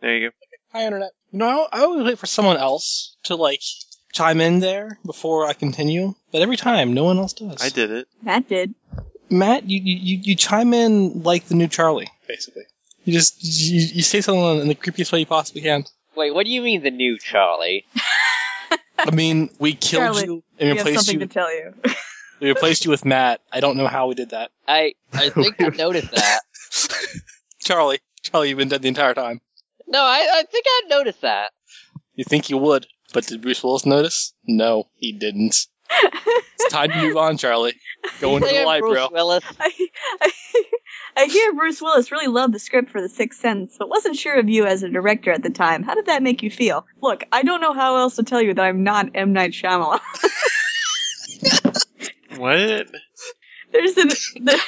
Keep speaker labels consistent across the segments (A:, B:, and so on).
A: There you go.
B: Hi, internet. You know, I, I always wait for someone else to like chime in there before I continue, but every time, no one else does.
A: I did it.
C: Matt did.
B: Matt, you you, you- you chime in like the new Charlie, basically. You just you, you say something in the creepiest way you possibly can.
D: Wait, what do you mean the new Charlie?
B: I mean, we killed
C: Charlie,
B: you and
C: We have
B: replaced
C: something
B: you.
C: to tell you.
B: we replaced you with Matt. I don't know how we did that.
D: I I think I noticed that.
B: Charlie, Charlie, you've been dead the entire time.
D: No, I, I think I noticed that.
B: You think you would, but did Bruce Willis notice? No, he didn't. It's time to move on, Charlie. Go into the
D: Damn,
B: light,
D: Bruce
B: bro.
D: Willis.
C: I, I, I hear Bruce Willis really loved the script for The Sixth Sense, but wasn't sure of you as a director at the time. How did that make you feel? Look, I don't know how else to tell you that I'm not M. Night Shyamalan.
A: What?
C: There's an the,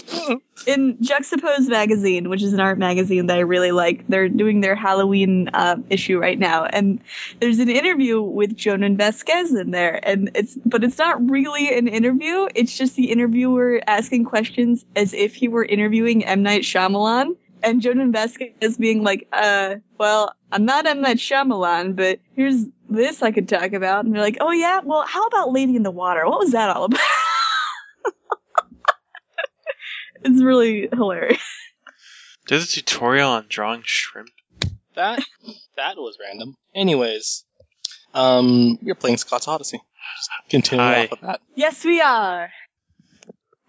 C: in Juxtapose magazine, which is an art magazine that I really like. They're doing their Halloween uh, issue right now, and there's an interview with Jonan Vasquez in there, and it's but it's not really an interview. It's just the interviewer asking questions as if he were interviewing M Night Shyamalan, and Jonan Vasquez being like, "Uh, well, I'm not M Night Shyamalan, but here's." This I could talk about, and they're like, "Oh yeah, well, how about Lady in the Water? What was that all about?" It's really hilarious.
A: There's a tutorial on drawing shrimp.
B: That that was random. Anyways, um, we are playing Scott's Odyssey. Just continue
A: Hi.
B: off of that.
C: Yes, we are.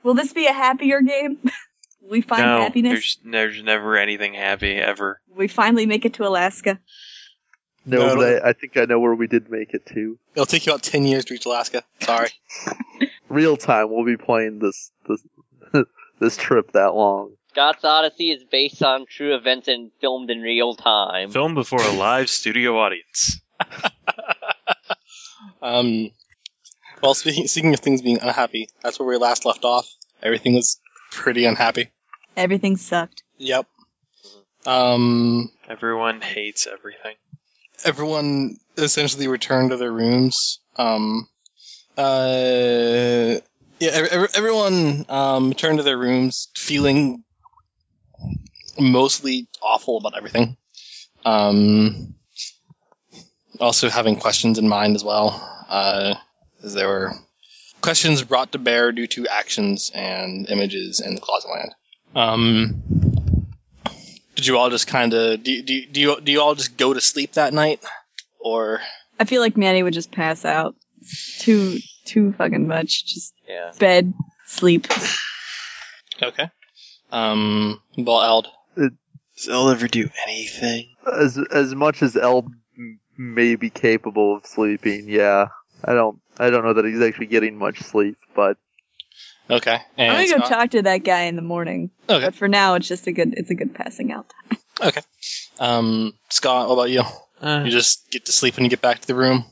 C: Will this be a happier game? we find
A: no,
C: happiness.
A: There's, there's never anything happy ever.
C: We finally make it to Alaska.
B: No,
E: No,
B: I don't-
E: but I, I think I know where we did make it to.
B: It'll take you about ten years to reach Alaska. Sorry.
E: Real time, we'll be playing this this this trip that long.
D: Scott's Odyssey is based on true events and filmed in real time.
A: Film before a live studio audience.
B: Um, well, speaking speaking of things being unhappy, that's where we last left off. Everything was pretty unhappy.
C: Everything sucked.
B: Yep. Um,
A: Everyone hates everything.
B: everyone essentially returned to their rooms. Um, uh, yeah, ev- ev- everyone um, returned to their rooms feeling mostly awful about everything. Um, also having questions in mind as well, uh, as there were questions brought to bear due to actions and images in the closet land. Um, did you all just kind of do, do, do you do you all just go to sleep that night or
C: I feel like Manny would just pass out. Too too fucking much. Just
D: Yeah.
C: bed, sleep.
B: okay um well eld
A: Does Eld ever do anything?
E: As as much as El m- may be capable of sleeping, yeah. I don't I don't know that he's actually getting much sleep, but
B: okay and
C: I'm gonna go
B: Scott?
C: talk to that guy in the morning.
B: Okay.
C: But for now, it's just a good it's a good passing out.
B: um Scott what about you you
A: Uh,
B: just get to sleep when you get back to the room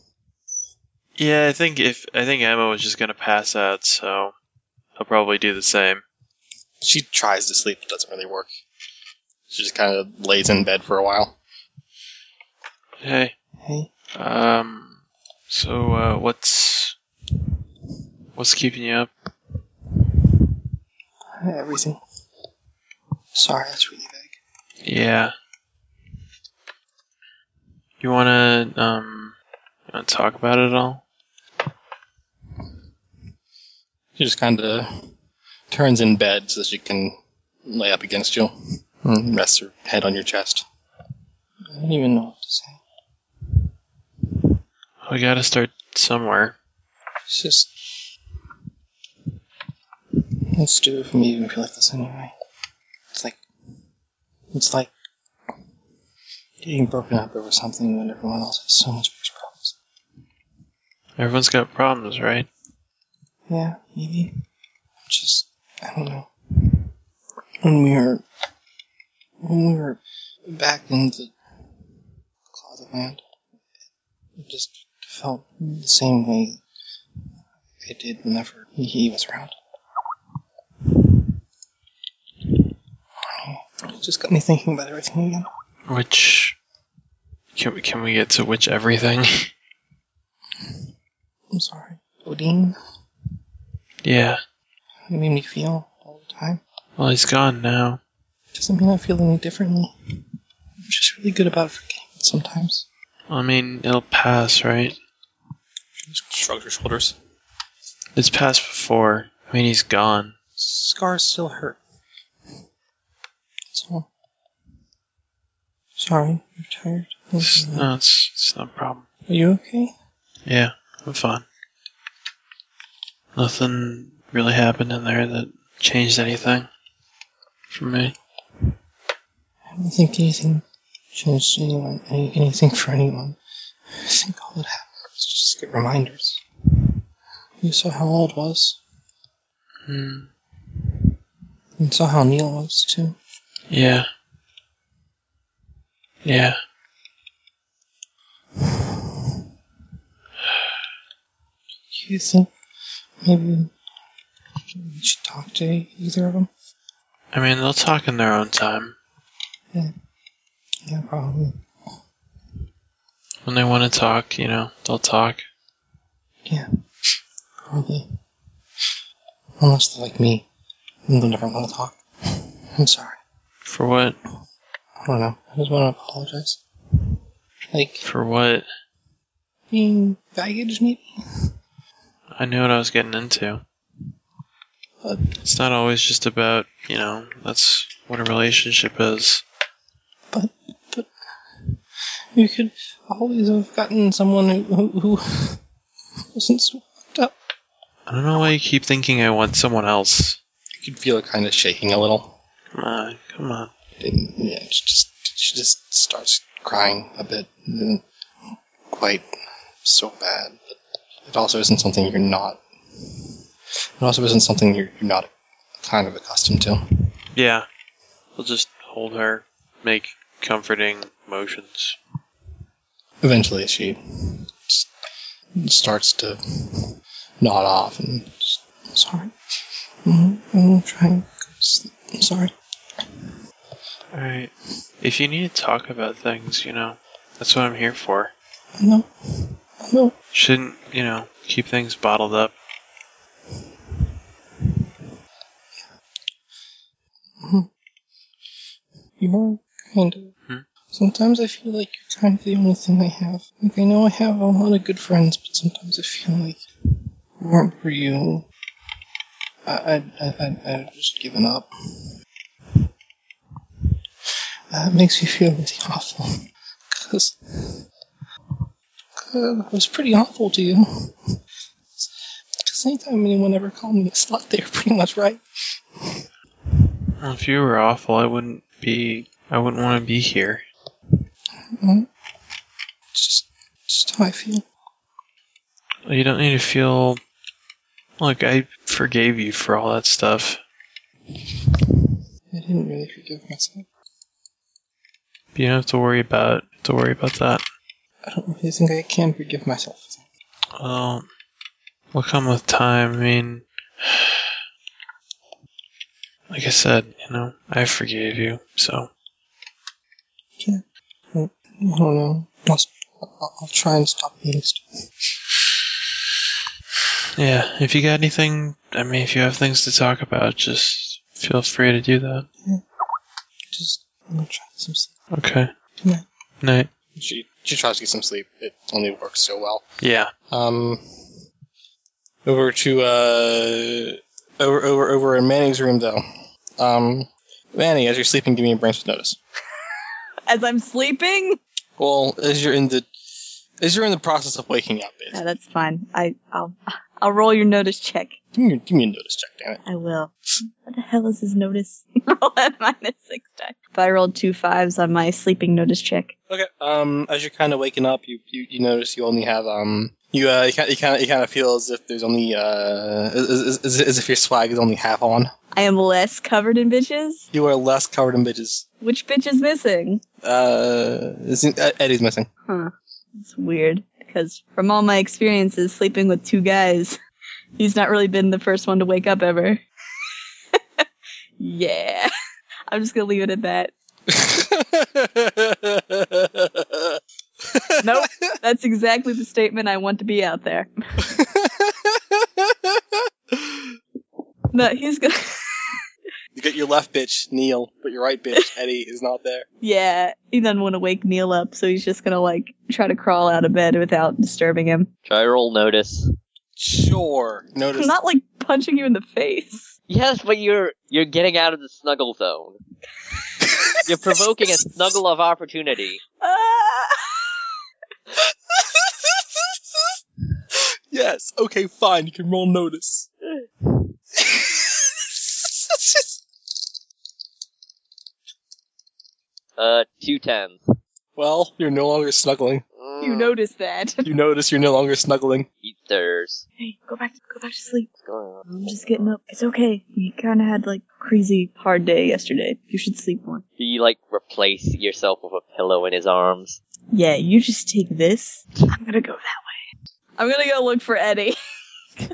A: yeah, I think if I think Emma was just gonna pass out, so I'll probably do the same.
B: she tries to sleep but doesn't really work she just kind of lays in bed for a while
A: Hey.
B: Hey.
A: Um. So uh, what's what's keeping you up?
B: everything sorry that's really vague
A: Yeah. You wanna um you wanna talk about it all?
B: she just kind of turns in bed so that she can lay up against you and rest her head on your chest i don't even know what to say
A: We gotta start somewhere.
B: It's just. It's stupid for me to even feel like this anyway. It's like. It's like. Getting broken up over something when everyone else has so much worse problems.
A: Everyone's got problems, right?
B: Yeah, maybe. Just. I don't know. When we were. When we were back in the. Closet land. It just felt the same way it did whenever he was around. It just got me thinking about everything again.
A: Which can we can we get to which everything?
B: I'm sorry. Odin,
A: yeah.
B: it made me feel all the time.
A: Well, he's gone now.
B: Doesn't mean I feel any differently. I'm just really really good about forgetting sometimes.
A: I mean, it'll pass, right?
B: Just shrugs her shoulders.
A: It's passed before. I mean, he's gone.
B: Scars still hurt. So sorry, you're tired.
A: It's,
B: Mm-hmm.
A: no, it's, it's not a problem.
B: Are you okay?
A: Yeah, I'm fine. Nothing really happened in there that changed anything for me.
B: I don't think anything changed anyone, any, anything for anyone. I think all that happened was just get reminders. You saw how old was.
A: Hmm.
B: You saw how Neil was too.
A: Yeah. Yeah.
B: Do you think maybe we should talk to either of them?
A: I mean, they'll talk in their own time.
B: Yeah, probably.
A: When they want to talk, you know, they'll talk.
B: Probably. Unless they're like me, and they'll never want to talk. I'm sorry.
A: For what?
B: I don't know. I just want to apologize. Like
A: For what?
B: being baggage, maybe.
A: I knew what I was getting into.
B: But
A: It's not always just about, you know, that's what a relationship is.
B: you could always have gotten someone who who, who wasn't so fucked up.
A: I don't know why you keep thinking I want someone else.
B: You could feel it kind of shaking a little.
A: Come on, come on.
B: And, yeah, she just she just starts crying a bit. Isn't Quite so bad. But it also isn't something you're not. It also isn't something you're, you're not kind of accustomed to.
A: Yeah. We'll just hold her, make comforting motions.
B: Eventually, she s- starts to nod off and just, sorry. Mm-hmm. I'm I'm trying. to go to sleep. I'm sorry.
A: Alright. If you need to talk about things, you know, that's what I'm here for.
B: No. No.
A: Shouldn't, you know, keep things bottled up.
B: You're kind of.
A: Hmm?
B: Sometimes I feel like you're kind of the only thing I have. Like I know I have a lot of good friends, but sometimes I feel like if it weren't for you, I I I I'd, I'd just given up. That makes me feel really awful, cause, 'cause I was pretty awful to you. Cause anytime anyone ever called me a slut, they were pretty much right.
A: Well, if you were awful, I wouldn't be. I wouldn't want to be here.
B: It's just just how I feel.
A: You don't need to feel. Look, I forgave you for all that stuff.
B: I didn't really forgive myself.
A: But you don't have to worry about to worry about that.
B: I don't really think Oh, I can forgive myself.
A: Well, will come with time. I mean, like I said, you know, I forgave you, so
B: I don't know. I'll, I'll, I'll try and stop being stupid.
A: yeah. If you got anything, I mean, if you have things to talk about, just feel free to do that.
B: Just I'm gonna try some sleep.
A: Okay.
B: Good night.
A: Night.
B: She she tries to get some sleep. It only works so well.
A: Yeah.
B: Um, over to uh, over over over in Manny's room though. Um, Manny, as you're sleeping, give me a brains with notice.
C: As I'm sleeping?
B: Well, as you're in the as you're in the process of waking up,
C: Yeah,
B: it's,
C: that's fine. I, I'll, I'll roll your notice check.
B: give me give me a notice check, damn it.
C: I will. What the hell is his notice? roll at minus six die. But I rolled two fives on my sleeping notice check.
B: Okay. Um, as you're kind of waking up, you, you, you notice you only have um you uh you kind you kind of you kind of feel as if there's only uh as, as, as, as if your swag is only half on.
C: I am less covered in bitches.
B: You are less covered in bitches.
C: Which bitch is missing?
B: Uh, is- uh, Eddie's missing.
C: Huh. It's weird because from all my experiences sleeping with two guys, he's not really been the first one to wake up ever. yeah. I'm just gonna leave it at that. Nope. That's exactly the statement I want to be out there. no, he's gonna
B: You got your left bitch, Neil, but your right bitch, Eddie, is not there.
C: Yeah, he doesn't want to wake Neil up, so he's just gonna like try to crawl out of bed without disturbing him.
D: Try roll notice.
B: Sure.
C: I'm
B: Notice.
C: not like punching you in the face.
D: Yes, but you're you're getting out of the snuggle zone. You're provoking a snuggle of opportunity.
C: Ah!
B: yes. Okay, fine. You can roll notice.
D: Uh, two tens.
B: well, you're no longer snuggling.
C: You
D: Uh.
C: notice that.
B: You notice you're no longer snuggling.
D: Eat theirs.
C: Hey, go back, go back to sleep.
D: What's going on?
C: I'm just getting up. It's okay. You kind of had like crazy hard day yesterday. You should sleep more.
D: Do you like replace yourself with a pillow in his arms?
C: Yeah, you just take this. I'm gonna go that way. I'm gonna go look for Eddie.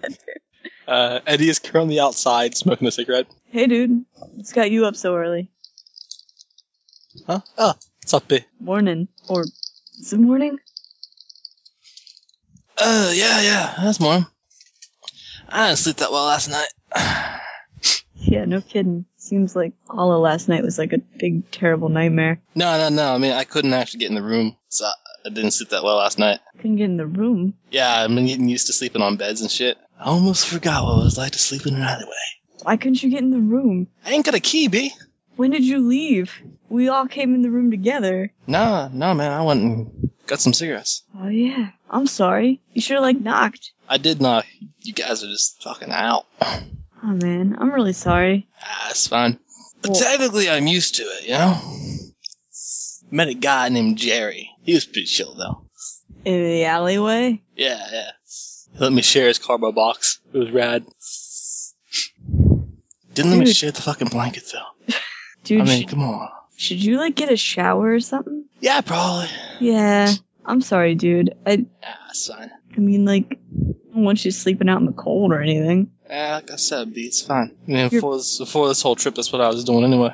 B: Uh, Eddie is currently outside smoking a cigarette.
C: hey, dude, what's got you up so early?
B: Huh? Ah, what's up, B?
C: Morning, or is it morning?
B: Uh, yeah, yeah, that's more. I didn't sleep that well last night.
C: Yeah, no kidding. Seems like all of last night was like a big terrible nightmare.
B: no, no, no. I mean, I couldn't actually get in the room, so I- I didn't sleep that well last night.
C: Couldn't get in the room.
B: Yeah, I've been getting used to sleeping on beds and shit. I almost forgot what it was like to sleep in an alleyway.
C: Why couldn't you get in the room?
B: I ain't got a key, B.
C: When did you leave? We all came in the room together.
B: Nah, nah, man. I went and got some cigarettes.
C: Oh yeah. I'm sorry. You should have like knocked.
B: I did not. You guys are just fucking out.
C: Oh man, I'm really sorry.
B: Ah, it's fine. But
C: Well-
B: technically, I'm used to it, you know? Met a guy named Jerry. He was pretty chill, though.
C: In the alleyway?
B: Yeah, yeah. He let me share his carbo box. It was rad. Didn't let me
C: Dude.
B: share the fucking blanket, though.
C: Dude,
B: I mean,
C: should,
B: come on.
C: should you like get a shower or something?
B: Yeah, probably.
C: Yeah. I'm sorry, dude. I
B: Yeah, it's fine.
C: I mean like I don't want you sleeping out in the cold or anything.
B: Yeah, Ah, like I said, B, it's fine. I mean,
C: You're-
B: before this, before this whole trip, that's what I was doing anyway.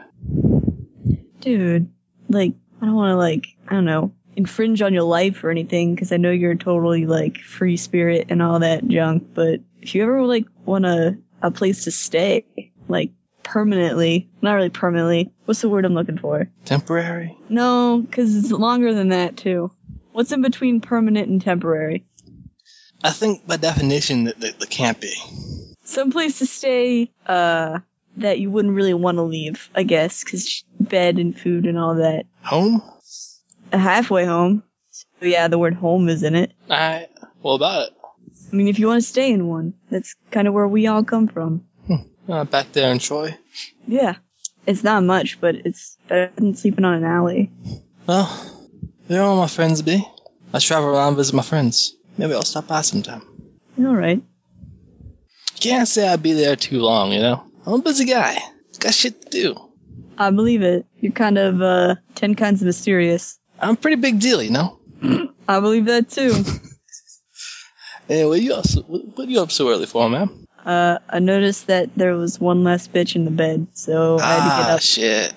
C: Dude, like I don't want to like, I don't know, infringe on your life or anything cuz I know you're a totally like free spirit and all that junk, but if you ever like want a a place to stay, like permanently, not really permanently. What's the word I'm looking for?
B: Temporary?
C: No, because it's longer than that too. What's in between permanent and temporary?
B: I think by definition that that that can't be.
C: Some place to stay, uh, that you wouldn't really want to leave, I guess, because bed and food and all that.
B: Home?
C: A halfway home. So yeah, the word home is in it.
B: Alright. Well, about it.
C: I mean, if you want to stay in one, that's kind of where we all come from.
B: Uh, back there in Troy.
C: Yeah. It's not much, but it's better than sleeping on an alley.
B: Well, they're all my friends, B. I travel around and visit my friends. Maybe I'll stop by sometime.
C: All right.
B: Can't say I'd be there too long, you know? I'm a busy guy. Got shit to do.
C: I believe it. You're kind of, uh, ten kinds of mysterious.
B: I'm a pretty big deal, you know?
C: I believe that too.
B: Hey, what you up so, what, what you up so early for, man?
C: Uh, I noticed that there was one less bitch in the bed, so I had to get
B: ah,
C: up.
B: shit.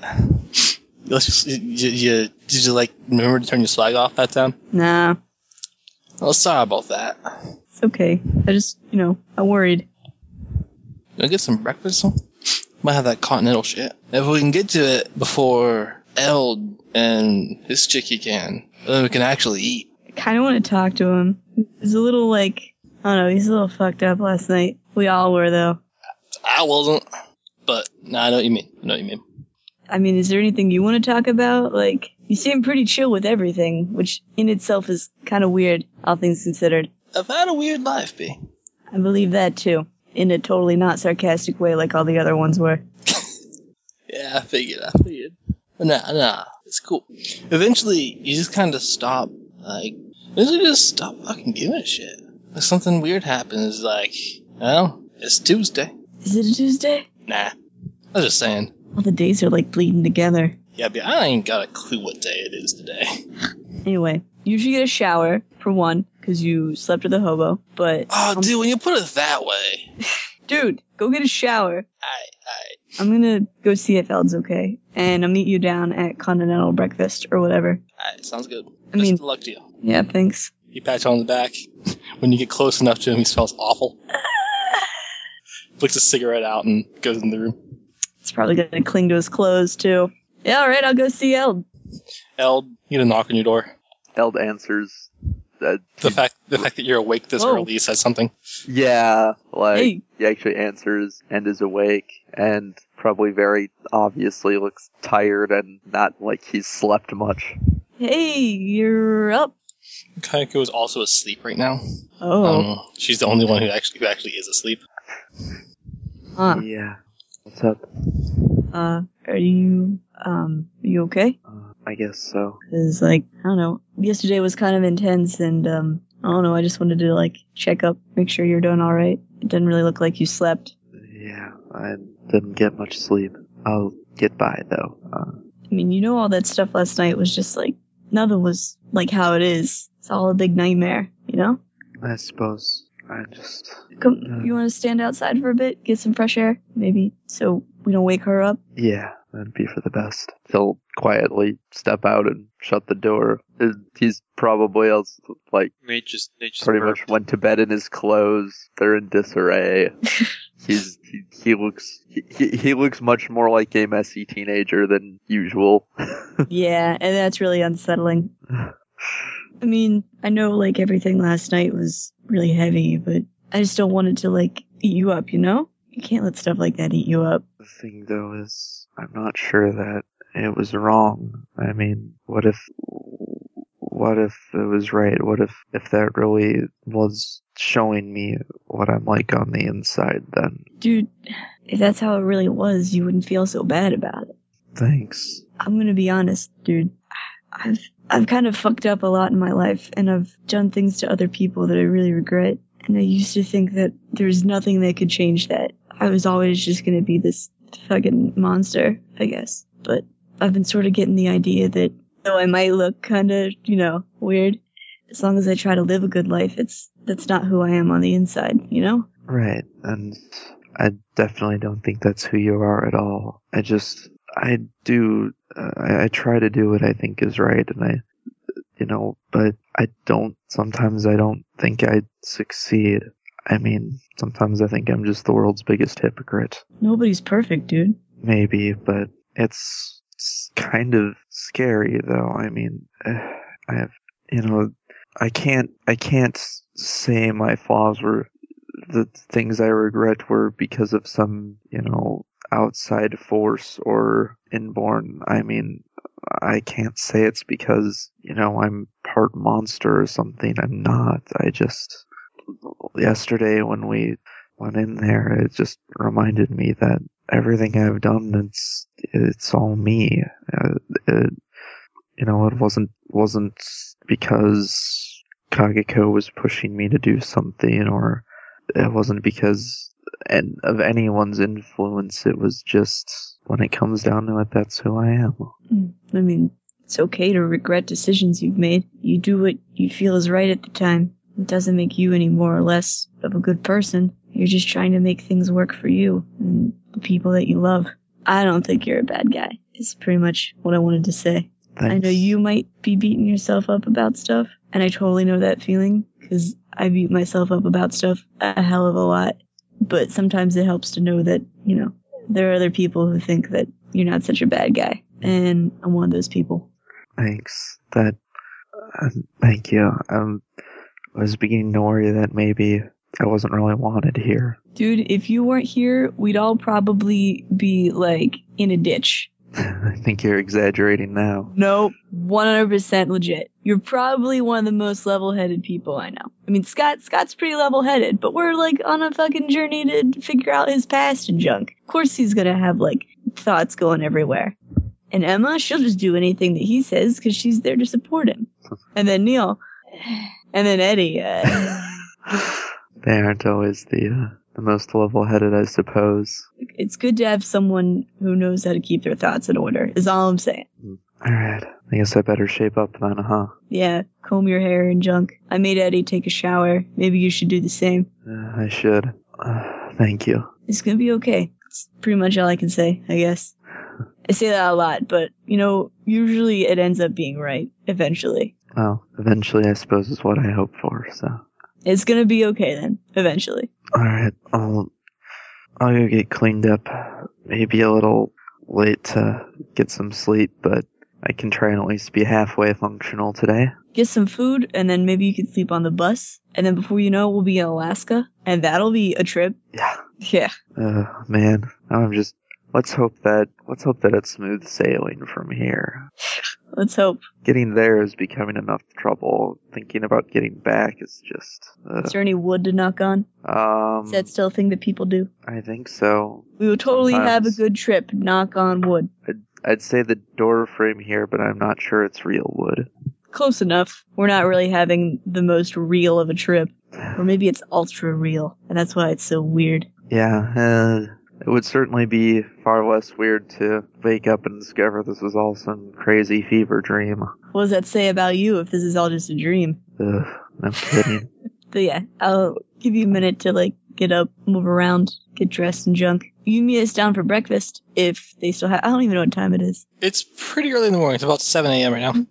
B: Let's just- you, you, you- did you, like, remember to turn your swag off that time?
C: Nah,
B: Oh, sorry about that.
C: it's okay. I just, you know, I worried.
B: Can I get some breakfast? Might have that continental shit. If we can get to it before Eld and his chickie can, then we can actually eat.
C: I kind of want to talk to him. He's a little like, I don't know, he's a little fucked up last night. We all were though.
B: I wasn't, but no, I know what you mean. I know what you mean.
C: I mean, is there anything you want to talk about? Like, you seem pretty chill with everything, which in itself is kind of weird, all things considered.
B: I've had a weird life, B.
C: I believe that too. In a totally not sarcastic way like all the other ones were.
B: Yeah, I figured. I figured. Nah, nah, it's cool. Eventually, you just kind of stop, like, eventually you just stop fucking giving a shit. Like, something weird happens, like, well, it's Tuesday.
C: Is it a Tuesday?
B: Nah. I was just saying.
C: All the days are like bleeding together.
B: Yeah, B, I ain't got a clue what day it is today.
C: Anyway, you should get a shower for one, because you slept with a hobo. But
B: Oh,
C: Um,
B: dude, when you put it that way,
C: dude, go get a shower.
B: I,
C: I'm gonna go see if Eld's okay, and I'll meet you down at Continental Breakfast or whatever.
B: I, I sounds good.
C: I mean-
B: Best of luck to you.
C: Yeah, thanks.
B: You pat you on the back. When you get close enough to him, he smells awful. Flicks a cigarette out and goes in the room.
C: He's probably going to cling to his clothes too. Yeah, all right, I'll go see Eld.
F: Eld, you get a knock on your door.
E: Eld answers. That
F: The
B: Hmm.
F: fact the fact that you're awake this
C: Whoa.
F: early says something.
E: yeah, like
C: Hey.
E: he actually answers and is awake and probably very obviously looks tired and not like he's slept much.
C: Hey, you're up.
F: Kayako is also asleep right now.
C: Oh,
F: Um, she's the only one who actually who actually is asleep.
C: huh.
E: Yeah. What's up?
C: Uh, are you um you okay?
E: Uh, I guess so.
C: Cause like I don't know, yesterday was kind of intense, and um I don't know. I just wanted to like check up, make sure you're doing all right. It doesn't really look like you slept.
E: Yeah, I didn't get much sleep. I'll get by though. Uh,
C: I mean, you know, all that stuff last night was just like nothing was like how it is. It's all a big nightmare, you know.
E: I suppose I just uh,
C: Come, you want to stand outside for a bit, get some fresh air, maybe, so we don't wake her up.
E: Yeah, that'd be for the best. He'll quietly step out and shut the door. Uh, He's probably else like
A: Nate just Nate just
E: pretty much
A: burped.
E: went to bed in his clothes. They're in disarray. He's he, he looks he- he, he looks much more like a messy teenager than usual.
C: yeah, and that's really unsettling. I mean, I know like everything last night was really heavy, but I just don't want it to like eat you up, you know? You can't let stuff like that eat you up.
E: The thing though is, I'm not sure that it was wrong. I mean, what if, what if it was right? What if, if that really was showing me what I'm like on the inside then?
C: Dude, if that's how it really was, you wouldn't feel so bad about it.
E: Thanks.
C: I'm gonna be honest, dude. I've I've kind of fucked up a lot in my life and I've done things to other people that I really regret. And I used to think that there was nothing that could change that. I was always just gonna be this fucking monster, I guess. But I've been sort of getting the idea that though I might look kinda, you know, weird, as long as I try to live a good life, it's that's not who I am on the inside, you know?
E: Right, and I definitely don't think that's who you are at all. I just, I do, uh, I, I try to do what I think is right, and I, you know, but I don't, sometimes I don't think I succeed. I mean, sometimes I think I'm just the world's biggest hypocrite.
C: Nobody's perfect, dude.
E: Maybe, but it's, it's kind of scary, though. I mean, I have, you know, I can't, I can't s- say my flaws were the things I regret were because of some, you know, outside force or inborn. I mean, I can't say it's because, you know, I'm part monster or something. I'm not. I just, yesterday when we went in there, it just reminded me that everything I've done, it's, it's all me. Uh, it, you know, it wasn't, wasn't because Kageko was pushing me to do something or it wasn't because an- of anyone's influence. It was just when it comes down to it, that's who I am.
C: I mean, it's okay to regret decisions you've made. You do what you feel is right at the time. It doesn't make you any more or less of a good person. You're just trying to make things work for you and the people that you love. I don't think you're a bad guy. It's pretty much what I wanted to say. I
E: Thanks.
C: know you might be beating yourself up about stuff, and I totally know that feeling because I beat myself up about stuff a hell of a lot. But sometimes it helps to know that, you know, there are other people who think that you're not such a bad guy, and I'm one of those people.
E: Thanks. That. Uh, thank you. Um, I was beginning to worry that maybe I wasn't really wanted here.
C: Dude, if you weren't here, we'd all probably be like in a ditch.
E: I think you're exaggerating now.
C: Nope, 100% legit. You're probably one of the most level-headed people I know. I mean, Scott, Scott's pretty level-headed, but we're like on a fucking journey to figure out his past and junk. Of course he's gonna have like thoughts going everywhere. And Emma, she'll just do anything that he says because she's there to support him. And then Neil, and then Eddie. Uh,
E: they aren't always the uh, the most level-headed, I suppose.
C: it's good to have someone who knows how to keep their thoughts in order. Is all I'm saying.
E: All right. I guess I better shape up then, huh?
C: Yeah, comb your hair and junk. I made Eddie take a shower. Maybe you should do the same.
E: Uh, I should. Uh, thank you.
C: it's gonna be okay. It's pretty much all I can say, I guess. I say that a lot, but you know, usually it ends up being right eventually.
E: Well, eventually, I suppose, is what I hope for. So,
C: It's gonna be okay then, eventually.
E: all right, I'll I'll go get cleaned up. Maybe a little late to get some sleep, but I can try and at least be halfway functional today.
C: Get some food, and then maybe you can sleep on the bus. And then before you know it, we'll be in Alaska, and that'll be a trip.
E: Yeah.
C: Yeah.
E: Uh, man, now I'm just. Let's hope that let's hope that it's smooth sailing from here.
C: Let's hope.
E: Getting there is becoming enough trouble. Thinking about getting back is just. Uh,
C: Is there any wood to knock on?
E: um,
C: Is that still a thing that people do?
E: I think so.
C: We will totally have a
E: Sometimes.
C: good trip. Knock on wood.
E: I'd say the door frame here, but I'm not sure it's real wood.
C: Close enough. We're not really having the most real of a trip. Or maybe it's ultra real, and that's why it's so weird.
E: Yeah, uh, it would certainly be far less weird to wake up and discover this was all some crazy fever dream.
C: What does that say about you if this is all just a dream?
E: Ugh, no kidding.
C: But yeah, I'll give you a minute to like get up, move around, get dressed and junk. You can meet us down for breakfast if they still have. I don't even know what time it is.
B: It's pretty early in the morning. It's about 7 a.m. right now.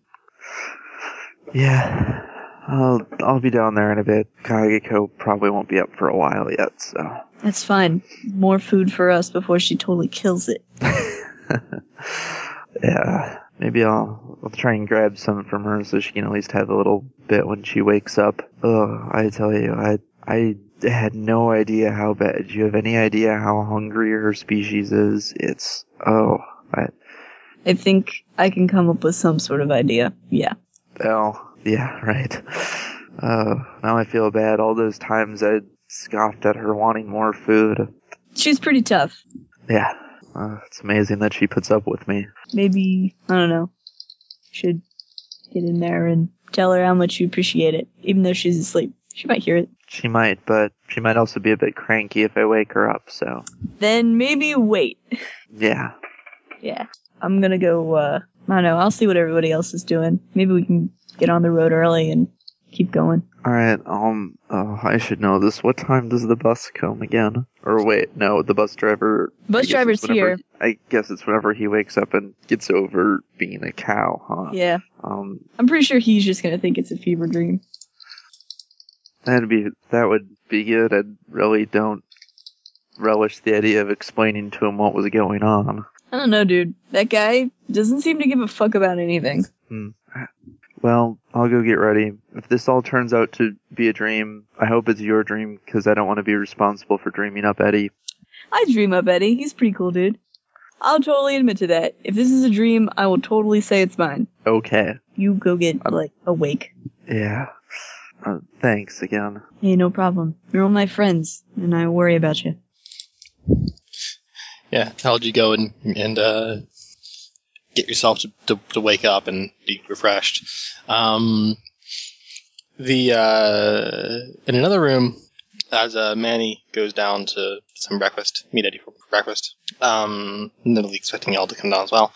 E: yeah, I'll I'll be down there in a bit. Kageko probably won't be up for a while yet, so
C: That's fine. More food for us before she totally kills it.
E: yeah. Maybe I'll I'll try and grab some from her so she can at least have a little bit when she wakes up. Ugh, I tell you, I I had no idea how bad. Do you have any idea how hungry her species is? It's oh, I
C: I think I can come up with some sort of idea. Yeah.
E: Oh, yeah, right. Uh, now I feel bad. All those times I scoffed at her wanting more food.
C: She's pretty tough.
E: Yeah, uh, it's amazing that she puts up with me.
C: Maybe, I don't know, should get in there and tell her how much you appreciate it, even though she's asleep. She might hear it.
E: She might, but she might also be a bit cranky if I wake her up. So,
C: Then maybe wait.
E: yeah,
C: Yeah. I'm gonna go, uh, I don't know, I'll see what everybody else is doing. Maybe we can get on the road early and keep going.
E: all right. Um, oh, I should know this. What time does the bus come again? Or wait, no, the bus driver.
C: Bus
E: I guess it's
C: driver's
E: whenever-
C: here.
E: I guess it's whenever he wakes up and gets over being a cow, huh?
C: Yeah.
E: Um,
C: I'm pretty sure he's just gonna think it's a fever dream.
E: That'd be that would be good. I really don't relish the idea of explaining to him what was going on.
C: I don't know, dude. That guy doesn't seem to give a fuck about anything.
E: Well, I'll go get ready. If this all turns out to be a dream, I hope it's your dream because I don't want to be responsible for dreaming up Eddie.
C: I dream up Eddie. He's pretty cool, dude. I'll totally admit to that. If this is a dream, I will totally say it's mine.
E: Okay.
C: You go get, like, awake.
E: Yeah. Uh, thanks again.
C: Hey, no problem. You're all my friends, and I worry about you.
B: Yeah, how'd you go and, and uh, get yourself to, to, to wake up and be refreshed? Um, the uh, In another room, as uh, Manny goes down to some breakfast, meet Eddie for breakfast, um, Natalie expecting y'all to come down as well.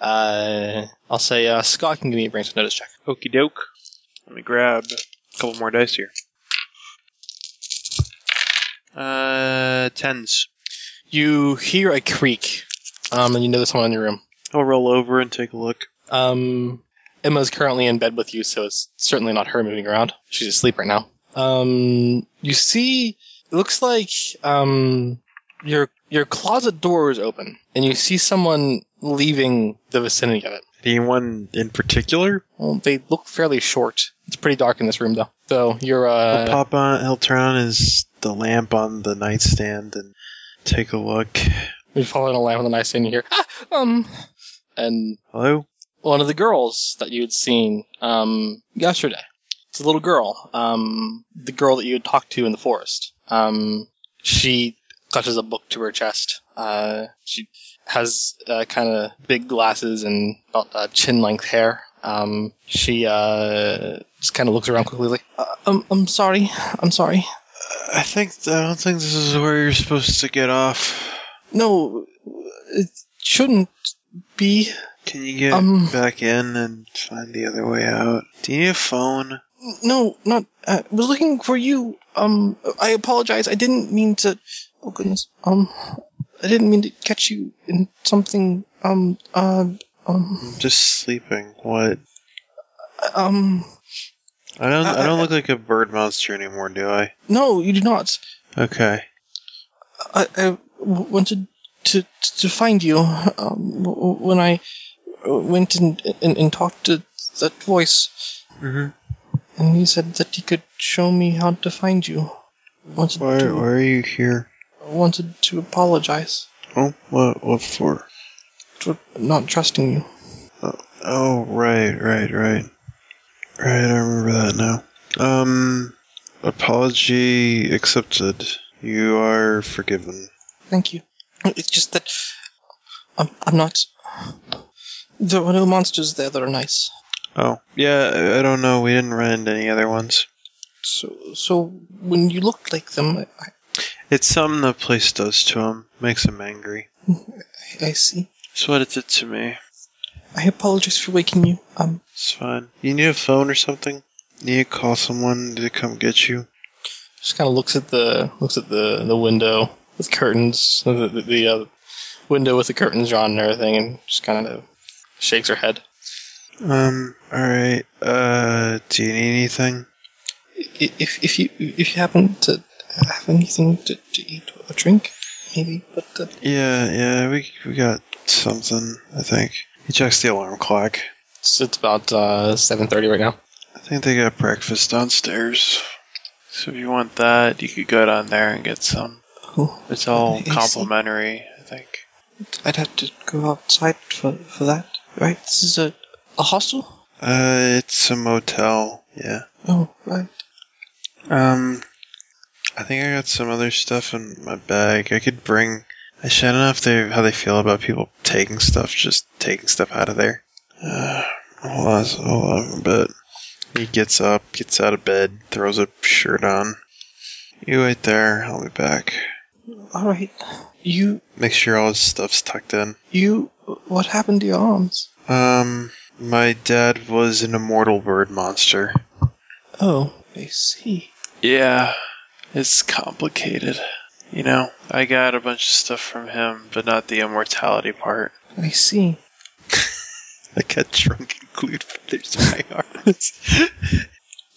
B: Uh, I'll say uh, Scott can give me a brains notice check.
A: Okie doke. Let me grab a couple more dice here. Uh, tens.
B: You hear a creak, um, and you know there's someone in your room.
A: I'll roll over and take a look.
B: Um, Emma's currently in bed with you, so it's certainly not her moving around. She's asleep right now. Um, you see, it looks like um, your your closet door is open, and you see someone leaving the vicinity of it.
A: Anyone in particular?
B: Well, they look fairly short. It's pretty dark in this room, though. So you're
A: I'll
B: uh,
A: Oh, pop on. I'll turn on his the lamp on the nightstand and take a look.
B: you're following a line with a nice thing you hear. Ah, um, and
A: Hello.
B: one of the girls that you had seen um, yesterday. It's a little girl, um, the girl that you had talked to in the forest. Um, she clutches a book to her chest. Uh, she has uh, kind of big glasses and about uh, chin-length hair. Um, she uh, just kind of looks around quickly, like, uh, um, "I'm sorry, I'm sorry."
A: I think I don't think this is where you're supposed to get off.
B: No, it shouldn't be.
A: Can you get
B: Um.
A: back in and find the other way out? Do you need a phone?
B: No, not. uh, I was looking for you. Um, I apologize. I didn't mean to. Oh goodness. Um, I didn't mean to catch you in something. Um, uh, um,
A: I'm just sleeping. What?
B: um.
A: I don't. I
B: Uh,
A: don't look like a bird monster anymore, do I?
B: No, you do not.
A: Okay.
B: I, I w- wanted to to find you um, w- w- when I uh, went and, and and talked to that voice,
G: Mhm.
B: and he said that he could show me how to find you. Wanted
A: Why,
B: to
A: why are you here?
B: wanted to apologize
A: Oh, what, what for?
B: for not trusting you.
A: Oh, right, right, right. Right, I remember that now. Um, apology accepted. You are forgiven.
B: Thank you. It's just that I'm I'm not. There were no monsters there that are nice.
A: Oh, yeah, I- I don't know. We didn't run into any other ones.
B: So so when you looked like them, I,
A: It's something the place does to him. Makes him angry.
B: I, I see.
A: It's what it did to me.
B: I apologize for waking you. Um,
A: It's fine. You need a phone or something? You need to call someone to come get you?
B: just kind of looks at the looks at the the window with curtains, the the, the uh, window with the curtains drawn and everything, and just kind of shakes her head.
A: Um, alright. Uh, do you need anything?
B: I- If if you if you happen to have anything to, to eat or drink, maybe. But uh,
A: Yeah, yeah, we, we got something, I think. He checks the alarm clock.
B: it's, it's about uh, seven thirty right now.
A: I think they got breakfast downstairs.
G: So if you want that, you could go down there and get some.
B: Oh,
G: It's all
B: I see.
G: complimentary, I think.
B: I'd have to go outside for for that. Right? This is a a hostel.
A: Uh, it's a motel, yeah.
B: Oh, right.
A: Um, I think I got some other stuff in my bag. I could bring. Actually, I don't know if they how they feel about people taking stuff, just taking stuff out of there. Uh, hold on, hold on a bit. He gets up, gets out of bed, throws a shirt on. You wait there. I'll be back.
B: All right. You
A: Make sure all his stuff's tucked in.
B: You, what happened to your arms?
A: Um, my dad was an immortal bird monster.
B: Oh, I see.
G: Yeah, it's complicated. You know, I got a bunch of stuff from him, but not the immortality part.
B: I see.
A: I got drunk and glued feathers to my arms.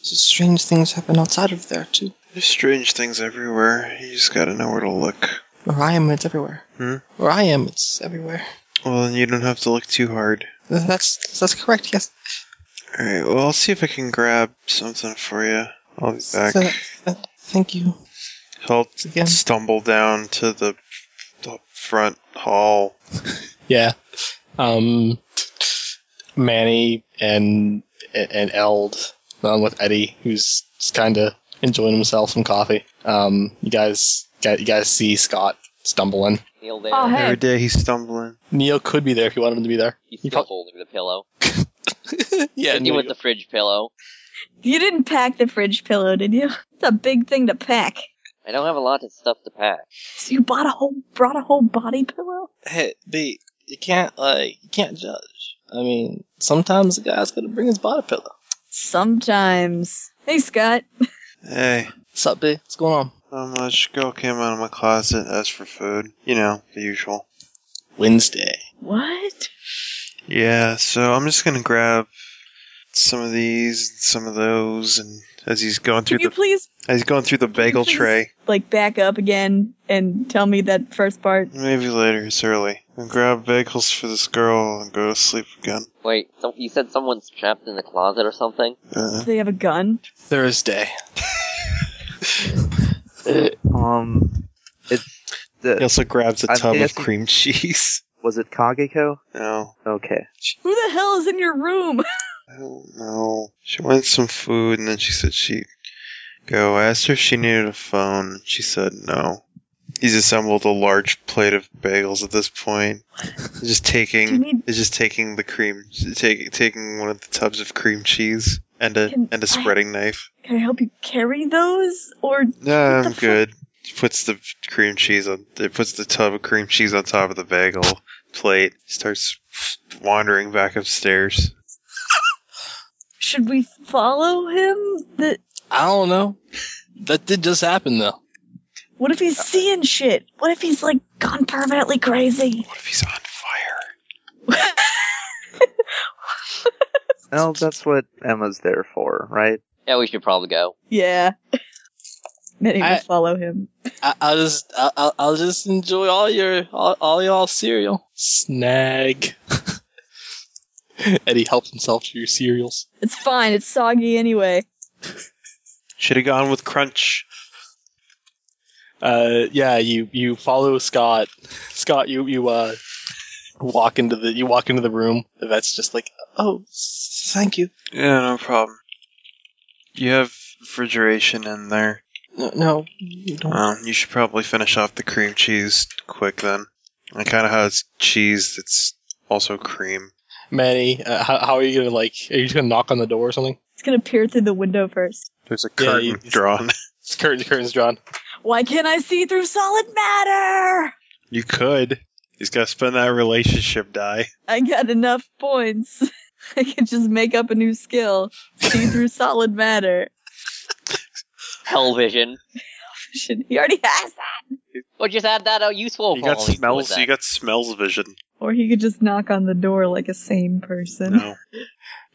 B: So strange things happen outside of there too.
A: There's strange things everywhere. You just gotta know where to look.
B: Where I am, it's everywhere.
A: Hmm?
B: Where I am, it's everywhere.
A: Well, then you don't have to look too hard.
B: Th- That's that's correct. Yes.
A: Alright, well, I'll see if I can grab something for you. I'll be back.
B: Th- th- thank you
A: I'll
B: again.
A: stumble down to the, the front hall.
B: Yeah. Um, Manny and and Eld, along with Eddie, who's kind of enjoying himself some coffee. Um, you guys, you guys see Scott stumbling.
D: Neil there.
C: Oh, hey.
A: Every day he's stumbling.
B: Neil could be there if you wanted him to be there.
D: He's
B: You
D: still
B: prob-
D: holding the pillow.
B: yeah,
D: he went the fridge pillow.
C: You didn't pack the fridge pillow, did you? It's a big thing to pack.
D: I don't have a lot of stuff to pack.
C: So you bought a whole brought a whole body pillow?
B: hey, B, you can't like you can't judge. I mean, sometimes the guy's gonna bring his body pillow.
C: Sometimes. Hey Scott.
A: Hey,
B: What's up, B? What's going on?
A: not much. Girl came out of my closet, asked for food. You know, the usual.
B: Wednesday.
C: What?
A: Yeah, so I'm just gonna grab some of these and some of those, and as he's going through
C: Can you
A: the
C: please
A: as he's going through the bagel
C: please-
A: tray.
C: like back up again and tell me that first part?
A: Maybe later. It's early. And grab bagels for this girl and go to sleep again.
D: Wait, so you said someone's trapped in the closet or something?
A: Uh,
C: Do they have a gun?
B: Thursday.
E: Um,
A: he also grabs a
E: I'm
A: tub of
E: guessing-
A: cream cheese.
E: was it Kageko?
A: No,
E: Okay.
C: Who the hell is in your room?
A: I don't know. She wanted some food, and then she said she go. I asked her if she needed a phone. She said no. He's assembled a large plate of bagels at this point. He's just
C: Do you
A: taking,
C: need
A: he's just taking the cream, taking taking one of the tubs of cream cheese and a
C: Can
A: and
C: I-
A: a spreading knife.
C: can I help you carry those? Or
A: No,
C: What the
A: I'm
C: fu-
A: good. Puts the cream cheese on. It puts the tub of cream cheese on top of the bagel plate. Starts wandering back upstairs.
C: should we follow him? The,
B: I don't know. That did just happen though.
C: what if he's seeing shit? What if he's like gone permanently crazy?
A: What if he's on fire?
E: Well, that's what Emma's there for, right?
D: Yeah, we should probably go.
C: Yeah. Many will
B: I-
C: follow him.
B: I, I'll just I'll, I'll- I'll just enjoy all your all, all y'all cereal. Snag. Eddie helps himself to your cereals.
C: It's fine. It's soggy anyway.
A: Should have gone with crunch.
B: Uh, yeah, you you follow Scott. Scott, you you uh walk into the you walk into the room. The vet's just like, oh, s- thank you.
A: Yeah, no problem. You have refrigeration in there.
B: No, no you don't.
A: Um, you should probably finish off the cream cheese quick then. I kind of how it's cheese that's also cream.
B: Manny, uh, how, how are you gonna like? Are you just gonna knock on the door or something?
C: It's gonna peer through the window first.
A: There's a
B: Yeah,
A: curtain
B: you-
A: drawn.
B: Curtains, curtains drawn.
C: Why can't I see through solid matter?
A: You could. He's got to spend that relationship die.
C: I got enough points. I could just make up a new skill. See through solid matter.
D: Hell vision.
C: Should- He already has that.
D: Or just add that out useful.
A: You got
D: quality to it
A: smells.
D: then.
A: You got smells vision.
C: Or he could just knock on the door like a sane person.
A: No.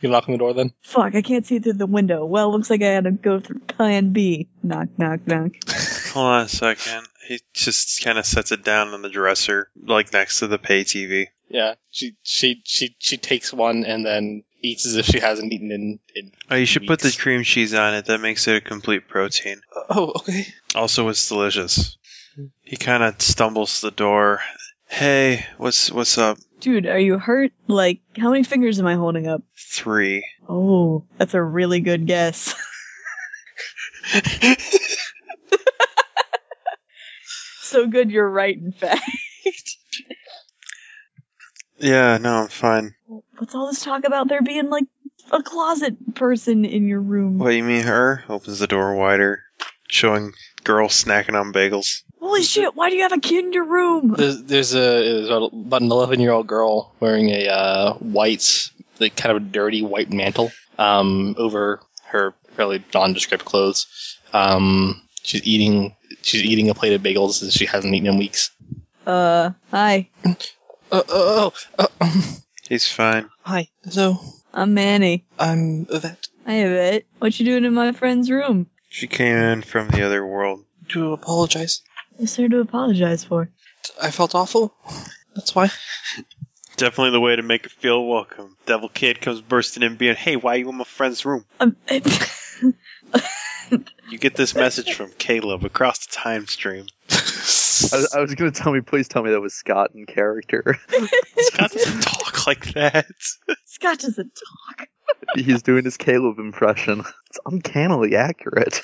B: You knock on the door then.
C: Fuck, I can't see through the window. Well, looks like I had to go through plan B. Knock, knock, knock.
A: Hold on a second. He just kind of sets it down on the dresser, like next to the pay TV.
B: Yeah, she she she she takes one and then eats as if she hasn't eaten in. in
A: Oh, you should put the
B: weeks.
A: cream cheese on it. That makes it a complete protein.
B: Oh, okay.
A: Also, it's delicious. He kind of stumbles to the door. Hey, what's what's up?
C: Dude, are you hurt? Like, how many fingers am I holding up?
A: Three.
C: Oh, that's a really good guess. so good, you're right, in fact.
A: Yeah, no, I'm fine.
C: What's all this talk about there being, like, a closet person in your room?
A: What you mean, her? Opens the door wider, showing girl snacking on bagels.
C: Holy shit, why do you have a kid in your room?
B: There's, there's a there's about an 11 year old girl wearing a uh, white, like kind of a dirty white mantle um, over her fairly nondescript clothes. Um, she's eating she's eating a plate of bagels that she hasn't eaten in weeks.
C: Uh, hi,
B: Uh, oh, oh, oh.
A: He's fine.
B: hi. So
C: I'm Manny.
B: I'm a vet.
C: I have it. What you doing in my friend's room?
A: She came in from the other world.
B: To apologize,
C: What's there to apologize for?
B: I felt awful. That's why.
A: Definitely the way to make her feel welcome. Devil Kid comes bursting in, being, "Hey, why you in my friend's room?"
C: Um,
A: You get this message from Caleb across the time stream.
E: I, was- I was gonna tell me, please tell me that was Scott in character.
A: Scott doesn't talk like that.
C: Scott doesn't talk.
E: He's doing his Caleb impression. It's uncannily accurate.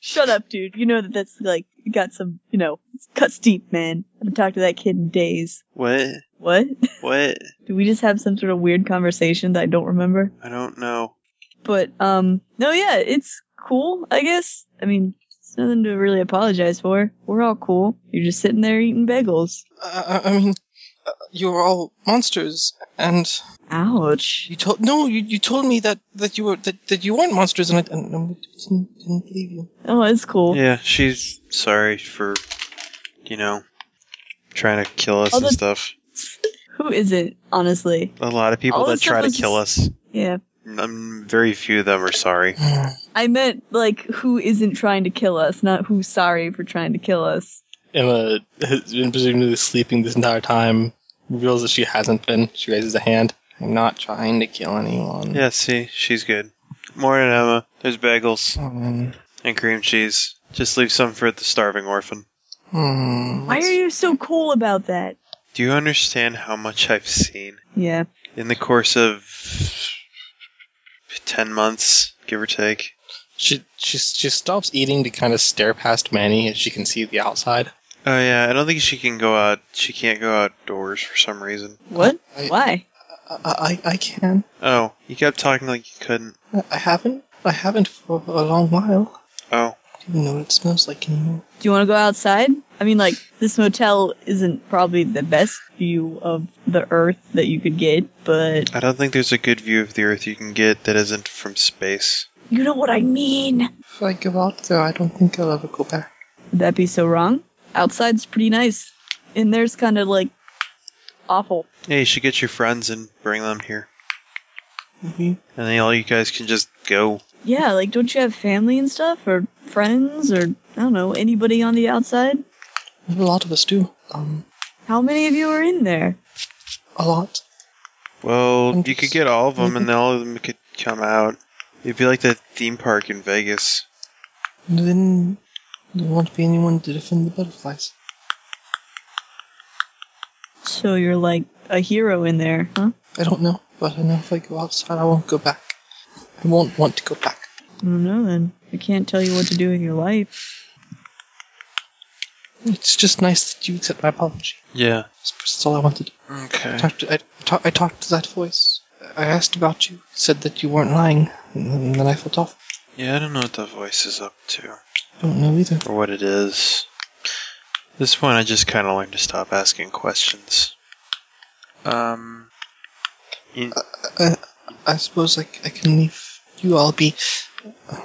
C: Shut up, dude. You know that that's like got some, you know, cuts deep, man. I haven't talked to that kid in days.
A: What?
C: What?
A: What?
C: Did we just have some sort of weird conversation that I don't remember?
A: I don't know.
C: But um, no, yeah, it's cool. I guess. I mean, it's nothing to really apologize for. We're all cool. You're just sitting there eating bagels.
B: Uh, I I mean, uh, you were all monsters, and
C: Ouch.
B: you told no, you, you told me that, that you were that, that you weren't monsters, and I and, and we didn't, didn't believe you.
C: Oh, it's cool.
A: Yeah, she's sorry for, you know, trying to kill us
C: All
A: and
C: the-
A: stuff.
C: Who isn't, honestly?
A: A lot of people
C: all the
A: that try to
C: stuff is
A: kill us.
C: Yeah.
A: Um, very few of them are sorry.
C: I meant like who isn't trying to kill us, not who's sorry for trying to kill us.
B: Emma has been presumably sleeping this entire time. Reveals that she hasn't been. She raises a hand. I'm not trying to kill anyone.
A: Yeah, see, she's good. Morning, Emma. There's bagels
B: Hmm.
A: and cream cheese. Just leave some for the starving orphan.
B: Hmm.
C: Why are you so cool about that?
A: Do you understand how much I've seen
C: Yeah.
A: in the course of ten months, give or take?
B: She she she stops eating to kind of stare past Manny as she can see the outside.
A: Oh yeah, I don't think she can go out. She can't go outdoors for some reason.
C: What?
B: I-
C: Why?
B: I I, I can.
A: Oh, you kept talking like you couldn't.
B: I- I haven't. I haven't for a long while.
A: Oh,
B: I don't even know what it smells like anymore.
C: Do you want to go outside? I mean, like this motel isn't probably the best view of the Earth that you could get, but
A: I don't think there's a good view of the Earth you can get that isn't from space.
C: you know what I mean. Would
B: If I go out there, I don't think I'll ever go back.
C: that be so wrong? Outside's pretty nice, and there's kind of like awful.
A: Yeah, you should get your friends and bring them here,
B: Mhm.
A: and then all you guys can just go.
C: Yeah, like don't you have family and stuff or friends or I don't know, anybody on the outside?
B: A lot of us do. Um,
C: How many of you are in there?
B: a lot.
A: Well, you could get all of them, and all of them could come out. It'd be like that theme park in Vegas.
B: And then there won't be anyone to defend the butterflies.
C: So you're like a hero in there, huh?
B: I don't know, but I know if I go outside, I won't go back. I won't want to go back.
C: I don't know then. I can't tell you what to do with your life.
B: It's just nice that you accept my apology.
A: Yeah.
B: That's- That's all I wanted.
A: Okay.
B: I talked to, I, I talk, I talked to that voice. I asked about you. Said that you weren't lying, and then I felt off.
A: Yeah, I don't know what that voice is up to
B: Don't know either.
A: or what it is. At this point, I just kind of learned to stop asking questions. Um. in-
B: I suppose I, I can leave you all be. uh,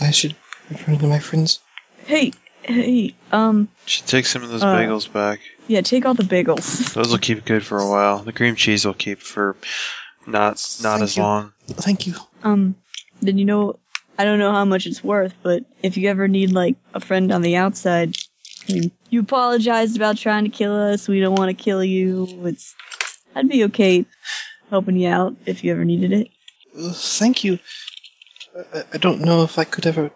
B: I should return to my friends.
C: Hey, hey, um,
A: should take some of those
C: Uh.
A: bagels back.
C: yeah, take all the bagels.
A: Those will keep good for a while. The cream cheese will keep for not not
B: Thank
A: as
B: you.
A: long.
B: Thank you.
C: Um, then you know, I don't know how much it's worth, but if you ever need like a friend on the outside, I mean, you apologized about trying to kill us. We don't want to kill you. It's, I'd be okay helping you out if you ever needed it.
B: Uh, thank you. I, I don't know if I could ever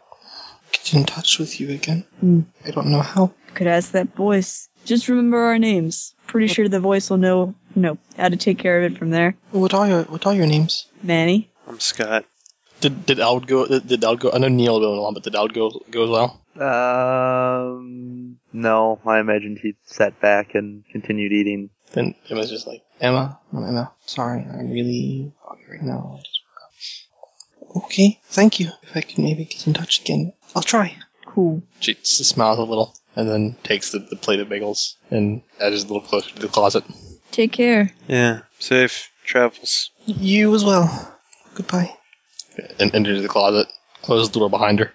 B: get in touch with you again.
C: Hmm.
B: I don't know how.
C: Could ask that voice. Just remember our names. Pretty sure the voice will know, you know, how to take care of it from there.
B: What are your What are your names?
C: Manny.
A: I'm Scott.
B: Did Did Ald go? Did Ald go? I know Neil went along, but did Ald go go as well?
E: Um, no, I imagined he sat back and continued eating.
B: Then it was just like Emma. I'm Emma. Sorry, I'm really foggy right now. I just woke up." Okay, thank you. If I can maybe get in touch again, I'll try.
C: Cool.
B: She s- smiles a little and then takes the, the plate of bagels and edges a little closer to the closet.
C: Take care.
A: Yeah. Safe travels.
B: You as well. Goodbye. And enters the closet, closes the door behind her.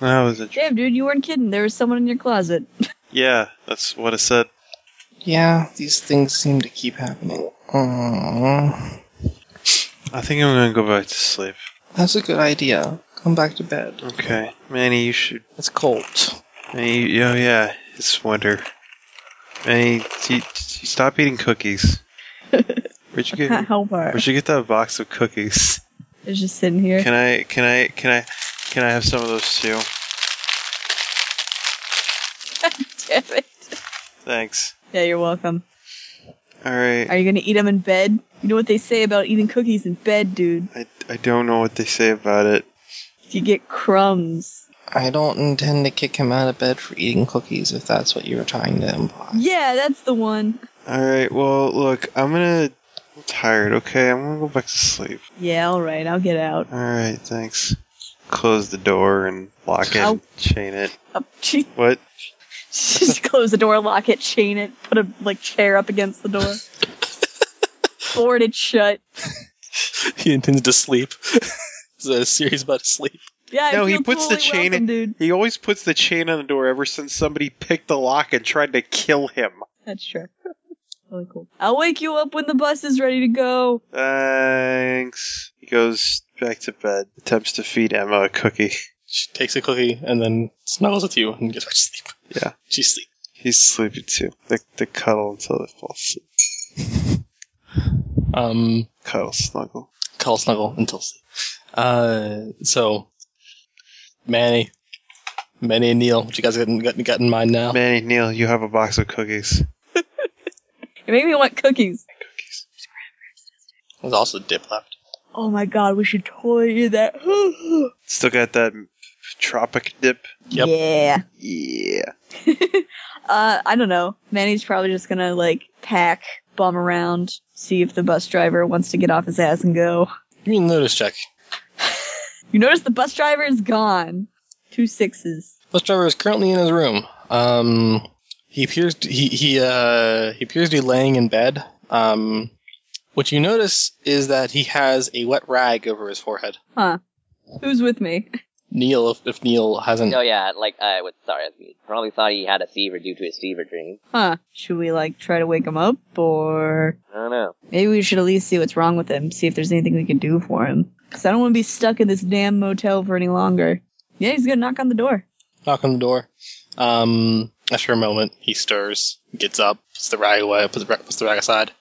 A: That was a.
C: Damn, dude, you weren't kidding. There was someone in your closet.
A: Yeah, that's what I said.
B: Yeah, these things seem to keep happening. Aww.
A: I think I'm gonna go back to sleep.
B: That's a good idea. Come back to bed.
A: Okay, Manny, you should.
B: It's cold.
A: Manny, you- oh yeah, it's winter. Manny, t- t- stop eating cookies. Where'd you
C: Can't
A: get?
C: help her.
A: Where'd you get that box of cookies?
C: It's just sitting here.
A: Can I? Can I? Can I? Can I have some of those too?
C: Damn it.
A: Thanks.
C: Yeah, you're welcome.
A: All right.
C: Are you gonna eat them in bed? You know what they say about eating cookies in bed, dude.
A: I, I don't know what they say about it.
C: You get crumbs.
B: I don't intend to kick him out of bed for eating cookies if that's what you were trying to imply.
C: Yeah, that's the one.
A: All right. Well, look, I'm gonna. I'm tired. Okay, I'm gonna go back to sleep.
C: Yeah, all right, I'll get out.
A: All right. Thanks. Close the door and lock it,
C: Ow.
A: chain it.
C: Up, Oh, she,
A: What?
C: just close the door, lock it, chain it, put a like chair up against the door, board it shut.
B: he intended to sleep. it's a series about sleep.
C: Yeah, I
A: No, he
C: feel
A: puts the
C: totally
A: chain
C: welcome,
A: in-
C: dude.
A: He always puts the chain on the door ever since somebody picked the lock and tried to kill him.
C: That's true. Really cool. I'll wake you up when the bus is ready to go.
A: Thanks. He goes back to bed, attempts to feed Emma a cookie.
B: She takes a cookie and then snuggles with you and gets back to sleep.
A: Yeah.
B: She sleeps.
A: He's sleepy too. They, they cuddle until they fall asleep.
B: Um,
A: Cuddle, snuggle.
B: cuddle, snuggle until sleep. Uh, so Manny, Manny and Neil, what you guys got in, got, got in mind now?
A: Manny, Neil, you have a box of cookies.
C: It made me want cookies.
A: Cookies.
B: There's also dip left.
C: Oh my god, we should totally do that.
A: Still got that tropic dip.
B: Yep.
C: Yeah.
A: Yeah.
C: Uh, I don't know. Manny's probably just gonna like pack, bum around, see if the bus driver wants to get off his ass and go.
B: Give me a notice check.
C: You notice the bus driver is gone. Two sixes.
B: Bus driver is currently in his room. Um, he appears to, he he uh, he appears to be laying in bed. Um, what you notice is that he has a wet rag over his forehead.
C: Who's with me?
B: Neil, if, if Neil hasn't,
D: Oh yeah, like I was sorry, I was- probably thought he had a fever due to his fever dream.
C: Huh. Should we like try to wake him up or
D: I don't know.
C: maybe we should at least see what's wrong with him, see if there's anything we can do for him. Because I don't want to be stuck in this damn motel for any longer. Yeah, he's going to knock on the door.
B: Knock on the door. Um, after a moment, he stirs, gets up, puts the rag away, puts the, ra- puts the rag aside.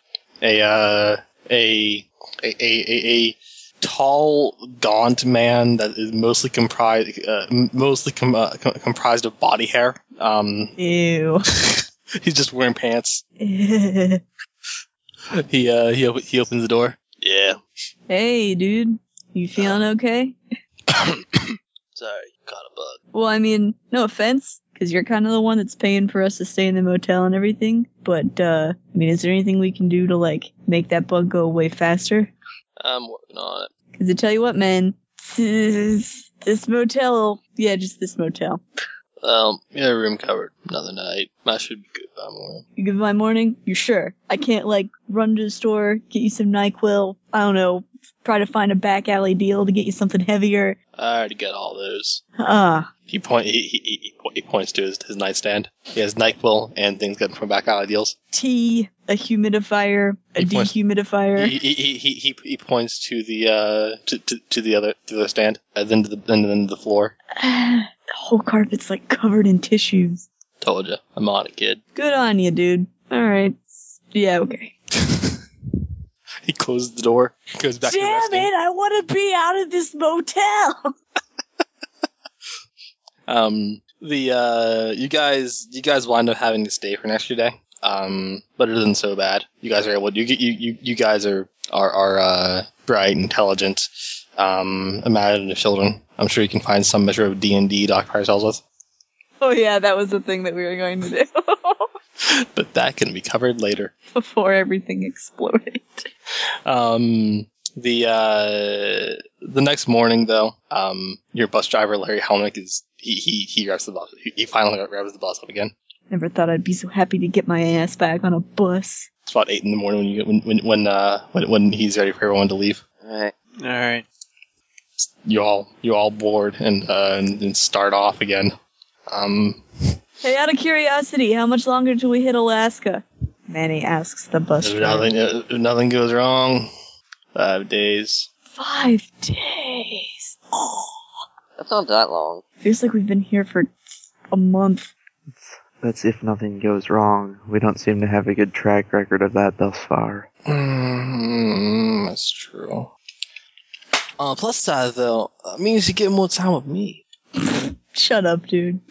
B: A, uh, a, a, a, a, a tall, gaunt man that is mostly comprised, uh, m- mostly com- uh, com- comprised of body hair. Um,
C: Ew.
B: he's just wearing pants.
C: hey,
B: He, uh, he, op- he opens the door. Yeah.
C: dude.
B: Uh,
C: You feeling okay?
B: Sorry, caught a bug.
C: Well, I mean, no offense, because you're kind of the one that's paying for us to stay in the motel and everything. But, uh, I mean, is there anything we can do to, like, make that bug go away faster?
B: I'm working on it.
C: Because I tell you what, man, this, this motel, yeah, just this motel.
B: Um, yeah, room covered. Another night. I should be good by morning.
C: You give my morning, you're sure. I can't, like, run to the store, get you some NyQuil, I don't know, try to find a back alley deal to get you something heavier.
B: I already got all those.
C: Ah,
B: He point he he, he, he po- he points to his, his nightstand. He has Nyquil and things gotten from back alley deals.
C: tea, a humidifier, a
B: Good point.
C: dehumidifier.
B: He, he, he, he, he- he points to the uh to, to, to the other to the other stand and then to the and then to the floor.
C: the whole carpet's, like, covered in tissues.
B: Told you, I'm on it, kid.
C: Good on you, dude. All right. Yeah, okay.
B: He closes the door, goes back to
C: Damn
B: resting.
C: it, I want to be out of this motel.
B: Um, the uh, you guys, you guys wind up having to stay for an extra day. Um, but it isn't so bad. You guys are able. You you you, you guys are are are uh, bright, intelligent, um, imaginative children. I'm sure you can find some measure of D and D. Doc Pryor tells us,
C: Oh, yeah, that was the thing that we were going to do
B: but that can be covered later.
C: before everything exploded.
B: Um, the uh, the next morning, though, um, your bus driver Larry Helmick is he he he grabs the bus. He he finally grabs the bus up again.
C: Never thought I'd be so happy to get my ass back on a bus.
B: It's about eight in the morning when you when when when uh, when, when he's ready for everyone to leave.
D: Alright.
A: All right.
B: you all you all board and uh, and, and start off again. Um,
C: Hey, out of curiosity, how much longer till we hit Alaska? Manny asks the bus
B: if
C: driver.
B: nothing if nothing goes wrong, five days.
C: Five days. Oh,
D: That's not that long.
C: feels like we've been here for a month.
E: That's if nothing goes wrong. We don't seem to have a good track record of that thus far.
B: Mm, that's true. On the plus side, though, it means you get more time with me.
C: Shut up, dude.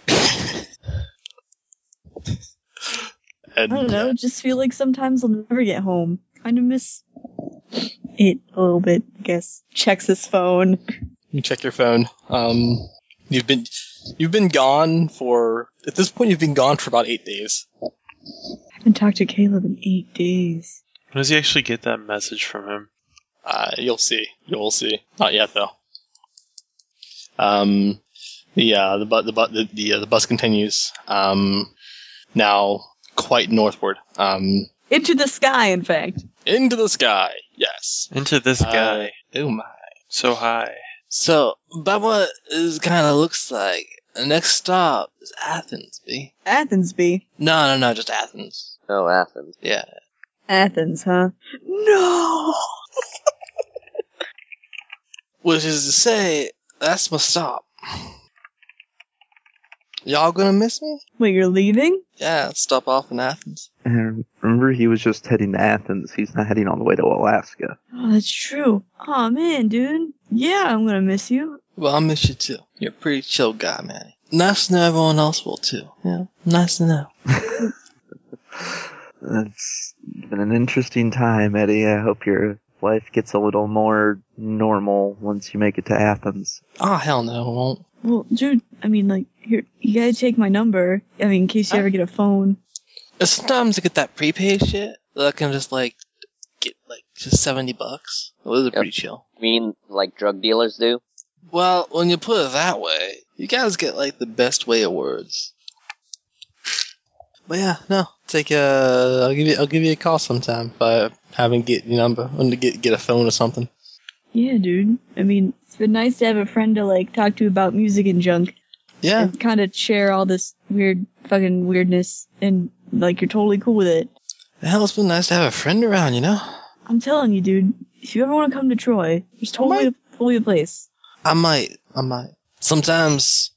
B: And, uh,
C: I don't know. Just feel like sometimes I'll never get home. Kind of miss it a little bit, I guess. Checks his phone.
B: You check your phone. Um, you've been you've been gone for at this point you've been gone for about eight days.
C: I haven't talked to Caleb in eight days.
A: When does he actually get that message from him?
B: Uh, you'll see. You'll see. Not yet, though. Um, the uh, the bu- the bu- the the, uh, the bus continues. Um, now quite northward. Um,
C: Into the sky, in fact.
B: into the sky. Yes.
A: Into this guy.
B: Uh, oh my.
A: So high.
B: So, by what is kind of looks like the next stop is Athens. B.
C: Athens, B.
B: No, no, no, just Athens.
D: Oh, Athens.
B: Yeah.
C: Athens, huh? No!
B: Which is to say, that's my stop. Y'all gonna miss me?
C: Wait, you're leaving?
B: Yeah, stop off in Athens.
E: And remember, he was just heading to Athens. He's not heading all the way to Alaska.
C: Oh, that's true. Aw, man, dude. Yeah, I'm gonna miss you.
B: Well, I miss you too. You're a pretty chill guy, man. Nice to know everyone else will too. Yeah, nice to know.
E: It's been an interesting time, Eddie. I hope your life gets a little more normal once you make it to Athens.
B: Oh, hell no, it won't.
C: Well, dude, I mean, like, here, you gotta take my number. I mean, in case you ever get a phone.
B: And Sometimes I get that prepaid shit that I can just like get like just 70 bucks. Those are pretty chill.
D: You mean like drug dealers do?
B: Well, when you put it that way, you guys get like the best way of words. But yeah, no, take a. I'll give you. I'll give you a call sometime if I haven't get your number. I'm to get get a phone or something.
C: Yeah, dude. I mean, it's been nice to have a friend to, like, talk to about music and junk.
B: Yeah,
C: and kind of share all this weird fucking weirdness and like you're totally cool with it.
B: the hell, it's been nice to have a friend around. You know.
C: I'm telling you, dude, if you ever want to come to Troy, there's totally Will you please?
B: I might. I might. Sometimes,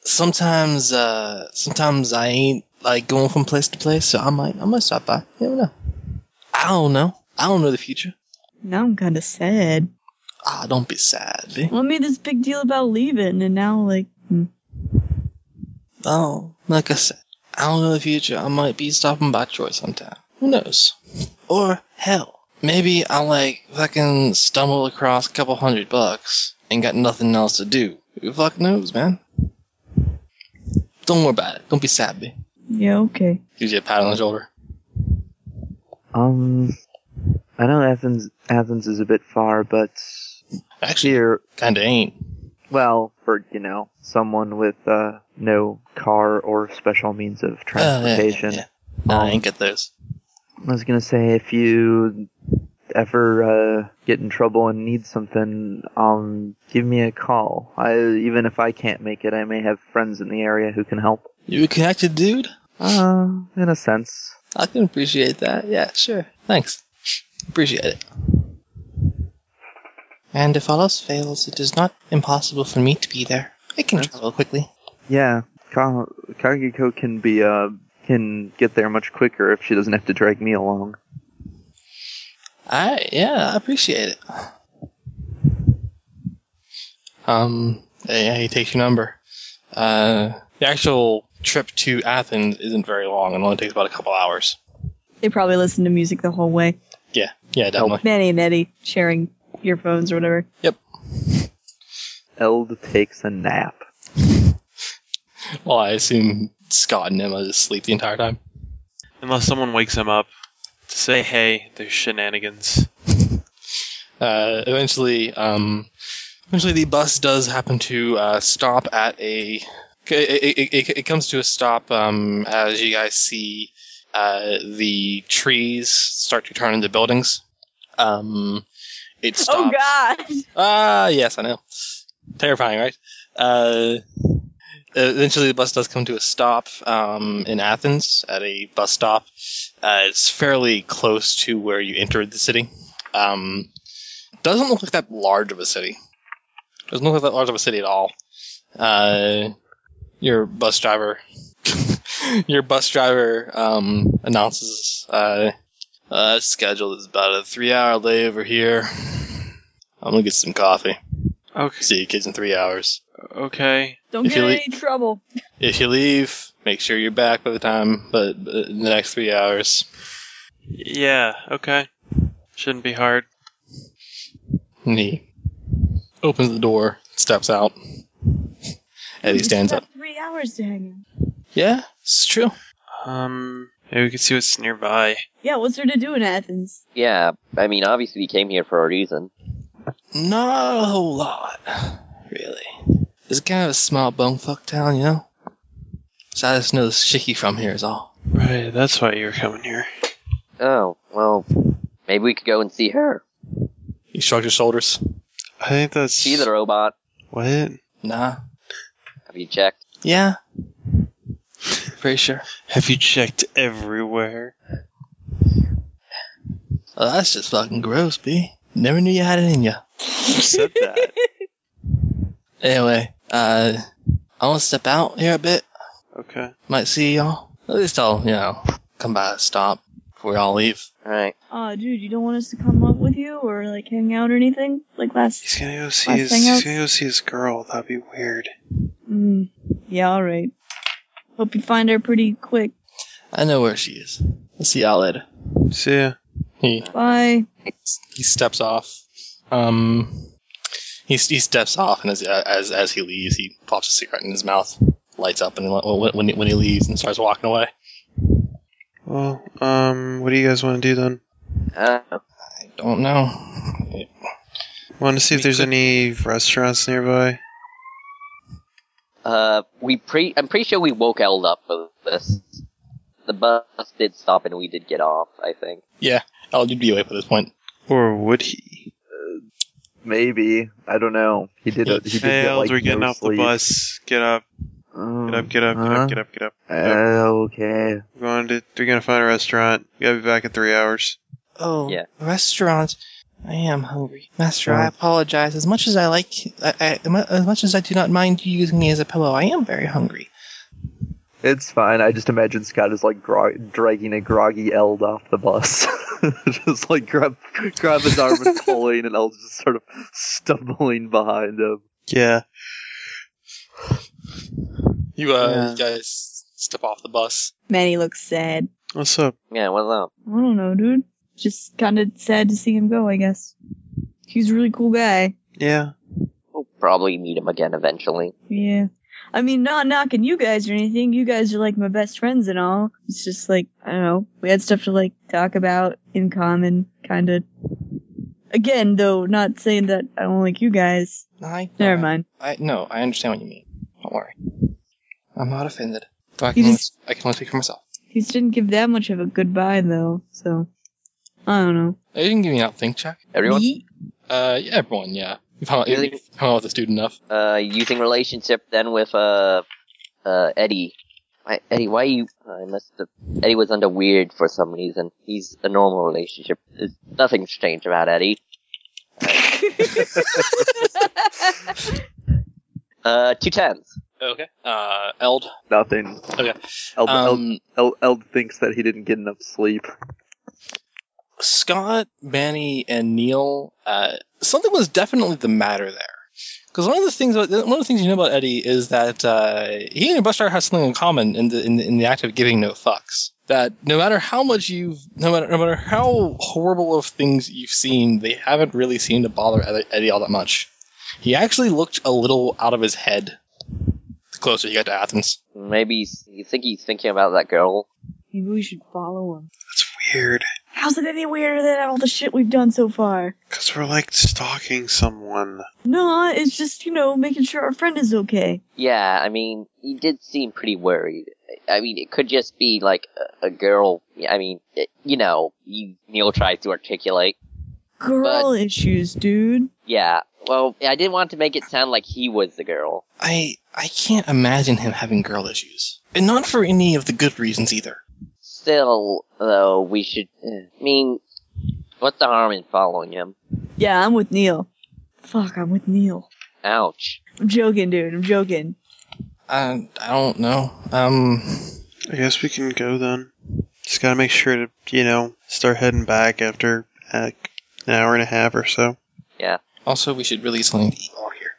B: sometimes, uh, sometimes I ain't like going from place to place, so I might, I might stop by. You never know. I don't know. I don't know the future.
C: Now I'm kind of sad.
B: Ah, don't be sad, B.
C: Well, I made this big deal about leaving, and now like hmm.
B: Oh, like I said, I don't know the future. I might be stopping by Troy sometime. Who knows? Or hell, maybe I like fucking stumble across a couple hundred bucks and got nothing else to do. Who the fuck knows, man? Don't worry about it. Don't be sad, B.
C: yeah, okay.
B: Gives you a pat on the shoulder.
E: Um, I know Athens Athens is a bit far, but
B: Actually,
E: here,
B: kinda ain't.
E: well, for you know, someone with uh, no car or special means of
B: Oh, yeah, yeah,
E: transportation.
B: yeah. No, I ain't get those.
E: I was gonna say if you ever uh, get in trouble and need something, um, give me a call. I even if I can't make it, I may have friends in the area who can help.
B: You a connected dude?
E: Uh, in a sense.
B: I can appreciate that. Yeah, sure. Thanks. Appreciate it. And if all else fails, it is not impossible for me to be there. I can travel quickly.
E: Yeah, Ka- Kagiko can be uh can get there much quicker if she doesn't have to drag me along.
B: I yeah, I appreciate it. Um, yeah, he takes your number. Uh, the actual trip to Athens isn't very long; it only takes about a couple hours.
C: They probably listen to music the whole way.
B: Yeah, definitely.
C: Manny and Eddie sharing earphones or whatever.
E: Eld takes a nap.
B: Well, I assume Scott and Emma just sleep the entire time.
A: Unless someone wakes him up to say, hey, there's shenanigans.
B: uh, eventually, um, eventually the bus does happen to uh, stop at a. It, it, it, it comes to a stop um, as you guys see uh, the trees start to turn into buildings. Um, it stops.
C: Oh God!
B: Ah, yes, I know. Terrifying, right? Uh, eventually, the bus does come to a stop um, in Athens at a bus stop. Uh, it's fairly close to where you entered the city. Um, doesn't look like that large of a city. Doesn't look like that large of a city at all. Uh, your bus driver, your bus driver um, announces uh, uh, schedule is about a three-hour layover here. I'm gonna get some coffee.
A: Okay.
B: See you kids in three hours.
A: okay.
C: Don't
B: If
C: get
B: you
C: in
B: le-
C: any trouble.
B: If you leave, make sure you're back by the time, but but in the next three hours.
A: Yeah, okay. Shouldn't be hard.
B: And he opens the door, steps out. Eddie stands
C: We've
B: up.
C: got Three hours to hang in.
B: Yeah, it's true.
A: Um, maybe we can see what's nearby.
C: Yeah, what's there to do in Athens?
D: Yeah, I mean, obviously we came here for a reason.
B: Not a whole lot, really. It's kind of a small bonefuck town, you know? So I just know the shicky from here is all.
A: Right, that's why you were coming here.
D: Oh, well, maybe we could go and see her.
B: He shrugs his shoulders.
A: I think that's.
D: See the robot.
A: What?
B: Nah.
D: Have you checked?
B: Yeah. Pretty sure.
A: Have you checked everywhere?
B: Oh, that's just fucking gross, B. Never knew you had it in you.
A: Who said that?
B: Anyway, uh, I want to step out here a bit.
A: okay.
B: Might see y'all. At least I'll, you know, come by a stop before y'all leave.
D: Alright.
C: Uh, dude, you don't want us to come up with you or like hang out or anything like last?
A: He's gonna go see
C: Last
A: his.
C: thing
A: He's
C: else?
A: gonna go see his girl. That'd be weird.
C: Mm, yeah, all right. Hope you find her pretty quick.
B: I know where she is. I'll see y'all later.
A: See ya.
B: He
C: Bye.
B: he steps off. Um, he he steps off, and as as as he leaves, he pops a cigarette in his mouth, lights up, and when when he, when he leaves and starts walking away.
A: Well, um, what do you guys want to do then?
D: Uh,
B: I don't know.
A: Want to see if
B: We
A: there's
B: could-
A: any restaurants nearby?
D: uh, we pre- I'm pretty sure we woke Eld up for this. The bus did stop and we did get off, I think.
B: I'll oh, be awake by this point.
A: Or would he?
E: Maybe I don't know. He did.
B: Yeah.
E: He did
A: Hey,
E: get,
A: Eld,
E: like,
A: we're getting
E: no
A: off
E: sleep.
A: the bus. Get up.
E: Um,
A: Get up. Get up. Get
E: huh?
A: up. Get up. Get up.
E: Uh, okay.
A: We're going to. We're gonna find a restaurant. We gotta be back in three hours.
B: Oh,
D: Yeah.
B: restaurant.
F: I am hungry, Master.
E: Uh,
F: I apologize. As much as I like, I, I, as much as I do not mind you using me as a pillow, I am very hungry.
H: It's fine. I just imagine Scott is like gro- dragging a groggy Eld off the bus, just like grab grab his arm and pulling, and Eld's just sort of stumbling behind him.
A: Yeah.
F: You,
A: uh,
F: you guys step off the bus.
C: Manny looks sad.
A: What's up?
D: Yeah, uh, what's up?
C: I don't know, dude. Just kind of sad to see him go, I guess. He's a really cool guy.
A: Yeah.
D: We'll probably meet him again eventually.
C: Yeah. I mean, not knocking you guys or anything. You guys are like my best friends and all. It's just like, I don't know. We had stuff to like talk about in common, kind of. Again, though, not saying that I don't like you guys.
F: I
C: Never mind.
F: I no, I understand what you mean. Don't worry. I'm not offended. Though I
C: You
F: can, only,
C: just-
F: I can only speak for myself.
C: He just didn't give that much of a goodbye, though, so. I don't know.
F: Uh, You can give me an outthink check.
D: Everyone
C: Yeet.
F: Uh, yeah, everyone, yeah. You've hung, out-
D: Really?
F: you've hung out with this dude enough.
D: uh, using relationship then with uh, uh, Eddie. Why, Eddie, why you? I must have. Eddie was under weird for some reason. He's a normal relationship. There's nothing's strange about Eddie. Uh, two tens.
F: Okay. Uh, Eld.
H: Nothing.
F: Okay.
H: Eld, Eld,
F: Um,
H: Eld, Eld thinks that he didn't get enough sleep.
F: Scott, Manny, and Neil, uh, something was definitely the matter there. Because one of the things, one of the things you know about Eddie is that uh, he and your bus driver have something in common in the, in the in the act of giving no fucks. That no matter how much you've, no matter no matter how horrible of things you've seen, they haven't really seemed to bother Ed- Eddie all that much. He actually looked a little out of his head the closer he got to Athens.
D: Maybe he's, you think he's thinking about that girl.
C: Maybe we should follow him.
A: That's weird.
C: How's it any weirder than all the shit we've done so far?
A: Because we're like stalking someone.
C: No, it's just, you know, making sure our friend is okay.
D: Yeah, I mean, he did seem pretty worried. I mean, it could just be like a, a girl. I mean, it, you know, you, Neil tries to articulate.
C: Girl issues, dude.
D: Yeah. Well, I didn't want to make it sound like he was the girl.
F: I I can't imagine him having girl issues, and not for any of the good reasons either.
D: Still, though, we should. eh, I mean, what's the harm in following him?
C: Yeah, I'm with Neil. Fuck, I'm with Neil.
D: Ouch.
C: I'm joking, dude. I'm joking.
F: I, I don't know. Um,
A: I guess we can go then. Just gotta make sure to, you know, start heading back after uh, an hour and a half or so.
F: also, we should really something to eat while we're here.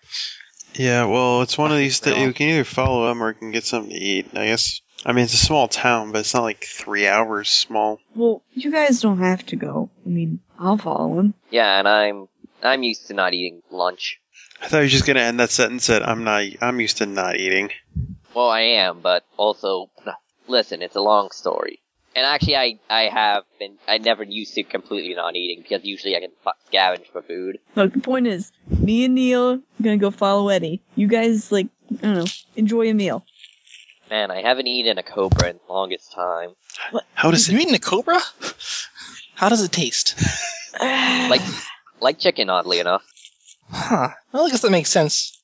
A: Yeah, well, it's one of these that
F: Yeah.
A: you can either follow them or you can get something to eat. I guess. I mean, it's a small town, but it's not like three hours small.
C: Well, you guys don't have to go. I mean, I'll follow him.
D: Yeah, and I'm I'm used to not eating lunch.
A: I thought you were just gonna end that sentence that I'm not. I'm used to not eating.
D: Well, I am, but also, listen, it's a long story. And actually, I I have been. I never used to completely not eating because usually I can fu- scavenge for food.
C: Look, the point is, me and Neil are gonna go follow Eddie. You guys, like, I don't know, enjoy a meal.
D: Man, I haven't eaten a cobra in the longest time.
A: How does
F: you
A: it?
F: eating a cobra? How does it taste?
D: Like like chicken, oddly enough.
F: Huh. Well, I guess that makes sense.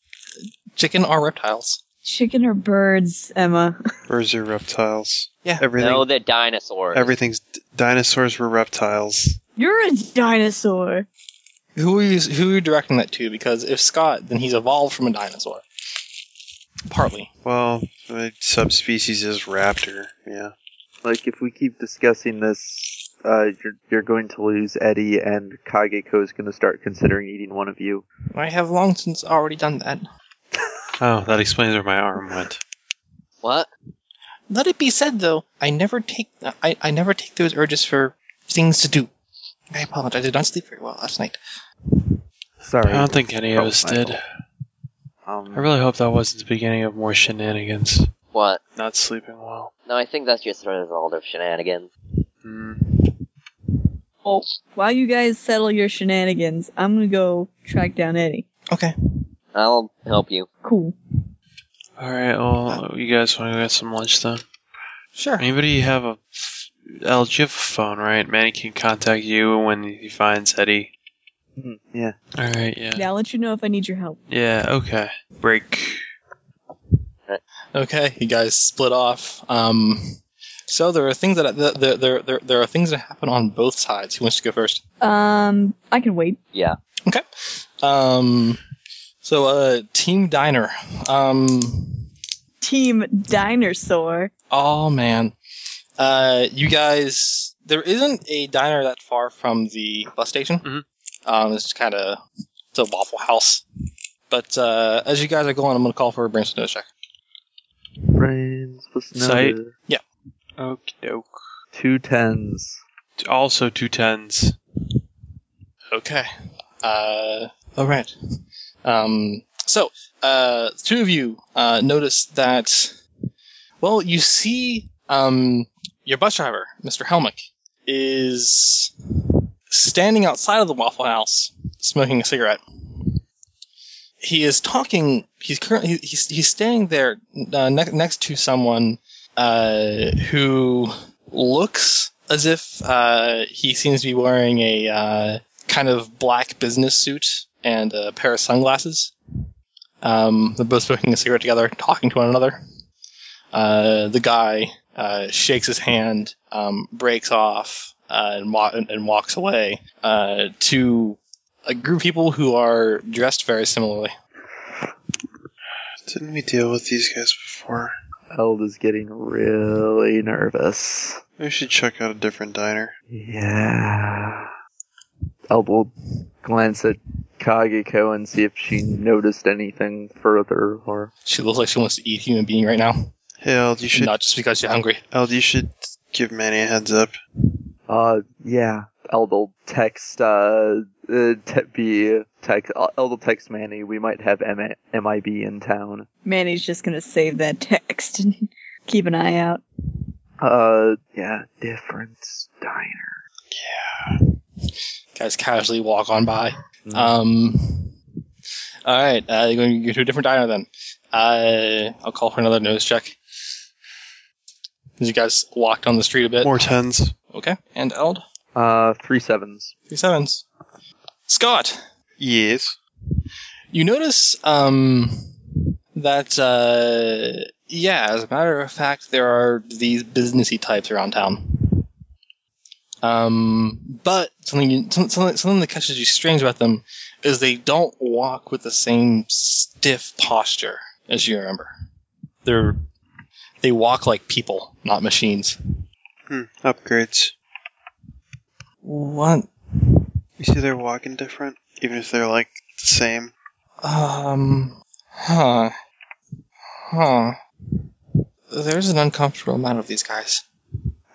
F: Chicken are reptiles.
C: Chicken or birds, Emma?
A: Birds are reptiles.
F: Yeah.
A: Everything.
D: No, they're dinosaurs.
A: everything's dinosaurs were reptiles.
C: You're a dinosaur.
F: Who are you? Who are you directing that to? Because if Scott, then he's evolved from a dinosaur. Partly.
A: Well, the subspecies is raptor. Yeah.
H: Like if we keep discussing this, uh, you're you're going to lose Eddie, and Kageko is going to start considering eating one of you.
F: I have long since already done that.
A: Oh, that explains where my arm went.
D: What?
F: Let it be said though, I never take I, I never take those urges for things to do. I apologize. I did not sleep very well last night.
A: I
H: Sorry.
A: don't think any of
H: Oh,
A: us
H: my
A: did.
H: fault.
A: I
H: Um,
A: really hope that wasn't the beginning of more shenanigans.
D: What?
A: Not sleeping well.
D: No, I think that's just a result of shenanigans.
A: Mm.
C: Oh. While you guys settle your shenanigans, I'm gonna go track down Eddie.
F: Okay.
D: I'll help you.
C: Cool.
A: All right. Well, you guys want to go get some lunch then?
F: Sure.
A: Anybody have a L? You have a phone, right? Manny can contact you when he finds Eddie.
H: Mhm, yeah.
A: All right. Yeah.
C: Yeah, I'll let you know if I need your help.
A: Yeah. Okay. Break.
F: Okay, you guys split off. Um,
B: So there are things that there there there, there, there are things that happen on both sides. Who wants to go first?
C: Um, I can wait.
B: Um, so uh, Team Diner. Um,
C: Team Dinosaur.
B: oh man, uh, you guys. There isn't a diner that far from the bus station.
A: Mhm.
B: Um, it's kind of it's a Waffle House. But uh, as you guys are going, I'm going to call for a brainstorm check.
E: Brains plus
A: Sight.
E: another.
A: Okie doke.
E: Two tens.
A: Also two tens.
B: Okay. Uh, all right. Um, so, uh, two of you uh, notice that. Well, you see, um, your bus driver, Mr. Helmick, is standing outside of the Waffle House, smoking a cigarette. He is talking. He's currently he's, he's standing there uh, ne- next to someone uh, who looks as if uh, he seems to be wearing a uh, kind of black business suit and a pair of sunglasses. Um, they're both smoking a cigarette together, talking to one another. Uh, the guy uh, shakes his hand, um, breaks off, uh, and, wa- and and walks away uh, to a group of people who are dressed very similarly.
A: Didn't we deal with these guys before?
E: Eld is getting really nervous.
A: We should check out a different diner.
E: Yeah.
I: I'll we'll glance at Kagiko and see if she noticed anything further or
B: She looks like she wants to eat a human being right now,
A: Hey, Eld, you should
B: not just because she's hungry.
A: Eld, you should give Manny a heads up.
I: uh yeah. Eldel text uh, uh te- be text uh, Eldel text Manny. We might have M- MIB in town.
C: Manny's just gonna save that text and keep an eye out.
I: Uh yeah, different diner.
B: guys casually walk on by. Um, all right, uh, you're going to go to a different diner then. Uh, I'll call for another nose check. You guys walked on the street a bit.
A: More tens.
B: Okay, and Eld,
I: Uh three sevens.
B: three sevens. Scott,
A: Yes.
B: you notice um, that, uh, yeah, as a matter of fact, there are these businessy types around town. Um, but something, you, some- something, something that catches you strange about them is they don't walk with the same stiff posture as you remember. They're they walk like people, not machines.
A: Hmm. Upgrades.
B: What?
A: You see, they're walking different, even if they're like the same.
B: Um. Huh. Huh. There's an uncomfortable amount of these guys.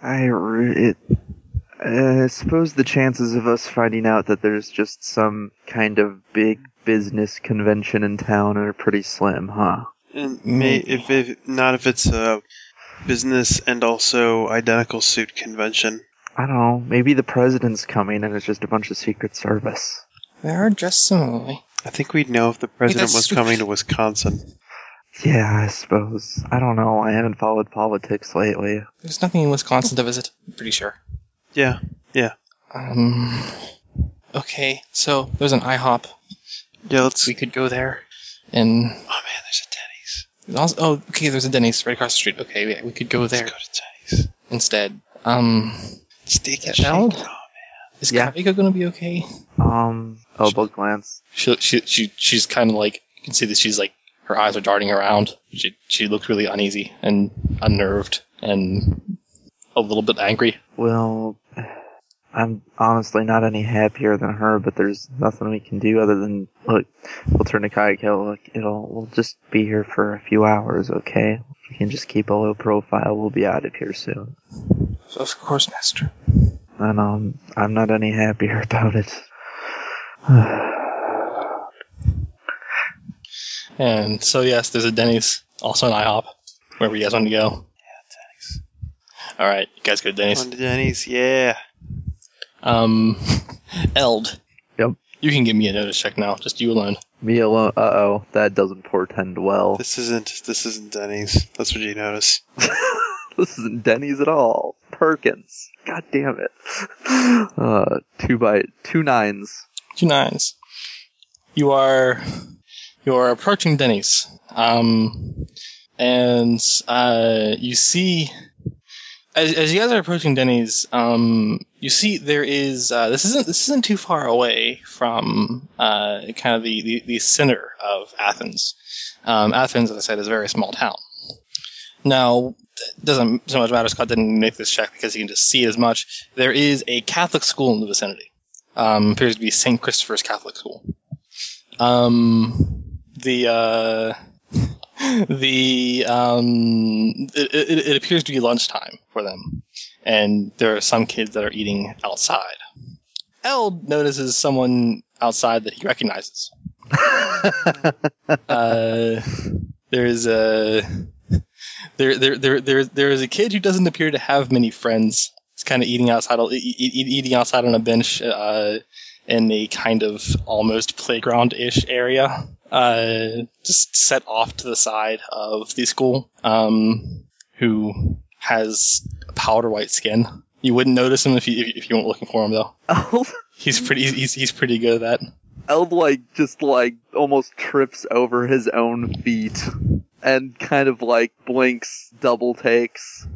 E: I re- it, uh, I suppose the chances of us finding out that there's just some kind of big business convention in town are pretty slim, huh?
A: And may, if, if not, if it's a business and also identical suit convention.
E: I don't know. Maybe the president's coming and it's just a bunch of Secret Service.
B: They are dressed similarly.
A: I think we'd know if the president
B: that's
A: was
B: stupid.
A: coming to Wisconsin.
E: Yeah, I suppose. I don't know. I haven't followed politics lately.
B: There's nothing in Wisconsin to visit. I'm pretty sure.
A: Yeah.
B: Um. Okay, so there's an IHOP.
A: Yeah. Let's.
B: We could go there. And
A: Oh man, there's a Denny's.
B: there's also, oh, okay, there's a Denny's right across the street. Okay, yeah, we could go there
A: Let's go to Denny's.
B: instead. Um,
A: Steak and
B: Yeah, Eld?
A: shake. Oh,
B: is
E: Yeah.
B: Kaviko gonna be okay?
E: Um, elbow glance.
B: She she she she's kind of like you can see that she's like her eyes are darting around. She she looks really uneasy and unnerved and a little bit angry.
E: Well, I'm honestly not any happier than her, but there's nothing we can do other than look. We'll turn to Kaiko. Look, it'll we'll just be here for a few hours, okay? If we can just keep a low profile, we'll be out of here soon.
B: Of course, master.
E: And um, I'm not any happier about it.
B: And so, yes, there's a Denny's, also an IHOP, wherever you guys want to go. Yeah, Denny's. All right, you guys go to
A: man.
B: Denny's.
A: On to Denny's. Yeah.
B: Um, Eld.
I: Yep.
B: You can give me a notice check now, just you alone.
I: Me alone uh oh, that doesn't portend well.
A: This isn't. This isn't Denny's. That's what you notice.
I: this isn't Denny's at all. Perkins. God damn it. Uh, two by two nines.
B: Two nines. You are, you are approaching Denny's. Um, and uh, you see
F: as, as you guys are approaching Denny's, um, you see there is uh, this isn't this isn't too far away from uh, kind of the, the, the center of Athens. Um, Athens, as I said, is a very small town. Now, it doesn't so much matter. Scott didn't make this check because he can just see it as much. There is a Catholic school in the vicinity. Um, appears to be St. Christopher's Catholic School. Um, the uh, the um, it, it, it appears to be lunchtime for them, and there are some kids that are eating outside. L notices someone outside that he recognizes. Uh, there is a there there there there there is a kid who doesn't appear to have many friends. He's kind of eating outside e- e- e- eating outside on a bench uh, in a kind of almost playground ish area, uh, just set off to the side of the school. Um, who has powder white skin? You wouldn't notice him if you if- if you weren't looking for him though.
H: Eld,
F: He's pretty he's he's pretty good at that.
H: Eld like just like almost trips over his own feet and kind of like blinks, double takes,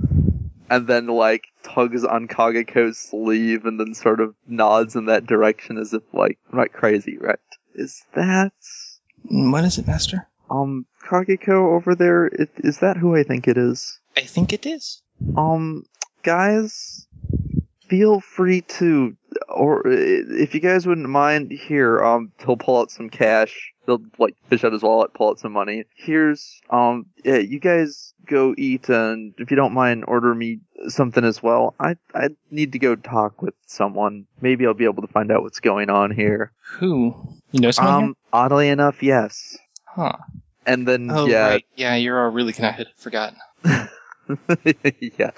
H: and then like tugs on Kagako's sleeve and then sort of nods in that direction as if like I'm not crazy, right? Is that
F: What is it, Master?
H: um Kageko over there? Is is that who I think it is?
F: I think it is.
H: Um,
E: guys, feel free to, or i- if you guys wouldn't mind, here, um, he'll pull out some cash. They'll like fish out his wallet, pull out some money. Here's, um, yeah, you guys go eat, and if you don't mind, order me something as well. I I need to go talk with someone. Maybe I'll be able to find out what's going on here.
F: Who? You know someone? here?
E: Um, oddly enough, yes.
F: Huh.
H: and then
F: Oh,
H: yeah,
F: right. Yeah, you're all really connected. Forgot.
H: yeah.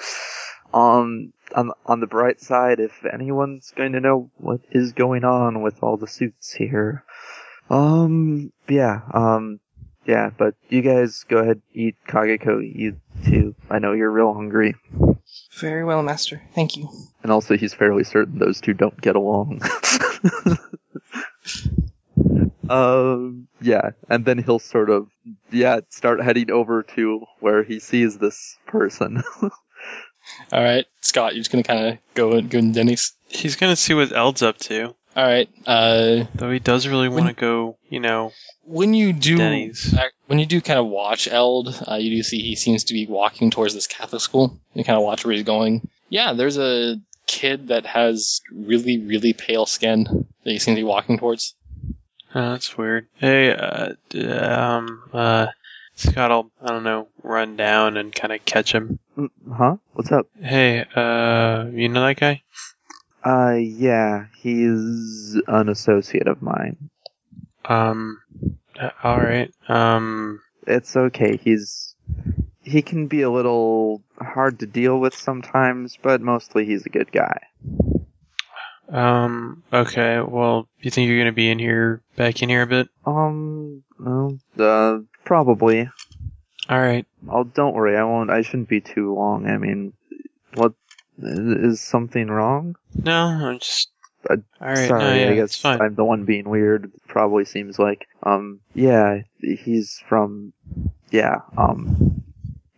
E: Um, on on the bright side, if anyone's going to know what is going on with all the suits here, um, yeah, um, yeah. But you guys go ahead, eat Kageko. You too. I know you're real hungry,
F: Very well, Master. Thank you.
H: And also, he's fairly certain those two don't get along. um, yeah, and then he'll sort of, yeah, start heading over to where he sees this person.
F: All right, Scott, you're just gonna kind of go and go in Denny's.
A: He's gonna see what Eld's up to,
F: All right. Uh,
A: though he does really
F: When-
A: want to go. You know,
F: when you do
A: Denny's.
F: uh, when you do kind of watch Eld, uh, you do see he seems to be walking towards this Catholic school. You kind of watch where he's going. Yeah, there's a kid that has really really pale skin that he seems to be walking towards.
A: Oh, that's weird. Hey, uh, d- um, uh, Scott, will I don't know, run down and kind of catch him.
E: Mm, huh? What's up?
A: Hey, uh, you know that guy?
E: Uh, yeah, he's an associate of mine.
A: Um, uh, all right. Um,
E: It's okay. He's he can be a little hard to deal with sometimes, but mostly he's a good guy.
A: um, okay. Well, you think you're gonna be in here, back in here a bit?
E: Um, no, uh, probably.
A: All right.
E: Oh, don't worry. I won't. I shouldn't be too long. I mean, what is something wrong?
A: No, I'm just.
E: Uh,
A: all right.
E: Sorry,
A: no, yeah,
E: I
A: it's
E: guess
A: fine.
E: I'm the one being weird. Probably seems like. Um, yeah, he's from. Yeah, um,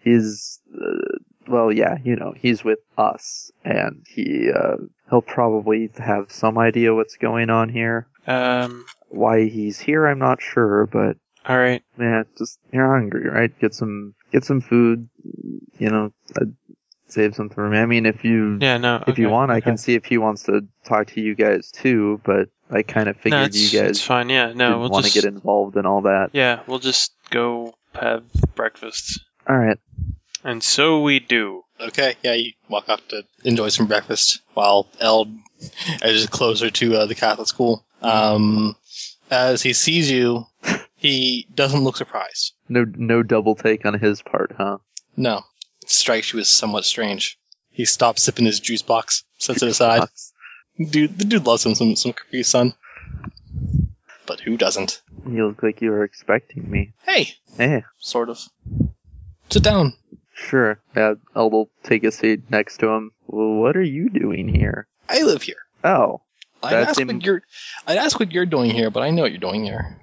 E: he's. Uh, well, yeah, you know, he's with us, and he uh, he'll probably have some idea what's going on here.
A: Um,
E: Why he's here, I'm not sure, but
A: all right.
E: man, just you're hungry, right? Get some get some food. You know, uh, save something for me. I mean, if you
A: Yeah, no.
E: if you
A: okay,
E: want, I
A: okay.
E: can see if he wants to talk to you guys too. But I kind of
A: No,
E: figured
A: it's,
E: you
A: it's
E: guys
A: fine. Yeah, no,
E: didn't
A: we'll
E: want
A: just
E: to get involved in all that.
A: yeah, we'll just go have breakfast,
E: All right.
A: and so we do.
F: Okay, yeah, you walk up to enjoy some breakfast while Eld is closer to uh, the Catholic school. Um, as he sees you, he doesn't look surprised.
H: no, no double take on his part, huh?
F: No, it strikes you as somewhat strange. He stops sipping his juice box, sets it aside. Dude, the dude loves him some some Capri Sun, but who doesn't?
E: You look like you were expecting me.
F: Hey,
E: Hey,
F: sort of. Sit down.
E: sure.
H: Yeah, Eld will take a seat next to him.
E: Well, what are you doing here?
F: I live here.
E: Oh,
F: I
H: That's
F: ask
H: him-
F: what you're. I ask what you're doing here, but I know what you're doing here.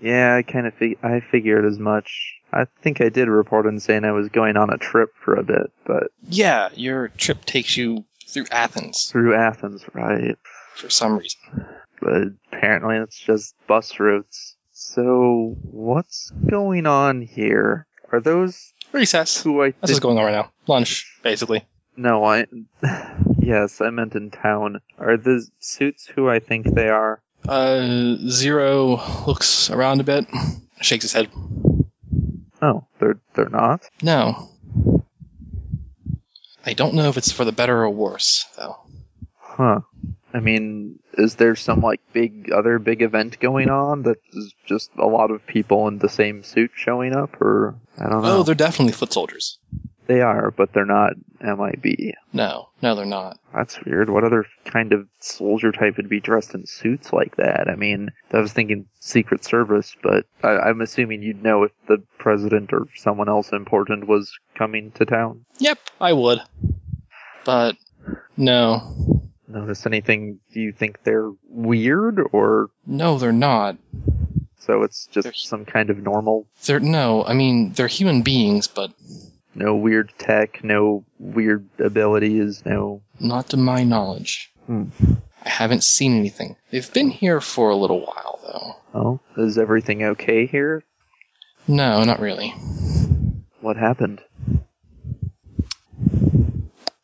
E: Yeah, I kind of fig- I figured as much. I think I did report on saying I was going on a trip for a bit, but
F: Yeah, your trip takes you through Athens
E: through Athens, right?
F: for some reason.
E: But apparently it's just bus routes. So what's going on here? Are those
F: Recess.
E: who I
F: That's what's
E: think?
F: going on right now. Lunch, basically.
E: No, I. yes, I meant in town. Are the suits who I think they are?
F: Uh, Zero looks around a bit, shakes his head.
E: Oh, they're they're not.
F: No. I don't know if it's for the better or worse, though.
E: Huh. I mean, is there some like big other big event going on that is just a lot of people in the same suit showing up, or I don't know.
F: Oh, they're definitely foot soldiers.
E: they are, but they're not MIB.
F: No, no, they're not.
E: That's weird. What other kind of soldier type would be dressed in suits like that? I mean, I was thinking Secret Service, but I, I'm assuming you'd know if the president or someone else important was coming to town.
F: Yep, I would. But no,
E: Notice anything? Do you think they're weird, or
F: no, they're not.
E: so it's
F: They're-
E: just some kind of normal
F: They're no. I mean, they're human beings, but
E: No weird tech, no weird abilities, no.
F: not to my knowledge.
E: Hmm.
F: I haven't seen anything. They've been here for a little while, though.
E: Oh, is everything okay here?
F: No, not really.
E: What happened?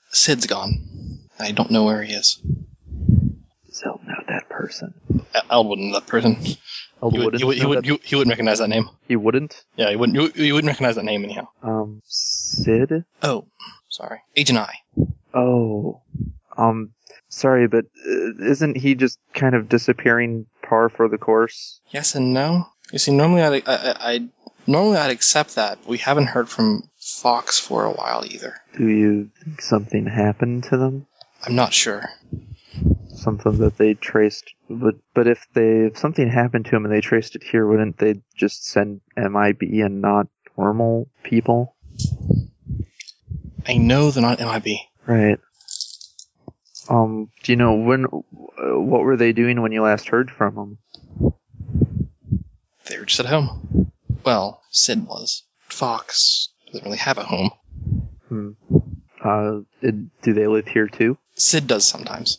F: Sid's gone. I don't know where he is.
E: Does Eld know that person?
F: E- El wouldn't that person. He
E: Eld
F: would.
E: wouldn't.
F: He would. He,
E: know
F: would
E: that-
F: you, he wouldn't recognize that name.
E: he wouldn't.
F: Yeah, he wouldn't. You, you wouldn't recognize that name anyhow.
E: Um, Sid.
F: Oh, sorry. Agent I.
E: Oh, um, sorry, but uh, isn't he just kind of disappearing par for the course?
F: Yes and no. You see, normally I'd, I, I I'd- normally I'd accept that. But we haven't heard from Fox for a while either.
E: Do you think something happened to them?
F: I'm not sure.
E: Something that they traced, but but if they if something happened to him and they traced it here, wouldn't they just send MIB and not normal people?
F: I know they're not MIB.
E: Right. Um, do you know when? Uh, what were they doing when you last heard from them?
F: They were just at home. Well, Sid was. Fox doesn't really have a home.
E: Uh, did- do they live here too?
F: Sid does sometimes.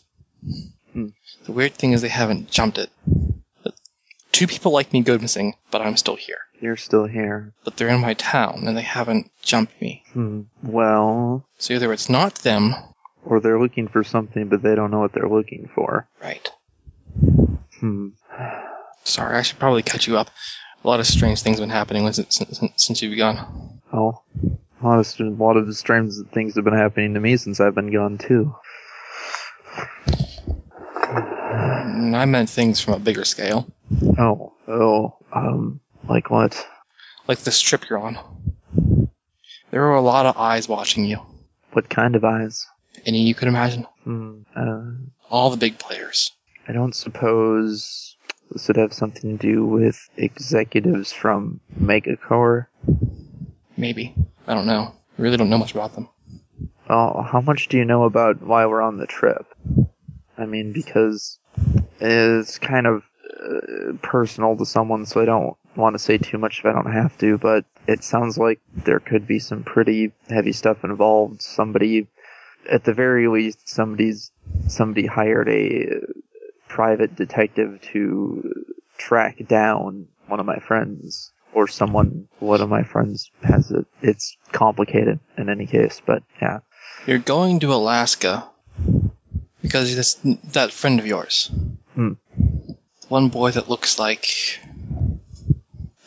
E: Hmm.
F: The weird thing is they haven't jumped it. But two people like me go missing, but I'm still here.
E: You're still here.
F: But they're in my town and they haven't jumped me.
E: Hmm. Well,
F: So either it's not them,
E: or they're looking for something, but they don't know what they're looking for.
F: right?
E: Hmm.
F: Sorry, I should probably cut you up. A lot of strange things have been happening since, since, since you've gone.
E: Well, a lot of st- a lot of strange things have been happening to me since I've been gone too.
F: And Mm, I meant things from a bigger scale,
E: Oh, oh, um, like what?
F: like this trip you're on. There were a lot of eyes watching you.
E: What kind of eyes?
F: Any you could imagine.
E: Hmm. Uh,
F: All the big players.
E: I don't suppose this would have something to do with executives from Megacore.
F: Maybe. I don't know. I really don't know much about them.
E: Oh, how much do you know about why we're on the trip? I mean, because it's kind of uh, personal to someone, so I don't want to say too much if I don't have to, but it sounds like there could be some pretty heavy stuff involved. Somebody, at the very least, somebody's, somebody hired a uh, private detective to track down one of my friends or someone one of my friends has it it's complicated in any case but yeah
F: You're going to Alaska because of this, that friend of yours.
E: Hmm.
F: One boy that looks like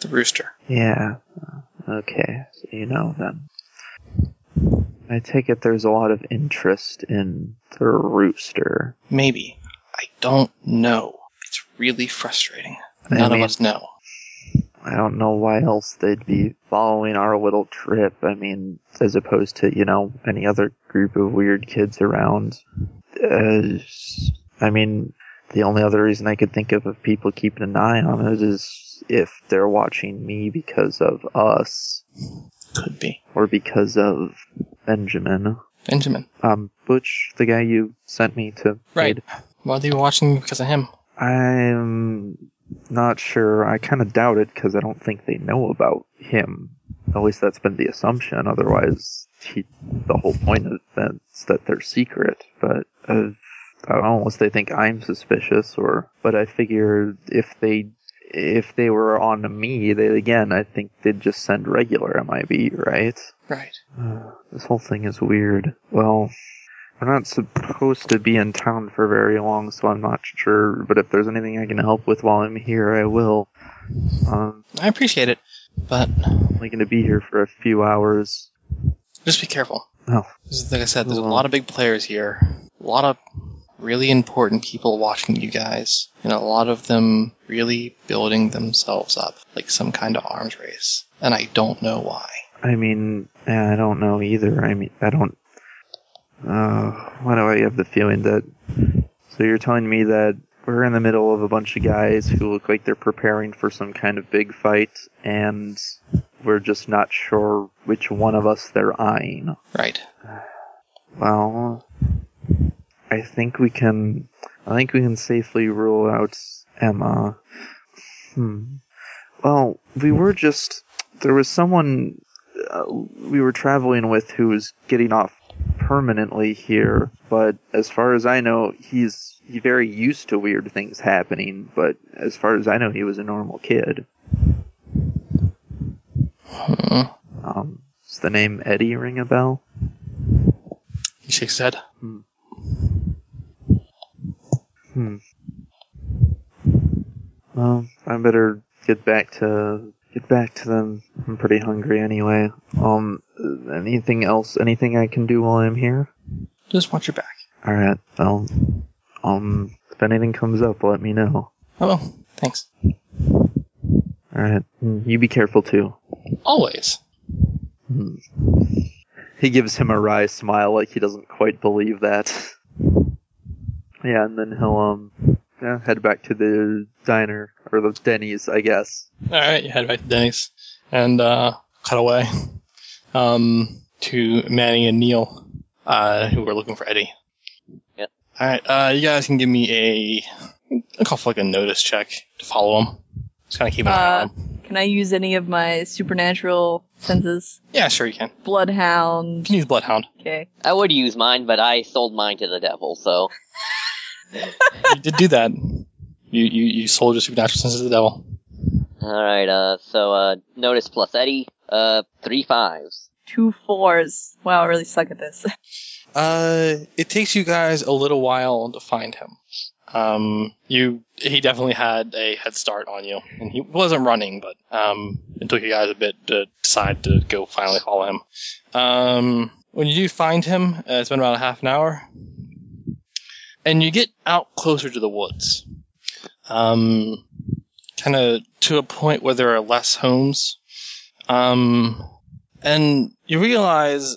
F: the rooster.
E: yeah Uh, okay so you know then i take it there's a lot of interest in the rooster
F: Maybe. I don't know. It's really frustrating.
E: I
F: None
E: mean-
F: of us know.
E: i don't know why else they'd be following our little trip i mean as opposed to you know any other group of weird kids around uh, I mean, the only other reason I could think of of people keeping an eye on it is if they're watching me because of us
F: Could be.
E: or because of Benjamin.
F: Benjamin.
E: Um, Butch, the guy you sent me to.
F: Right. Why are you watching me because of him?
E: I'm not sure. I kind of doubt it because I don't think they know about him. At least that's been the assumption. Otherwise, he, the whole point of that's that they're secret. But uh, I don't know unless they think I'm suspicious or. But I figure if they if they were on to me, they again I think they'd just send regular MIB, right? Uh,
F: Right.
E: This whole thing is weird. Well, we're not supposed to be in town for very long, so I'm not sure. But if there's anything I can help with while I'm here, I will. Um,
F: I appreciate it, but
E: I'm only going to be here for a few hours.
F: just be careful.
E: Oh.
F: 'Cause Like I said, there's a
E: Well.
F: lot of big players here. A lot of really important people watching you guys, and a lot of them really building themselves up like some kind of arms race. And I don't know why.
E: I mean, yeah, I don't know either. I mean, I don't. Uh, why do I have the feeling that? So you're telling me that we're in the middle of a bunch of guys who look like they're preparing for some kind of big fight, and we're just not sure which one of us they're eyeing.
F: Right.
E: Well, I think we can. I think we can safely rule out Emma. Hmm. Well, we were just. There was someone uh, we were traveling with who was getting off permanently here, but as far as I know, he's he very used to weird things happening. But as far as I know, he was a normal kid.
F: Hmm.
E: Um, does the name Eddie ring a bell?
F: He shakes his head.
E: Well, I better get back to get back to them. I'm pretty hungry anyway. Um, anything else? Anything I can do while I'm here?
F: Just watch your back.
E: All right. Well, um, if anything comes up, let me know.
F: Oh, well, thanks.
E: All right. You be careful too.
F: Always.
E: He gives him a wry smile, like he doesn't quite believe that. Yeah, and then he'll um, yeah, head back to the diner or the Denny's, I guess.
F: All right, you head back to Denny's and uh, cut away um, to Manny and Neil, uh, who were looking for Eddie.
D: Yep.
F: All right, uh, you guys can give me a, a call for like a notice check to follow him. Just kind of keep an eye on him.
C: Can I use any of my supernatural senses?
F: Yeah, sure you can. You
C: Bloodhound.
F: can use Bloodhound.
C: Okay.
D: I would use mine, but I sold mine to the devil, so
F: you did do that. You you you sold your supernatural senses to the devil.
D: alright, uh so uh notice plus Eddie, uh three fives.
C: Two fours. Wow, I really suck at this.
F: Uh, it takes you guys a little while to find him. Um, you he definitely had a head start on you, and he wasn't running, but um, it took you guys a bit to decide to go finally follow him. Um, when you do find him, uh, it's been about a half an hour, and you get out closer to the woods, um, kind of to a point where there are less homes, um, and you realize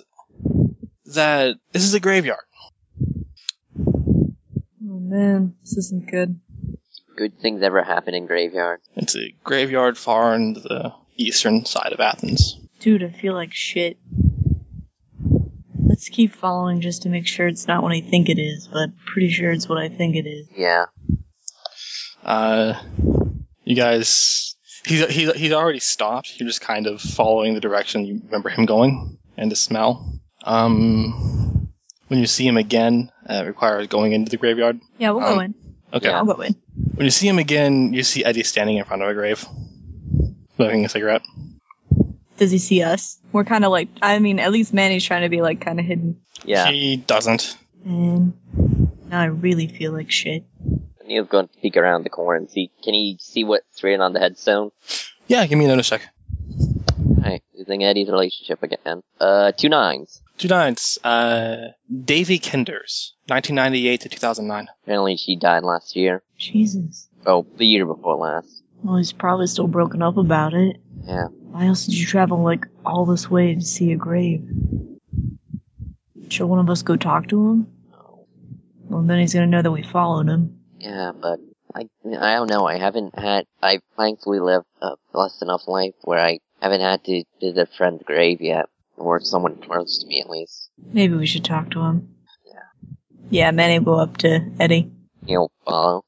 F: that this is a graveyard.
C: Oh man, this isn't good.
D: Good things ever happen in graveyards.
F: It's a graveyard far into the eastern side of Athens.
C: Dude, I feel like shit. Let's keep following just to make sure it's not what I think it is, but pretty sure it's what I think it is.
D: Yeah.
F: Uh, you guys, he's, he's, he's already stopped. You're just kind of following the direction you remember him going and the smell. Um, when you see him again, uh, it requires going into the graveyard.
C: Yeah, we'll go
F: Um,
C: in.
F: Okay.
C: I'll go in.
F: When you see him again, you see Eddie standing in front of a grave, smoking a cigarette.
C: Does he see us? We're kind of like, I mean, at least Manny's trying to be like kind of hidden.
D: Yeah.
F: He doesn't.
C: And now I really feel like shit.
D: Neil's going to peek around the corner and see can he see what's written on the headstone?
F: Yeah, give me a notice check.
D: Alright, using Eddie's relationship again. Uh two nines.
F: Two nines. Uh, Davy Kinders, 1998 to 2009.
D: Apparently she died last year.
C: Jesus.
D: Oh, the year before last.
C: Well, he's probably still broken up about it.
D: Yeah.
C: Why else did you travel like all this way to see a grave? Should one of us go talk to him? Well, then he's gonna know that we followed him.
D: Yeah, but I I don't know. I haven't had. I thankfully lived a blessed enough life where I haven't had to visit a friend's grave yet, or someone close to me at least.
C: Maybe we should talk to him. Yeah. Yeah, Manny will go up to Eddie.
D: You know, follow.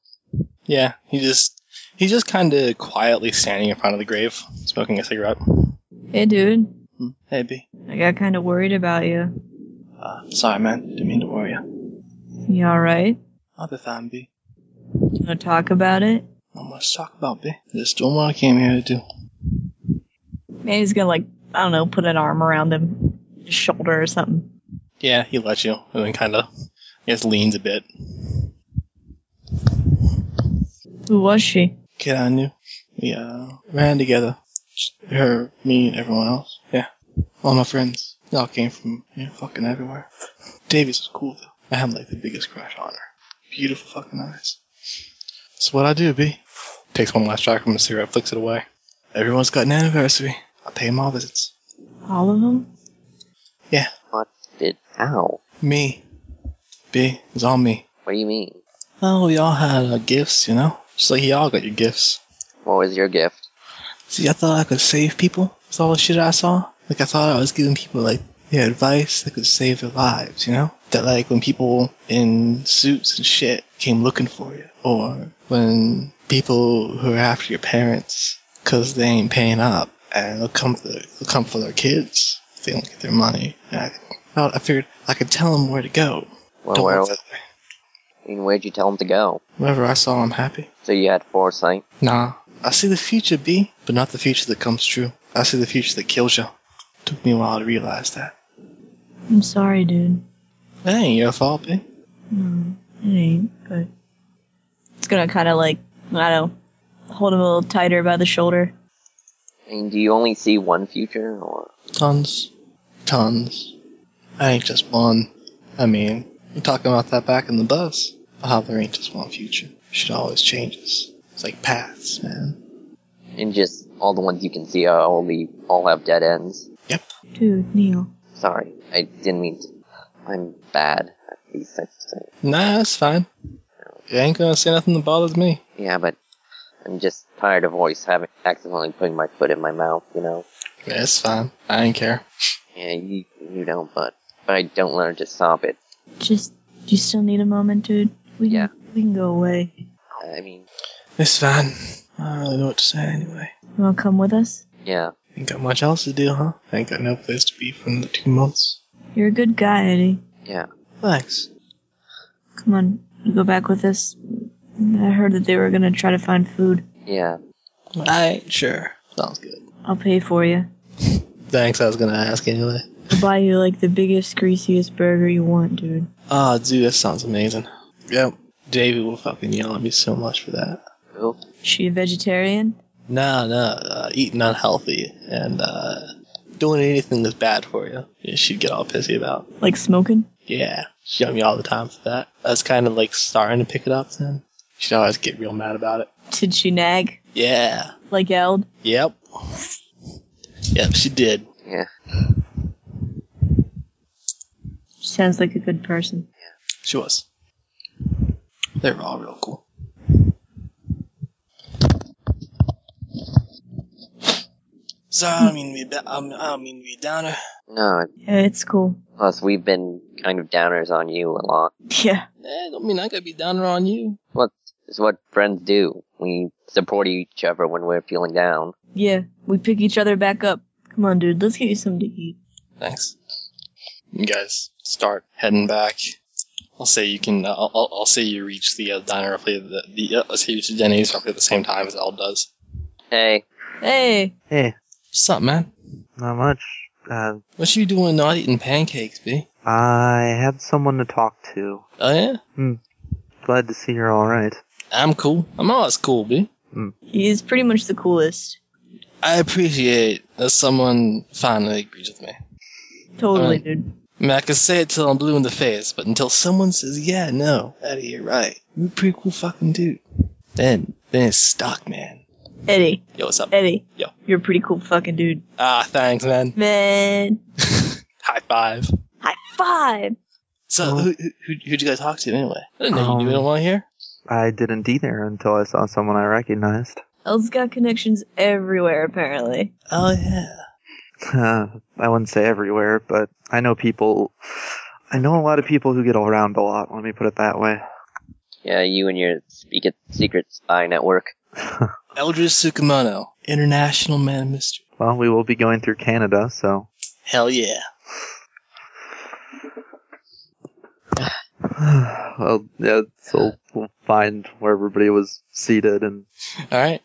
F: Yeah, he just He's just kind of quietly standing in front of the grave, smoking a cigarette.
C: Hey, dude.
F: Hey, B.
C: I got kind of worried about you.
F: Uh, sorry, man. Didn't mean to worry you.
C: You alright?
F: Other time, B.
C: You want to talk about it?
F: Not much to talk about, B. Just doing what I came here to do.
C: Maybe he's gonna, like, I don't know, put an arm around him, his shoulder or something.
F: Yeah, he lets you, and then kind of, I guess, leans a bit.
C: Who was she?
F: Kid I knew. We uh, ran together. Sh- Her, me, and everyone else. Yeah. All my friends. They all came from you know, fucking everywhere. Davies was cool though. I had like the biggest crush on her. Beautiful fucking eyes. That's what I do, B. Takes one last drag from the cigarette, flicks it away. Everyone's got an anniversary. I pay them all visits.
C: All of them?
D: Did how?
F: Me. B. It's all me.
D: What do you mean?
F: Oh, we all had our gifts, you know? Just like y'all got your gifts.
D: What was your gift?
F: See, I thought I could save people with all the shit I saw. Like, I thought I was giving people, like, yeah, advice that could save their lives, you know? That, like, when people in suits and shit came looking for you, or when people who are after your parents 'cause they ain't paying up and they'll come, for, they'll come for their kids if they don't get their money. And I, I figured I could tell them where to go.
D: Oh, Well,
F: Don't
D: where
F: look
D: was,
F: that way.
D: I mean, where'd you tell him to go?
F: Wherever I saw I'm happy.
D: So you had foresight.
F: Nah, I see the future, B, but not the future that comes true. I see the future that kills you. Took me a while to realize that.
C: I'm sorry, dude.
F: That ain't your fault, B.
C: No, it ain't, but. It's gonna kind of, like, I don't know, hold him a little tighter by the shoulder.
D: I mean, do you only see one future, or
F: Tons. Tons. I ain't just one. I mean, we're talking about that back in the bus. How there ain't just one future. Shit always changes. It's like paths, man.
D: and just all the ones you can see are only all have dead ends?
C: Dude, Neil.
D: Sorry, I didn't mean. To. I'm bad at these types of things.
F: Nah, that's fine. You ain't gonna say nothing that bothers me.
D: Yeah, but I'm just tired of always having accidentally putting my foot in my mouth. You know.
F: That's fine. I ain't care.
D: Yeah, you you don't, but but I don't want to just stop it.
C: Just, do you still need a moment, dude? We
D: Yeah.
C: Can, we can go away.
D: I mean,
F: It's fine. I don't really know what to say anyway.
C: You wanna come with us?
D: yeah.
F: Ain't got much else to do, huh? Ain't got no place to be for another two months.
C: You're a good guy, Eddie.
F: Thanks.
C: Come on, you go back with us. I heard that they were gonna try to find food.
D: Yeah,
F: Alright, sure. Sounds good.
C: I'll pay for you.
F: Thanks, I was gonna ask anyway.
C: I'll buy you like the biggest, greasiest burger you want, dude.
F: Ah, dude, that sounds amazing. Yep. Davey will fucking yell at me so much for that.
D: cool.
C: She a vegetarian?
F: No, no, uh, eating unhealthy and uh, doing anything that's bad for you, yeah, she'd get all pissy about.
C: Like smoking?
F: Yeah, she yelled at me all the time for that. I was kind of like starting to pick it up then. She'd always get real mad about it.
C: Did she nag?
F: Yeah.
C: Like yelled?
F: Yep. Yep, she did.
D: Yeah,
C: She sounds like a good person.
F: She was. They were all real cool. Sorry, I don't mean to be, da- I'm- I don't mean to be a downer.
D: no.
C: Yeah, it's cool.
D: Plus, we've been kind of downers on you a lot.
C: Yeah.
F: Eh, don't mean I gotta be downer on you.
D: It's what friends do. We support each other when we're feeling down.
C: Yeah. We pick each other back up. Come on, dude. Let's get you something to eat.
F: Thanks. You guys start heading back. I'll say you can. Uh, I'll, I'll say you reach the uh, diner roughly the, the uh, I'll say you reach Denny's roughly at the same time as El does.
D: Hey,
C: Hey.
E: Hey,
F: What's up, man?
E: Eh, not much. Uh,
F: What you doing not eating pancakes, B?
E: I had someone to talk to.
F: Oh yeah,
E: Glad to see you're all right.
F: I'm cool. I'm always cool, B.
C: He's pretty much the coolest.
F: I appreciate that someone finally agrees with me.
C: Totally,
F: Alright.
C: dude.
F: I mean, I can say it till I'm blue in the face, but until someone says, "Yeah, no, Eddie, you're right. You're a pretty cool fucking dude," then then it's stock, man.
C: Eddie.
F: Yo, what's up?
C: Eddie.
F: Yo.
C: You're a pretty cool fucking dude.
F: Ah, thanks, man.
C: Man.
F: High five.
C: High five.
F: So
E: Oh.
F: who, who who- who'd you guys talk to anyway? I didn't know you knew
E: Um,
F: anyone here.
E: I didn't either until I saw someone I recognized.
C: Elle's got connections everywhere, apparently.
F: Oh yeah.
E: Uh, I wouldn't say everywhere, but I know people. I know a lot of people who get around a lot. Let me put it that way.
D: Yeah, you and your speak- secret spy network.
F: Eldris Sukumano, international man of mystery.
E: Well, we will be going through Canada, so
F: Hell yeah.
E: well,
H: Yeah, so we'll find where everybody was seated and
F: All right.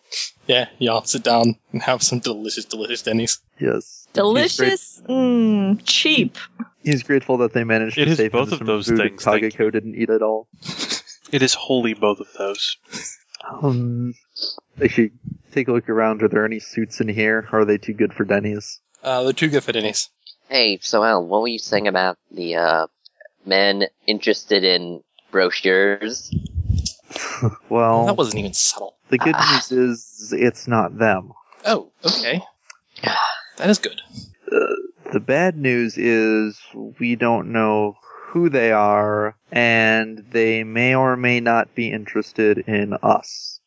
F: Yeah, y'all sit down and have some delicious, delicious Denny's.
H: yes. He's,
C: Delicious, mm, cheap.
H: grate- he's grateful that they managed
A: It
H: to
A: is
H: save
A: both
H: him
A: of
H: some
A: those
H: food
A: things,
H: and
A: thank
H: Kageko didn't eat at all.
A: It is wholly both of those.
H: Um, actually, take a look around. Are there any suits in here? Are they too good for Denny's?
F: Uh, they're too good for Denny's.
D: Hey, so Al, what were you saying about the uh, men interested in brochures?
E: well,
F: That wasn't even subtle.
E: the good
D: Ah.
E: news is it's not them.
F: Oh, okay. That is good.
E: The bad news is we don't know who they are, and they may or may not be interested in us.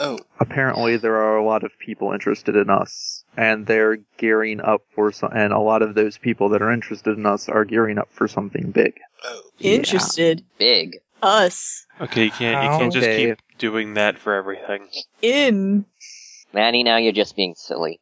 F: Oh,
E: Apparently, there are a lot of people interested in us, and they're gearing up for some. And a lot of those people that are interested in us are gearing up for something big.
C: Interested
D: Big.
C: us
A: Okay, you can't you can't just
E: Okay.
A: keep doing that for everything.
C: in
D: Manny, now you're just being silly.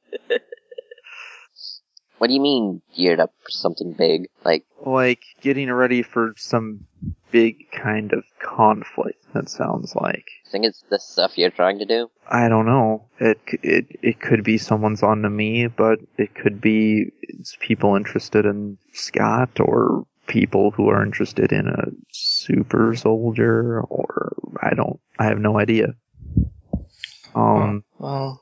D: what do you mean geared up for something big? Like,
E: Like getting ready for some big kind of conflict. That sounds like.
D: I think it's the stuff you're trying to do?
E: I don't know. It c- it it could be someone's on to me, but it could be it's people interested in Scott or people who are interested in a super soldier or I don't I have no idea. Um
F: well,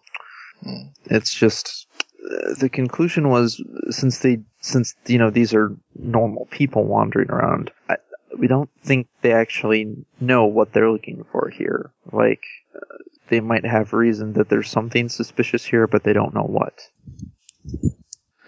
E: it's just uh, the conclusion was since they since you know these are normal people wandering around I, we don't think they actually know what they're looking for here like uh, they might have reason that there's something suspicious here but they don't know what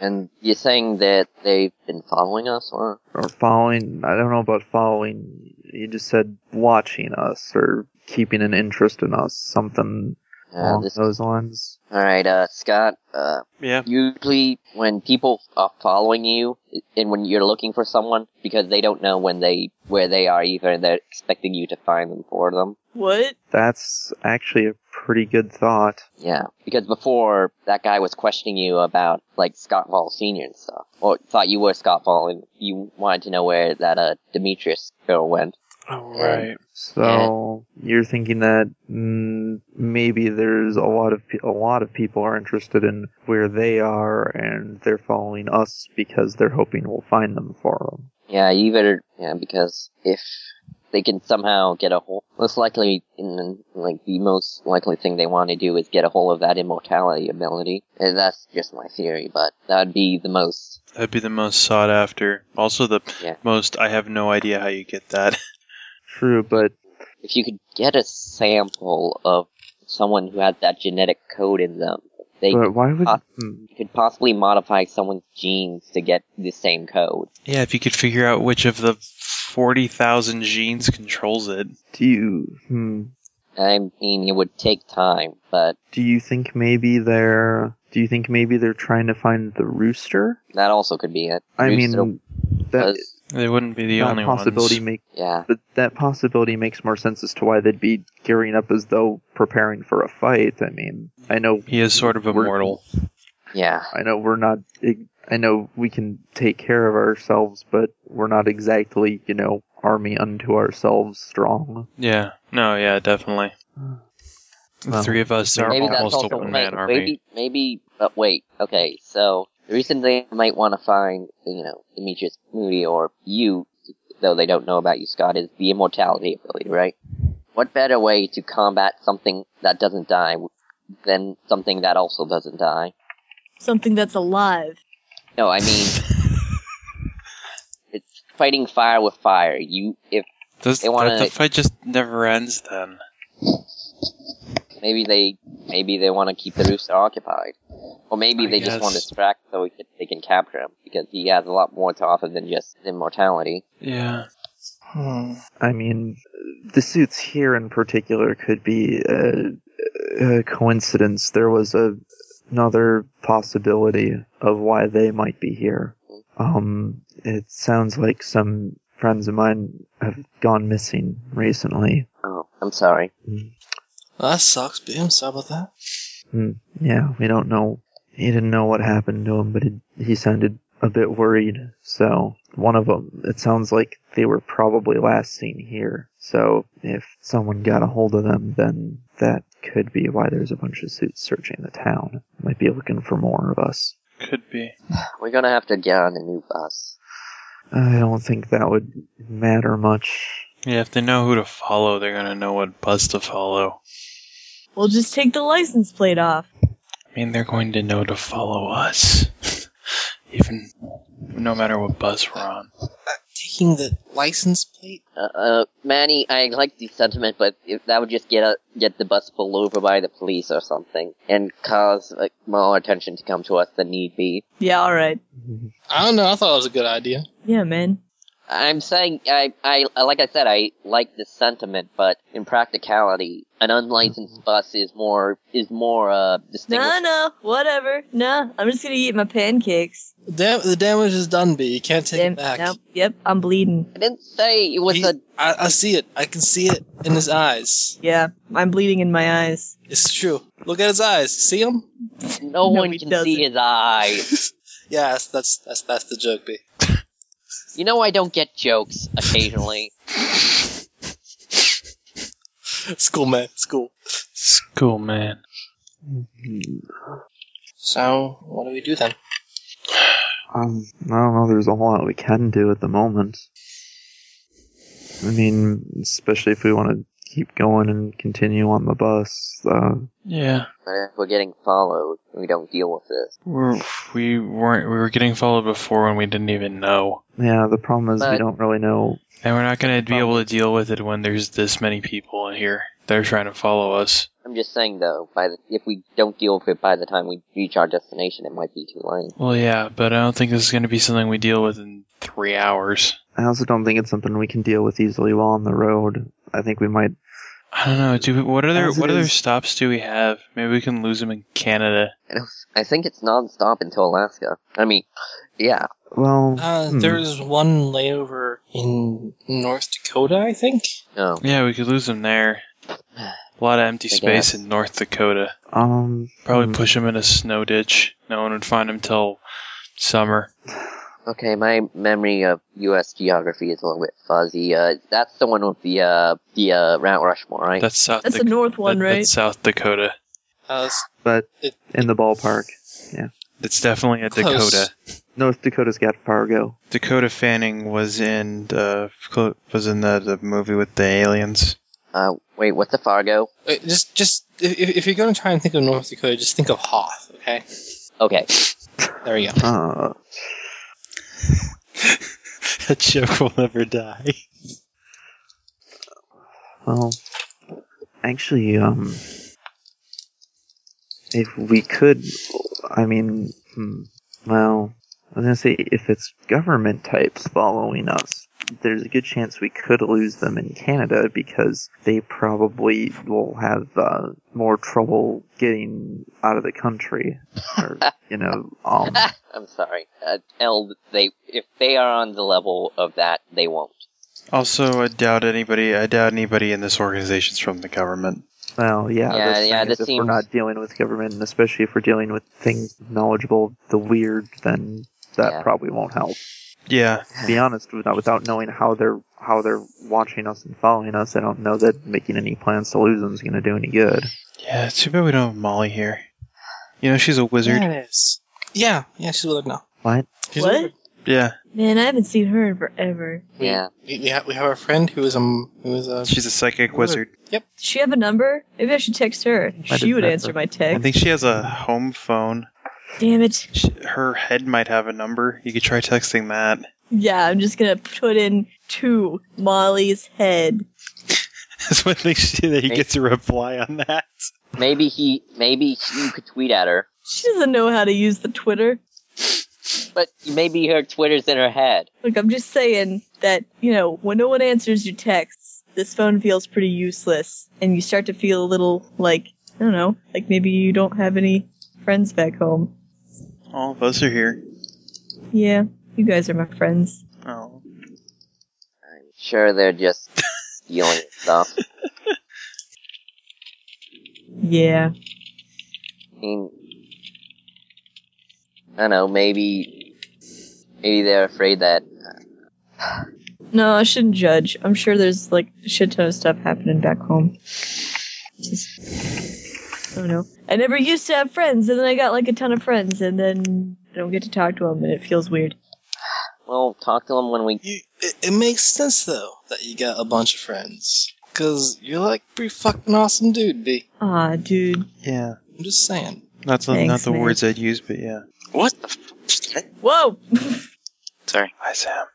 D: And you're saying that they've been following us, or?
E: or following i don't know about following you just said watching us or keeping an interest in us something
D: Uh,
E: along
D: this,
E: those lines
D: alright, uh, Scott, uh,
A: Yeah.
D: usually when people are following you and when you're looking for someone because they don't know when they where they are either and they're expecting you to find them for them
C: what?
E: that's actually a pretty good thought
D: yeah because before that guy was questioning you about like scott Vall senior and stuff or thought you were scott Vall and you wanted to know where that uh demetrius girl went
A: Oh,
D: right.
E: So you're thinking that mm, maybe there's a lot of pe- a lot of people are interested in where they are, and they're following us because they're hoping we'll find them for them.
D: yeah you better yeah because if they can somehow get a hold most likely in like the most likely thing they want to do is get a hold of that immortality ability and that's just my theory but that would be the most
A: That'd be the most sought after. Also the
D: Yeah.
A: most I have no idea how you get that.
E: True, but
D: if you could get a sample of someone who had that genetic code in them, they
E: but why would
D: Uh,
E: hmm,
D: could possibly modify someone's genes to get the same code.
A: Yeah, if you could figure out which of the 40,000 genes controls it.
E: do you hmm,
D: I mean, it would take time, but
E: do you think maybe they're do you think maybe they're trying to find the rooster?
D: that also could be it.
E: I
D: Rooster
E: mean, that
D: was-
A: They wouldn't be the
E: that
A: only
E: possibility
A: ones.
E: make
D: yeah,
E: but that possibility makes more sense as to why they'd be gearing up as though preparing for a fight. I mean, I know
A: He is sort of
E: We're-
A: immortal.
D: yeah.
E: I know we're not. I know we can take care of ourselves, but we're not exactly, you know, army unto ourselves strong.
A: Yeah. No, yeah, definitely. The
E: Well,
A: three of us are
D: Maybe that's
A: almost a
D: also
A: one
D: may-
A: man army.
D: maybe maybe. But wait, okay. So the reason they might want to find you know Demetrius Moody or you, though they don't know about you, Scott, is the immortality ability, right? What better way to combat something that doesn't die than something that also doesn't die?
C: Something that's alive.
D: No, I mean. it's Fighting fire with fire. You, if
A: Does,
D: they wanna-
A: that- the fight just never ends then.
D: maybe they, maybe they want to keep the rooster occupied, or maybe
A: I
D: they just want to
A: guess.
D: distract so we can, they can capture him because he has a lot more to offer than just immortality.
A: Yeah.
F: hmm.
E: I mean, the suits here in particular could be a, a coincidence. There was a, another possibility of why they might be here. Um, it sounds like some friends of mine have gone missing recently.
D: Oh. I'm sorry.
F: That sucks, but I'm sorry about that.
E: Yeah, we don't know. He didn't know what happened to him, but it, he sounded a bit worried. So one of them, it sounds like they were probably last seen here. So if someone got a hold of them, then that could be why there's a bunch of suits searching the town. Might be looking for more of us.
A: Could be.
D: We're gonna have to get on a new bus.
E: I don't think that would matter much.
A: Yeah, if they know who to follow, they're gonna know what bus to follow.
C: We'll just take the license plate off.
A: I mean, they're going to know to follow us, even no matter what bus we're on.
F: Uh, Taking the license plate?
D: Uh, uh, Manny, I like the sentiment, but if that would just get a, get the bus pulled over by the police or something, and cause like, more attention to come to us than need be.
C: Yeah, all right.
F: I don't know. I thought it was a good idea.
C: Yeah, man.
D: I'm saying, I, I, like I said, I like the sentiment, but in practicality, an unlicensed bus is more, is more, uh,
C: No,
D: distinguished.
C: no, whatever. No, I'm just gonna eat my pancakes.
F: The, dam- the damage is done, B. You can't take
C: Damn,
F: it back.
C: nope, yep, I'm bleeding.
D: I didn't say it was
F: He-
D: a,
F: I, I see it. I can see it in his eyes.
C: Yeah, I'm bleeding in my eyes.
F: It's true. Look at his eyes. See him?
D: no,
C: No,
D: one
C: he
D: can
C: doesn't.
D: see his eyes.
F: Yes, that's that's that's the joke, B.
D: You know I don't get jokes occasionally.
F: School man, school.
A: School man.
F: So what do we do then?
E: Um, I don't know. There's a whole lot we can do at the moment. I mean, especially if we want to keep going and continue on the bus. Uh,
A: Yeah,
D: but if Eh, we're getting followed, we don't deal with this.
A: we're we weren't we were getting followed before when we didn't even know,
E: yeah, the problem is we
D: But-
E: don't really know.
A: and we're not gonna be able to deal with it when there's this many people in here. They're trying to follow us.
D: I'm just saying though, by the, if we don't deal with it by the time we reach our destination, it might be too late.
A: Well, yeah, but I don't think this is gonna be something we deal with in three hours.
E: I also don't think it's something we can deal with easily while on the road. I think we might.
A: I don't know. Do we, what other
E: As it
A: what other
E: is-
A: stops do we have? Maybe we can lose them in Canada.
D: And it was- I think it's non-stop until Alaska. I mean, yeah.
E: Well,
F: Uh,
E: hmm,
F: There's one layover in North Dakota, I think.
D: No.
A: Yeah, we could lose them there. A lot of empty
D: I
A: space
D: guess.
A: in North Dakota.
E: um,
A: Probably
E: hmm,
A: push him in a snow ditch. No one would find him till summer.
D: Okay, my memory of U.S. geography is a little bit fuzzy. Uh, that's the one with the uh, the uh, Mount Rushmore, right?
A: That's South.
C: That's the
A: Dak-
C: north one,
A: that-
C: right?
A: That's South Dakota.
F: Uh,
E: but
F: It-
E: in the ballpark,
A: It's definitely a
F: Close.
A: Dakota.
E: North Dakota's got Fargo.
A: Dakota Fanning was in the was in the, the movie with the aliens.
D: Uh, wait, what's the Fargo?
F: wait, uh, just just if, if if you're gonna try and think of North Dakota, just think of Hoth. Okay,
D: Okay,
F: there you go.
E: Uh,
A: that joke will never die.
E: Well, actually, um, if we could, I mean, hmm, well, I was gonna say if it's government types following us, there's a good chance we could lose them in Canada because they probably will have uh, more trouble getting out of the country, or you know, um,
D: I'm sorry. Uh, L, they if they are on the level of that, they won't.
A: Also, I doubt anybody. I doubt anybody in this organization's from the government.
E: Well, yeah,
D: Yeah,
E: that's the
D: yeah,
E: thing is
D: this
E: if we're
D: seems-
E: not dealing with government, and especially if we're dealing with things knowledgeable, of the weird, then that
D: Yeah.
E: probably won't help.
A: Yeah,
E: To be honest, without, without knowing how they're how they're watching us and following us, I don't know that making any plans to lose them is going to do any good.
A: yeah. It's too bad we don't have Molly here. You know she's a wizard.
F: There it is. Yeah, yeah, she's with us now.
E: What?
F: She's with us.
C: What?
A: Yeah,
C: Man, I haven't seen her in forever.
F: We,
D: Yeah.
F: we, we, have, we have our friend who is um who is a
A: she's a psychic wizard.
C: Does she have a number? Maybe I should text her. She
E: didn't
C: would
E: have
C: answer
E: her.
C: my
A: I
C: text.
A: think she has a home phone.
C: Damn it.
A: She, her head might have a number. You could try texting that.
C: Yeah, I'm just gonna put in two Molly's head.
A: That's one thing she did. He gets a reply on that.
D: Maybe he, maybe you could tweet at her,
C: She doesn't know how to use the Twitter.
D: but maybe her Twitter's in her head.
C: Look, I'm just saying that, you know, when no one answers your texts, this phone feels pretty useless, and you start to feel a little like, I don't know, like maybe you don't have any friends back home.
A: All of us are here.
C: Yeah, you guys are my friends.
A: Oh.
D: I'm sure they're just stealing stuff.
C: Yeah.
D: I mean, I don't know. Maybe, maybe they're afraid that
C: No, I shouldn't judge. I'm sure there's like a shit ton of stuff happening back home. Just, I don't know. I never used to have friends, and then I got like a ton of friends, and then I don't get to talk to them, and it feels weird.
D: we'll talk to them when we.
F: You, it, it makes sense though that you got a bunch of friends because you're like pretty fucking awesome, dude. B.
C: Ah, dude.
A: Yeah.
F: I'm just saying.
A: Not, the- not
C: Thanks,
A: the
C: man.
A: words I'd use, but yeah.
J: What the? F-
C: Whoa!
J: Sorry.
A: Hi, Sam.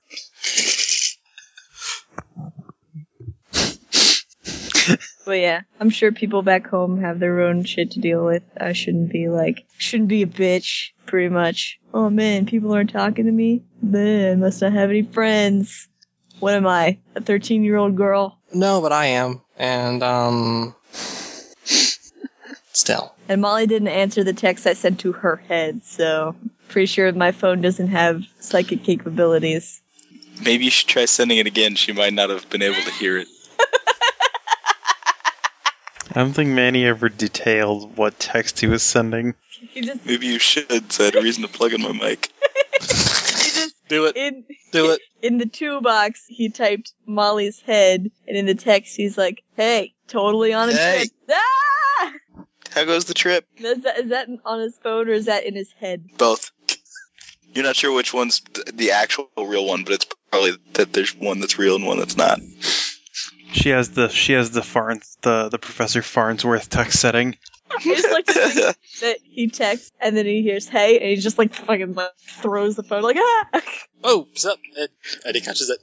C: but yeah, I'm sure people back home have their own shit to deal with. I shouldn't be like, shouldn't be a bitch, pretty much. Oh man, people aren't talking to me. Man, must not have any friends. What am I? A 13 year old girl?
F: No, but I am, and um, still.
C: And Molly didn't answer the text I sent to her head, so pretty sure my phone doesn't have psychic capabilities.
J: Maybe you should try sending it again. She might not have been able to hear it.
A: I don't think Manny ever detailed what text he was sending.
C: You just
J: Maybe you should. So I had a reason to plug in my mic.
F: Do it.
C: in
F: Do it.
C: in the two box he typed Molly's head, and in the text he's like, "Hey, totally on a
J: Hey.
C: trip." Ah!
J: How goes the trip?
C: Is that, is that on his phone or is that in his head?
J: Both. You're not sure which one's th- the actual real one, but it's probably that there's one that's real and one that's not.
A: She has the she has the Farns the, the Professor Farnsworth text setting.
C: I just like to think that he texts and then he hears "Hey" and he just like fucking like, throws the phone like ah.
F: Oh, what's up? Ed- Eddie catches it.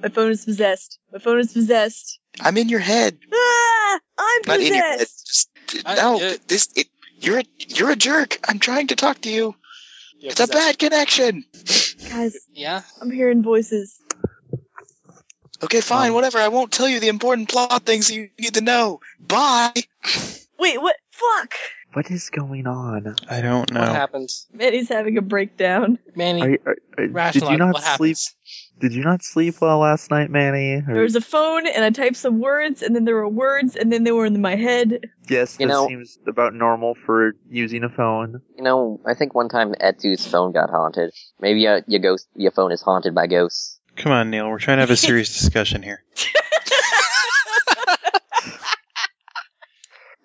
C: My phone is possessed. My phone is possessed.
J: I'm in your head,
C: Ah! I'm
J: not
C: possessed.
J: in your head. Just,
F: I-
J: no,
F: yeah.
J: this it, you're a you're a jerk. I'm trying to talk to you.
F: Yeah,
J: it's a
F: possess-
J: bad connection.
C: Guys,
F: Yeah.
C: I'm hearing voices.
J: Okay, fine,
A: Um,
J: whatever. I won't tell you the important plot things you need to know. Bye.
C: Wait, what? Fuck!
E: What is going on?
A: I don't know.
F: What happened,
C: Manny's having a breakdown.
F: Manny?
E: Are, you- are, are, did
F: rationalize.
E: you not
F: what
E: sleep?
F: happens?
E: Did you not sleep well last night, Manny? Or-
C: There was a phone, and I typed some words, and then there were words, and then they were in my head.
E: yes,
D: You
E: this
D: know-
E: seems about normal for using a phone.
D: You know, I think one time Etsu's phone got haunted. Maybe uh, your ghost, your phone is haunted by ghosts.
A: Come on, Neil. We're trying to have a serious discussion here.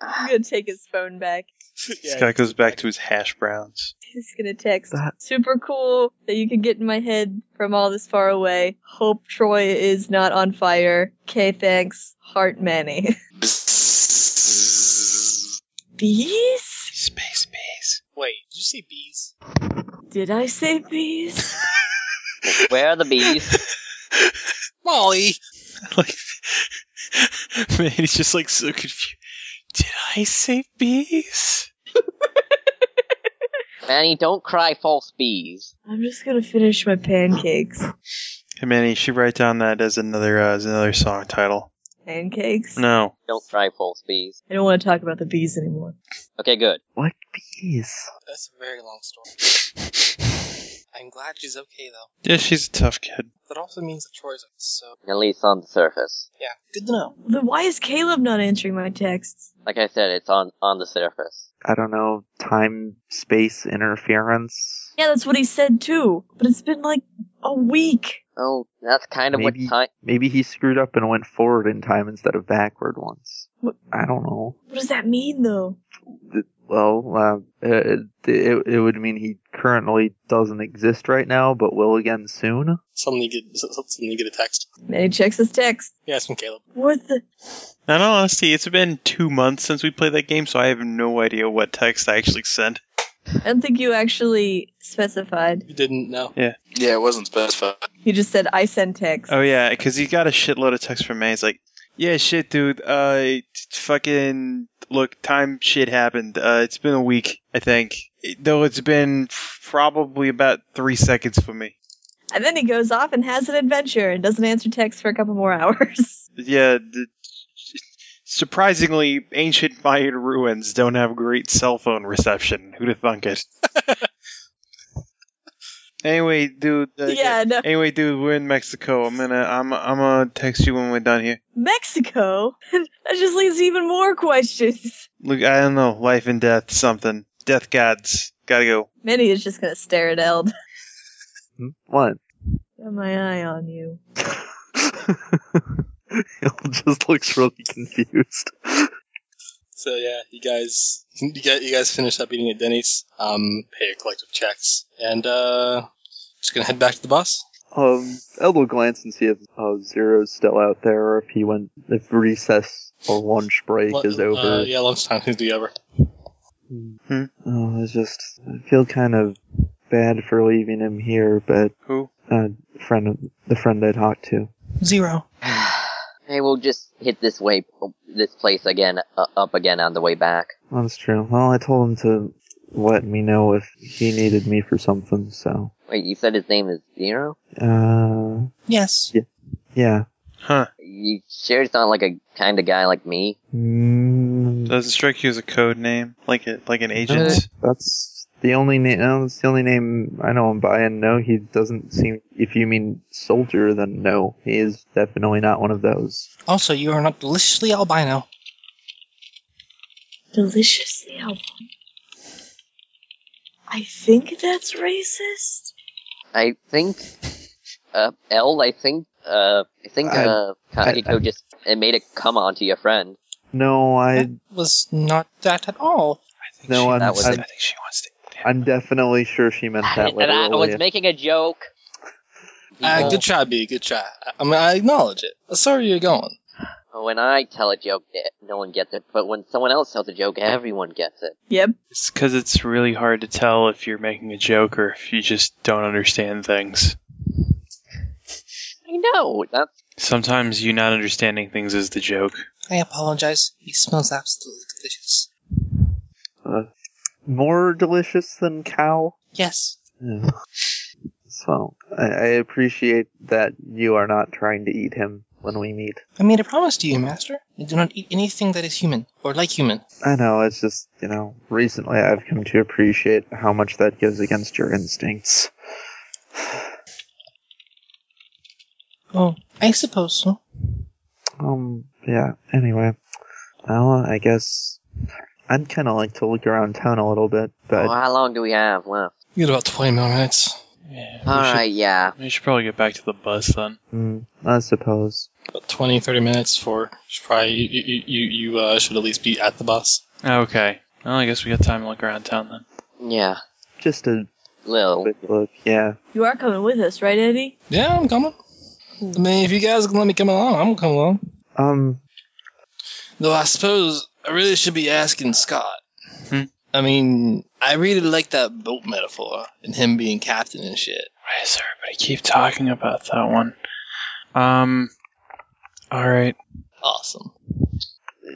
C: I'm gonna take his phone back.
F: Yeah,
A: Scott goes back to his hash browns.
C: He's gonna text.
E: That-
C: Super cool that you can get in my head from all this far away. Hope Troy is not on fire. K, thanks. Heart Manny. Bees?
A: Space bees.
F: Wait, did you see bees?
C: Did I say bees?
D: Where are the bees?
F: Molly.
A: Like, man, he's just like so confused. Did I say bees?
D: Manny, don't cry false bees.
C: I'm just gonna finish my pancakes.
A: Hey, Manny, you should write down that as another uh, as another song title.
C: Pancakes?
A: No,
D: Don't cry false bees.
C: I don't want to talk about the bees anymore.
D: Okay, good.
E: What bees?
F: That's a very long story. I'm glad she's okay though.
A: yeah, she's a tough kid.
F: That also means that Troy's okay, so
D: At least on the surface.
F: yeah, good to know.
C: Then why is Caleb not answering my texts?
D: Like I said, it's on on the surface.
E: I don't know. Time space interference.
C: Yeah, that's what he said too. But it's been like a week.
D: Oh, that's kind of
E: Maybe-
D: what time.
E: Maybe he screwed up and went forward in time instead of backward once.
C: What-
E: I don't know.
C: What does that mean though?
E: Th- Well, uh, it, it it would mean he currently doesn't exist right now, but will again soon.
F: Suddenly you get suddenly you get a text.
C: And he checks his text.
F: Yeah, it's from Caleb.
C: What the?
A: In all honesty, it's been two months since we played that game, so I have no idea what text I actually sent.
C: I don't think you actually specified.
F: You didn't know.
J: Yeah, it wasn't specified.
C: You just said I send text.
A: Oh yeah, because he got a shitload of texts from me. He's like, "Yeah, shit, dude. Uh, t- fucking look, time shit happened. Uh, it's been a week, I think. It- though it's been probably about three seconds for me.
C: And then he goes off and has an adventure and doesn't answer text for a couple more hours.
A: Yeah." The, Surprisingly, ancient Mayan ruins don't have great cell phone reception. Who'd have thunk it? Anyway, dude. Uh,
C: yeah, no.
A: Anyway, dude, we're in Mexico. I'm gonna, I'm, I'm gonna text you when we're done here.
C: Mexico? that just leaves even more questions.
A: Look, I don't know, life and death, something. Death gods, gotta go.
C: Minnie is just gonna stare at Eld.
E: Hmm? What?
C: Got my eye on you.
E: Eld just looks really confused.
F: So yeah, you guys, you guys, you guys finish up eating at Denny's, um, pay your collective checks, and uh, just gonna head back to the bus.
H: Um, Eld will glance and see if uh, Zero's still out there, or if he went, if recess or lunch break
F: Lu-
H: is over.
F: Uh, yeah, lunchtime seems to be over.
E: Oh, it's just I feel kind of bad for leaving him here, but
A: Who?
E: uh, friend of the friend I talked to.
B: Zero.
D: Hey, we'll just hit this way, this place again, uh, up again on the way back.
E: That's true. Well, I told him to let me know if he needed me for something. So,
D: Wait, you said his name is Zero?
E: uh,
B: Yes.
E: yeah,
A: Huh?
D: You sure it's not like a kind of guy like me?
E: mm,
A: Doesn't strike you as a code name, like a, like an
D: Uh,
A: agent.
E: that's the only name. That's the only name I know him by. And no, he doesn't seem. If you mean soldier, then no, he is definitely not one of those.
B: Also, you are not deliciously albino.
C: Deliciously album. I think that's racist.
D: I think, uh, L, I think, uh, I think,
E: I-
D: uh, Kageko
E: I-
D: just it made a come on to your friend.
E: No, I
B: That was not that at all.
E: no, I'm,
D: that was
E: I'm,
D: it.
A: think she wants to.
E: I'm definitely sure she meant that
D: and I
E: literally.
D: was making a joke.
F: Uh, good try, B. Good try. I, I mean, I acknowledge it. I'm sorry you're going.
D: uh, When I tell a joke, eh, no one gets it, but when someone else tells a joke, everyone gets it.
C: Yep.
A: It's because it's really hard to tell if you're making a joke or if you just don't understand things.
D: I know. That's
A: Sometimes you not understanding things is the joke.
B: I apologize. He smells absolutely delicious.
E: more delicious than cow.
B: Yes.
E: Yeah. So I, I appreciate that you are not trying to eat him when we meet.
B: I made a promise to you, Master. I do not eat anything that is human or like human.
E: I know it's just you know recently I've come to appreciate how much that goes against your instincts.
B: Oh, I suppose so.
E: Um. Yeah. Anyway, well, I guess I'd kind of like to look around town a little bit, but
D: oh, how long do we have left?
F: You got about 20 more minutes.
A: Yeah,
D: All right, yeah.
A: We should probably get back to the bus then.
E: mm, I suppose.
F: About 20, 30 minutes for should probably you you, you, you uh, should at least be at the bus.
A: Okay. Well, I guess we got time to look around town then.
D: Yeah.
E: Just a
D: Lil.
E: quick look. Yeah.
C: You are coming with us, right, Eddie?
F: Yeah, I'm coming. I mean, if you guys can let me come along, I'm gonna come along.
E: Um.
F: Though I suppose I really should be asking Scott.
A: Hmm?
F: I mean, I really like that boat metaphor and him being captain and shit.
A: Why does everybody keep talking about that one? Um. All right.
F: Awesome.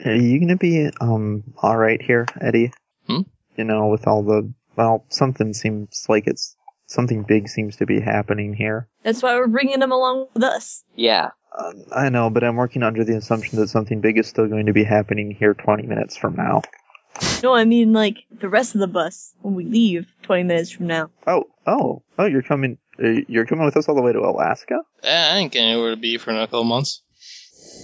E: Are you gonna be um all right here, Eddie?
F: Hmm?
E: You know, with all the well, something seems like it's something big seems to be happening here.
C: That's why we're bringing him along with us.
D: Yeah.
E: Um, I know, but I'm working under the assumption that something big is still going to be happening here 20 minutes from now.
C: No, I mean, like, the rest of the bus when we leave 20 minutes from now.
E: Oh, oh, oh! You're coming. uh, You're coming with us all the way to Alaska.
F: Eh, I ain't getting anywhere to be for another couple months.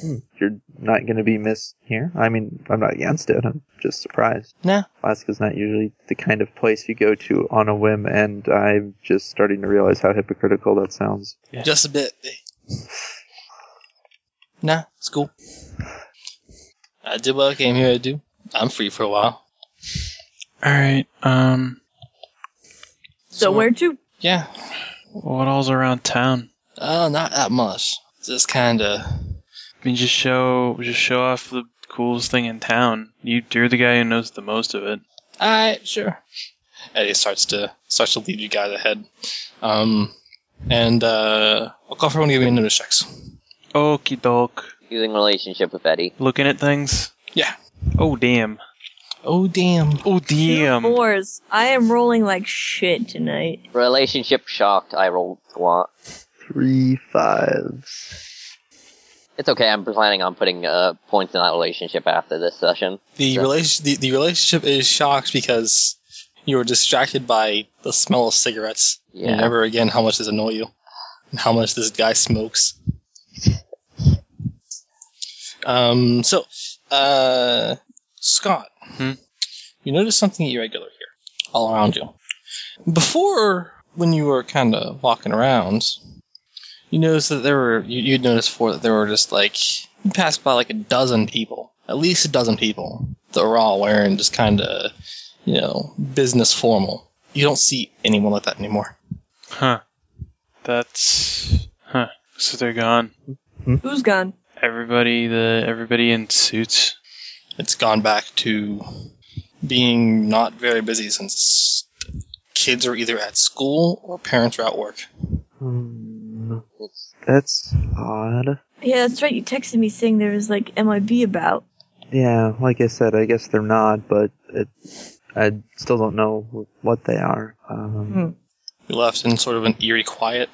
E: Hmm. You're not going to be missed here. I mean, I'm not against it. I'm just surprised.
B: No.
E: Alaska's not usually the kind of place you go to on a whim, and I'm just starting to realize how hypocritical that sounds.
F: Just a bit. eh.
B: Nah, it's cool.
F: I did what I came here to do. I'm free for a while.
A: All right. Um.
C: So, where to?
F: Yeah.
A: What all's around town?
F: Oh, not that much. Just kind of.
A: I mean, just show, just show off the coolest thing in town. You, you're the guy who knows the most of it.
F: Alright, sure. Eddie starts to starts to lead you guys ahead. Um, and uh, I'll call for everyone to give me notice checks.
A: Okie doke.
D: Using relationship with Eddie.
A: Looking at things.
F: Yeah.
A: Oh damn.
F: Oh damn.
A: Oh damn.
C: Fours. I am rolling like shit tonight.
D: Relationship shocked, I rolled squat.
E: three fives.
D: It's okay, I'm planning on putting uh, points in that relationship after this session.
F: The
D: Yeah.
F: relation the, the relationship is shocked because You were distracted by the smell of cigarettes. You
D: Yeah.
F: never again how much this annoy you, and how much this guy smokes. Um. So, uh, Scott,
A: Hmm?
F: you notice something irregular here, all around you. Before, when you were kind of walking around, you noticed that there were you, you'd noticed before that there were just like you passed by like a dozen people, at least a dozen people that were all wearing just kind of you know business formal. You don't see anyone like that anymore.
A: Huh. That's huh. So they're gone.
C: Who's gone?
A: Everybody the everybody in suits.
F: It's gone back to being not very busy since kids are either at school or parents are at work.
E: Hmm,
D: It's,
E: that's odd.
C: Yeah, that's right. You texted me saying there was like MIB about.
E: Yeah, like I said, I guess they're not, but it, I still don't know what they are. Um,
F: You left in sort of an eerie quiet.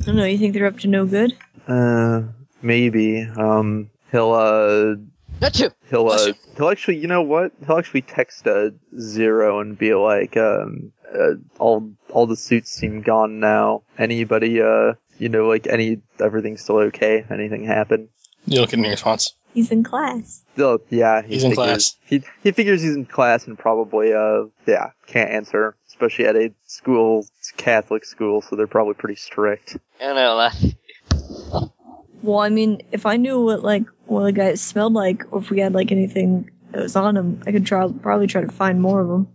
C: I don't know. You think they're up to no good?
E: Uh, maybe. Um, he'll uh,
D: not you.
E: he'll
F: Bless
E: uh,
F: you.
E: he'll actually, you know what? He'll actually text uh, zero and be like, um, uh, all all the suits seem gone now. Anybody, uh, you know, like any everything's still okay. Anything happened?
F: You don't get any response.
C: He's in class.
E: Oh, yeah, he
F: He's in
E: figures-
F: class.
E: He he figures he's in class and probably uh yeah can't answer, especially at a school it's a Catholic school, so they're probably pretty strict.
D: I don't know. uh,
C: Well, I mean, if I knew what like what the guy smelled like, or if we had like anything that was on him, I could try, probably try to find more of them.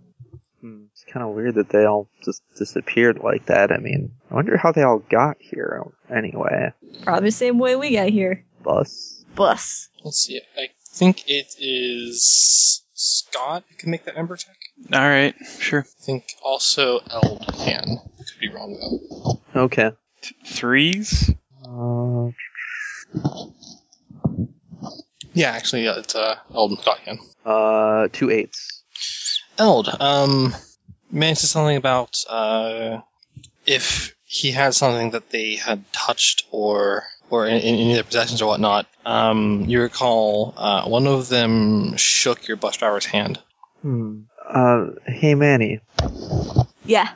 E: Hmm, It's kind of weird that they all just disappeared like that. I mean, I wonder how they all got here oh, anyway.
C: Probably the same way we got here.
E: Bus.
C: Bus.
F: Let's see. I think it is Scott who can make that member check.
A: All right, sure.
F: I think also Eld can. Could be wrong though.
E: Okay.
A: Threes.
E: Uh,
F: Yeah, actually, yeah, it's uh, Eld and Scott can.
E: uh, two eights.
F: Eld, um, mentioned something about uh, if he had something that they had touched or or in, in any of their possessions or whatnot. Um, you recall uh, one of them shook your bus driver's hand.
E: Hmm. Uh, hey Manny,
C: Yeah.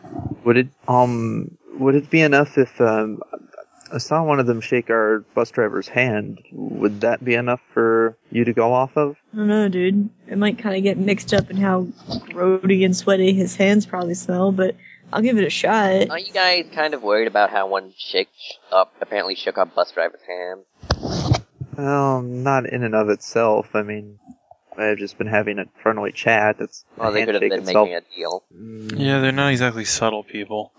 E: would it um would it be enough if um I saw one of them shake our bus driver's hand? Would that be enough for you to go off of?
C: I don't know, dude. It might kind of get mixed up in how grody and sweaty his hands probably smell, but I'll give it a shot.
D: Are you guys kind of worried about how one shake up apparently shook up bus driver's hand?
E: Um, not in and of itself. I mean, I've just been having a friendly chat. It's
D: Well, they could have been making a deal.
E: making
A: Yeah, they're not exactly subtle people.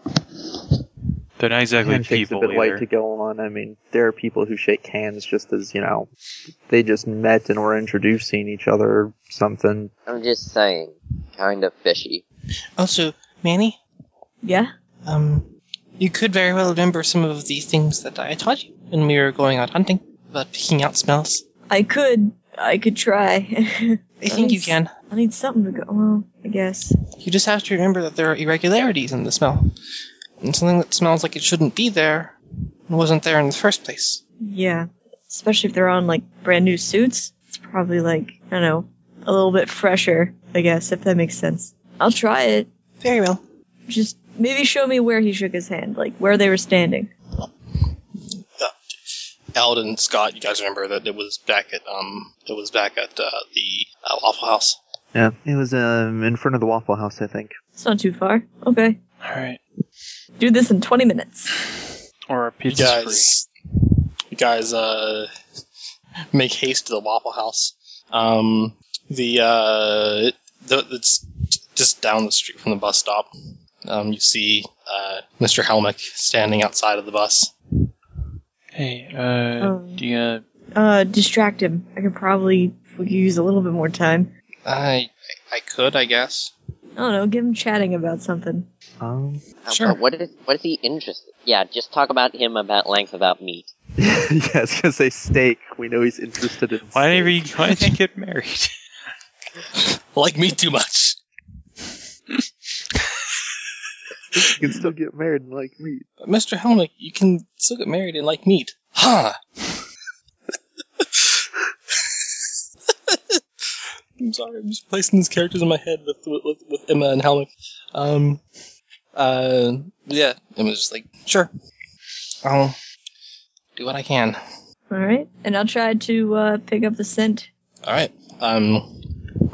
A: They're not exactly
E: handshake's
A: people
E: a bit light
A: either.
E: to go on. I mean, there are people who shake hands just as you know, they just met and were introducing each other or something.
D: I'm just saying, kind of fishy.
B: Also, Manny,
C: Yeah?
B: um, you could very well remember some of the things that I taught you when we were going out hunting about picking out smells.
C: I could. I could try.
B: I think you
C: Nice.
B: can.
C: I need something to go. Well, I guess.
B: You just have to remember that there are irregularities in the smell. And something that smells like it shouldn't be there wasn't there in the first place.
C: Yeah. Especially if they're on, like, brand new suits. It's probably, like, I don't know, a little bit fresher, I guess, if that makes sense. I'll try it.
B: Very well.
C: Just maybe show me where he shook his hand, like, where they were standing.
F: Eld and Scott, you guys remember that it was back at um, it was back at uh, the uh, Waffle House.
E: Yeah, it was um in front of the Waffle House, I think.
C: It's not too far. Okay.
A: All right,
C: Do this in 20 minutes.
A: or our
F: You
A: pizza's
F: guys, you guys, uh, make haste to the Waffle House. Um, the uh, the, it's just down the street from the bus stop. Um, you see uh, Mr. Helmick standing outside of the bus.
A: free. Hey, uh,
C: Um.
A: do you uh,
C: Uh, distract him. I could probably we could use a little bit more time.
F: I I could, I guess.
C: I don't know, get him chatting about something.
E: Um,
D: Uh,
F: Sure.
D: but What is what is he interested? Yeah, just talk about him about length about meat.
E: yeah, I was gonna say steak. We know he's interested in.
A: why
E: steak.
A: didn't we, why didn't you get married?
F: Like me too much.
E: you can still get married and like me?
F: Mr. Helmick, you can still get married and like meat. Huh. I'm sorry. I'm just placing these characters in my head with with, with Emma and Helmick. Um, uh, yeah, Emma's just like, sure, I'll do what I can.
C: All right, and I'll try to uh, pick up the scent.
F: All right. Um,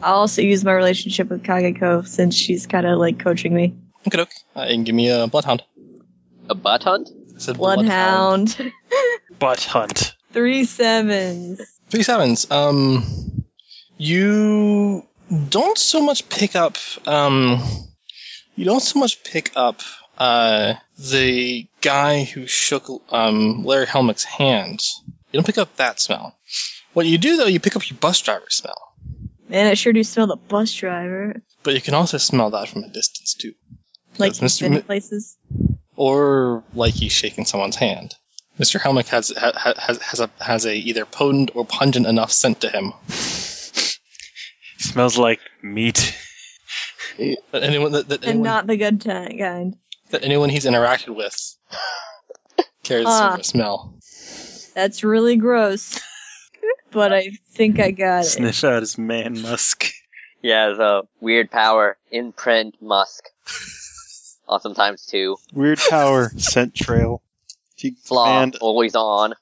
C: I'll also use my relationship with Kageko since she's kind of like coaching me.
F: okay, doke. Uh, and give me a bloodhound.
D: A butt hunt?
F: I said
C: Bloodhound,
A: Butt hunt.
C: three sevens.
F: Three sevens. Um, you don't so much pick up. Um, you don't so much pick up uh, the guy who shook um, Larry Helmick's hand. You don't pick up that smell. What you do though, you pick up your bus driver smell.
C: Man, I sure do smell the bus driver.
F: But you can also smell that from a distance too,
C: Like
F: Yes,
C: he's
F: Mr.
C: been
F: Mi-
C: places.
F: or like he's shaking someone's hand. Mr. Helmick has ha, ha- has has a has a either potent or pungent enough scent to him.
A: Smells like meat.
F: That anyone that, that
C: And
F: anyone
C: not the good ti- kind.
F: that anyone he's interacted with carries a
C: Ah.
F: sort of smell.
C: That's really gross. but I think I got it.
A: Sniff out his man musk.
D: Yeah, it's a weird power. Imprint musk. awesome times two.
A: Weird power. Scent trail. He
D: Flaw
A: And-
D: always on.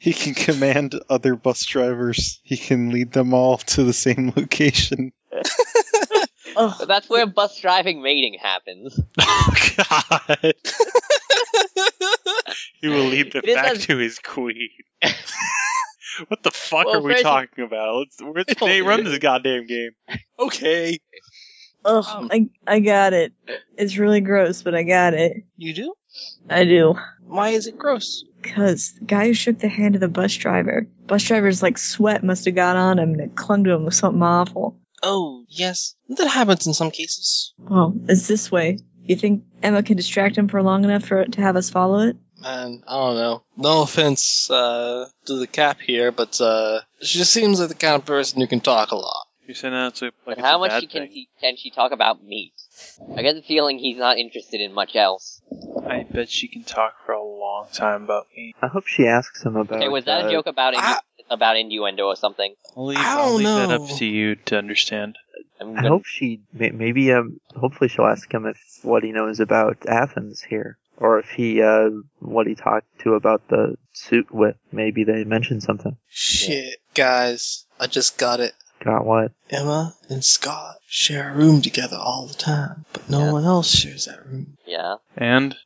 A: he can command other bus drivers. He can lead them all to the same location.
C: Ugh. Oh,
D: But that's where bus driving mating happens.
A: Oh God! he will lead them
D: It
A: back
D: does-
A: to his queen. what the fuck
D: Well,
A: are we
D: first-
A: talking about? Let's, we're, they run this goddamn game. Okay.
C: Ugh,
F: Um.
C: I, I got it. It's really gross, but I got it.
B: You do?
C: I do.
B: Why is it gross?
C: Cause the guy who shook the hand of the bus driver, bus driver's like sweat must have got on him and it clung to him with something awful.
B: Oh, yes. That happens in some cases.
C: Well, it's this way. You think Emma can distract him for long enough for it to have us follow it?
F: Man, I don't know. No offense uh, to the cap here, but uh, she just seems like the kind of person who can talk a lot.
A: You said no, it's a,
D: But how much she can, she, can she talk about meat? I get the feeling he's not interested in much else.
A: I bet she can talk for a long time about me.
E: I hope she asks him about.
D: Okay, was that a
E: uh,
D: joke about innu-
F: I-
D: about innuendo or something?
A: I'll leave,
F: I
A: I'll
F: don't
A: leave that
F: know.
A: up to you to understand.
D: I'm
E: I hope she may- maybe um hopefully she'll ask him if what he knows about Athens here or if he uh what he talked to about the suit whip maybe they mentioned something.
F: Shit, guys, I just got it.
E: Got what?
F: Emma and Scott share a room together all the time, but no
D: Yeah.
F: one else shares that room.
D: Yeah.
A: And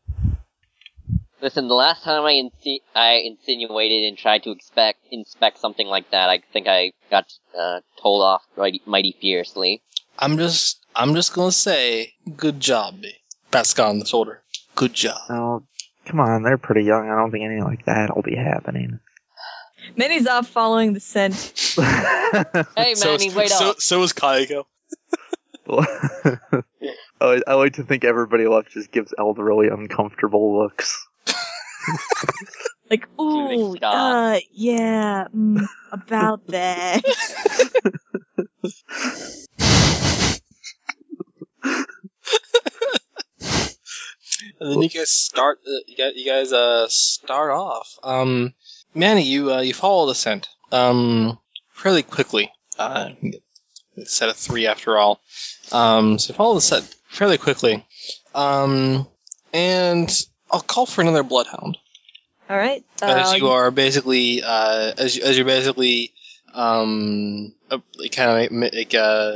D: Listen, the last time I insi- I insinuated and tried to expect inspect something like that, I think I got uh, told off right, mighty fiercely.
F: I'm just, I'm just gonna say, good job, B. Pat Scott on the shoulder. Good job.
E: Oh, come on, they're pretty young. I don't think anything like that'll be happening.
C: Minnie's off following the scent.
D: Hey,
F: so,
D: Manny, wait
F: so,
D: up!
F: so is Kaiko.
H: I, I like to think everybody left just gives Elder really uncomfortable looks.
C: Like,
D: they
C: ooh,
D: stop?
C: uh, yeah, mm, about that.
F: And then you guys start. Uh, you guys, you guys uh, start off. Um, Manny, you uh, you follow the scent. Um, fairly quickly. Uh, it's set of three after all. Um, so you follow the scent fairly quickly. Um, and I'll call for another bloodhound
C: All right. Uh,
F: as
C: I'll
F: you are basically uh, as you, as you're basically um kind of like uh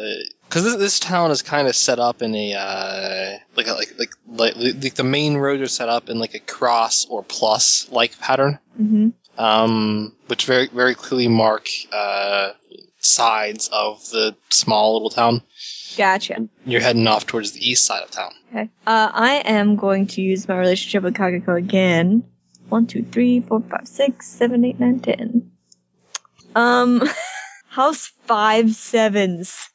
F: because this, this town is kind of set up in a uh like a, like like like like the main roads are set up in like a cross or plus like pattern
C: Mhm.
F: um which very very clearly mark uh sides of the small little town
C: Gotcha.
F: you're heading off towards the east side of town
C: Okay. Uh, I am going to use my relationship with Kageko again. One, two, three, four, five, six, seven, eight, nine, ten. Um, house five sevens.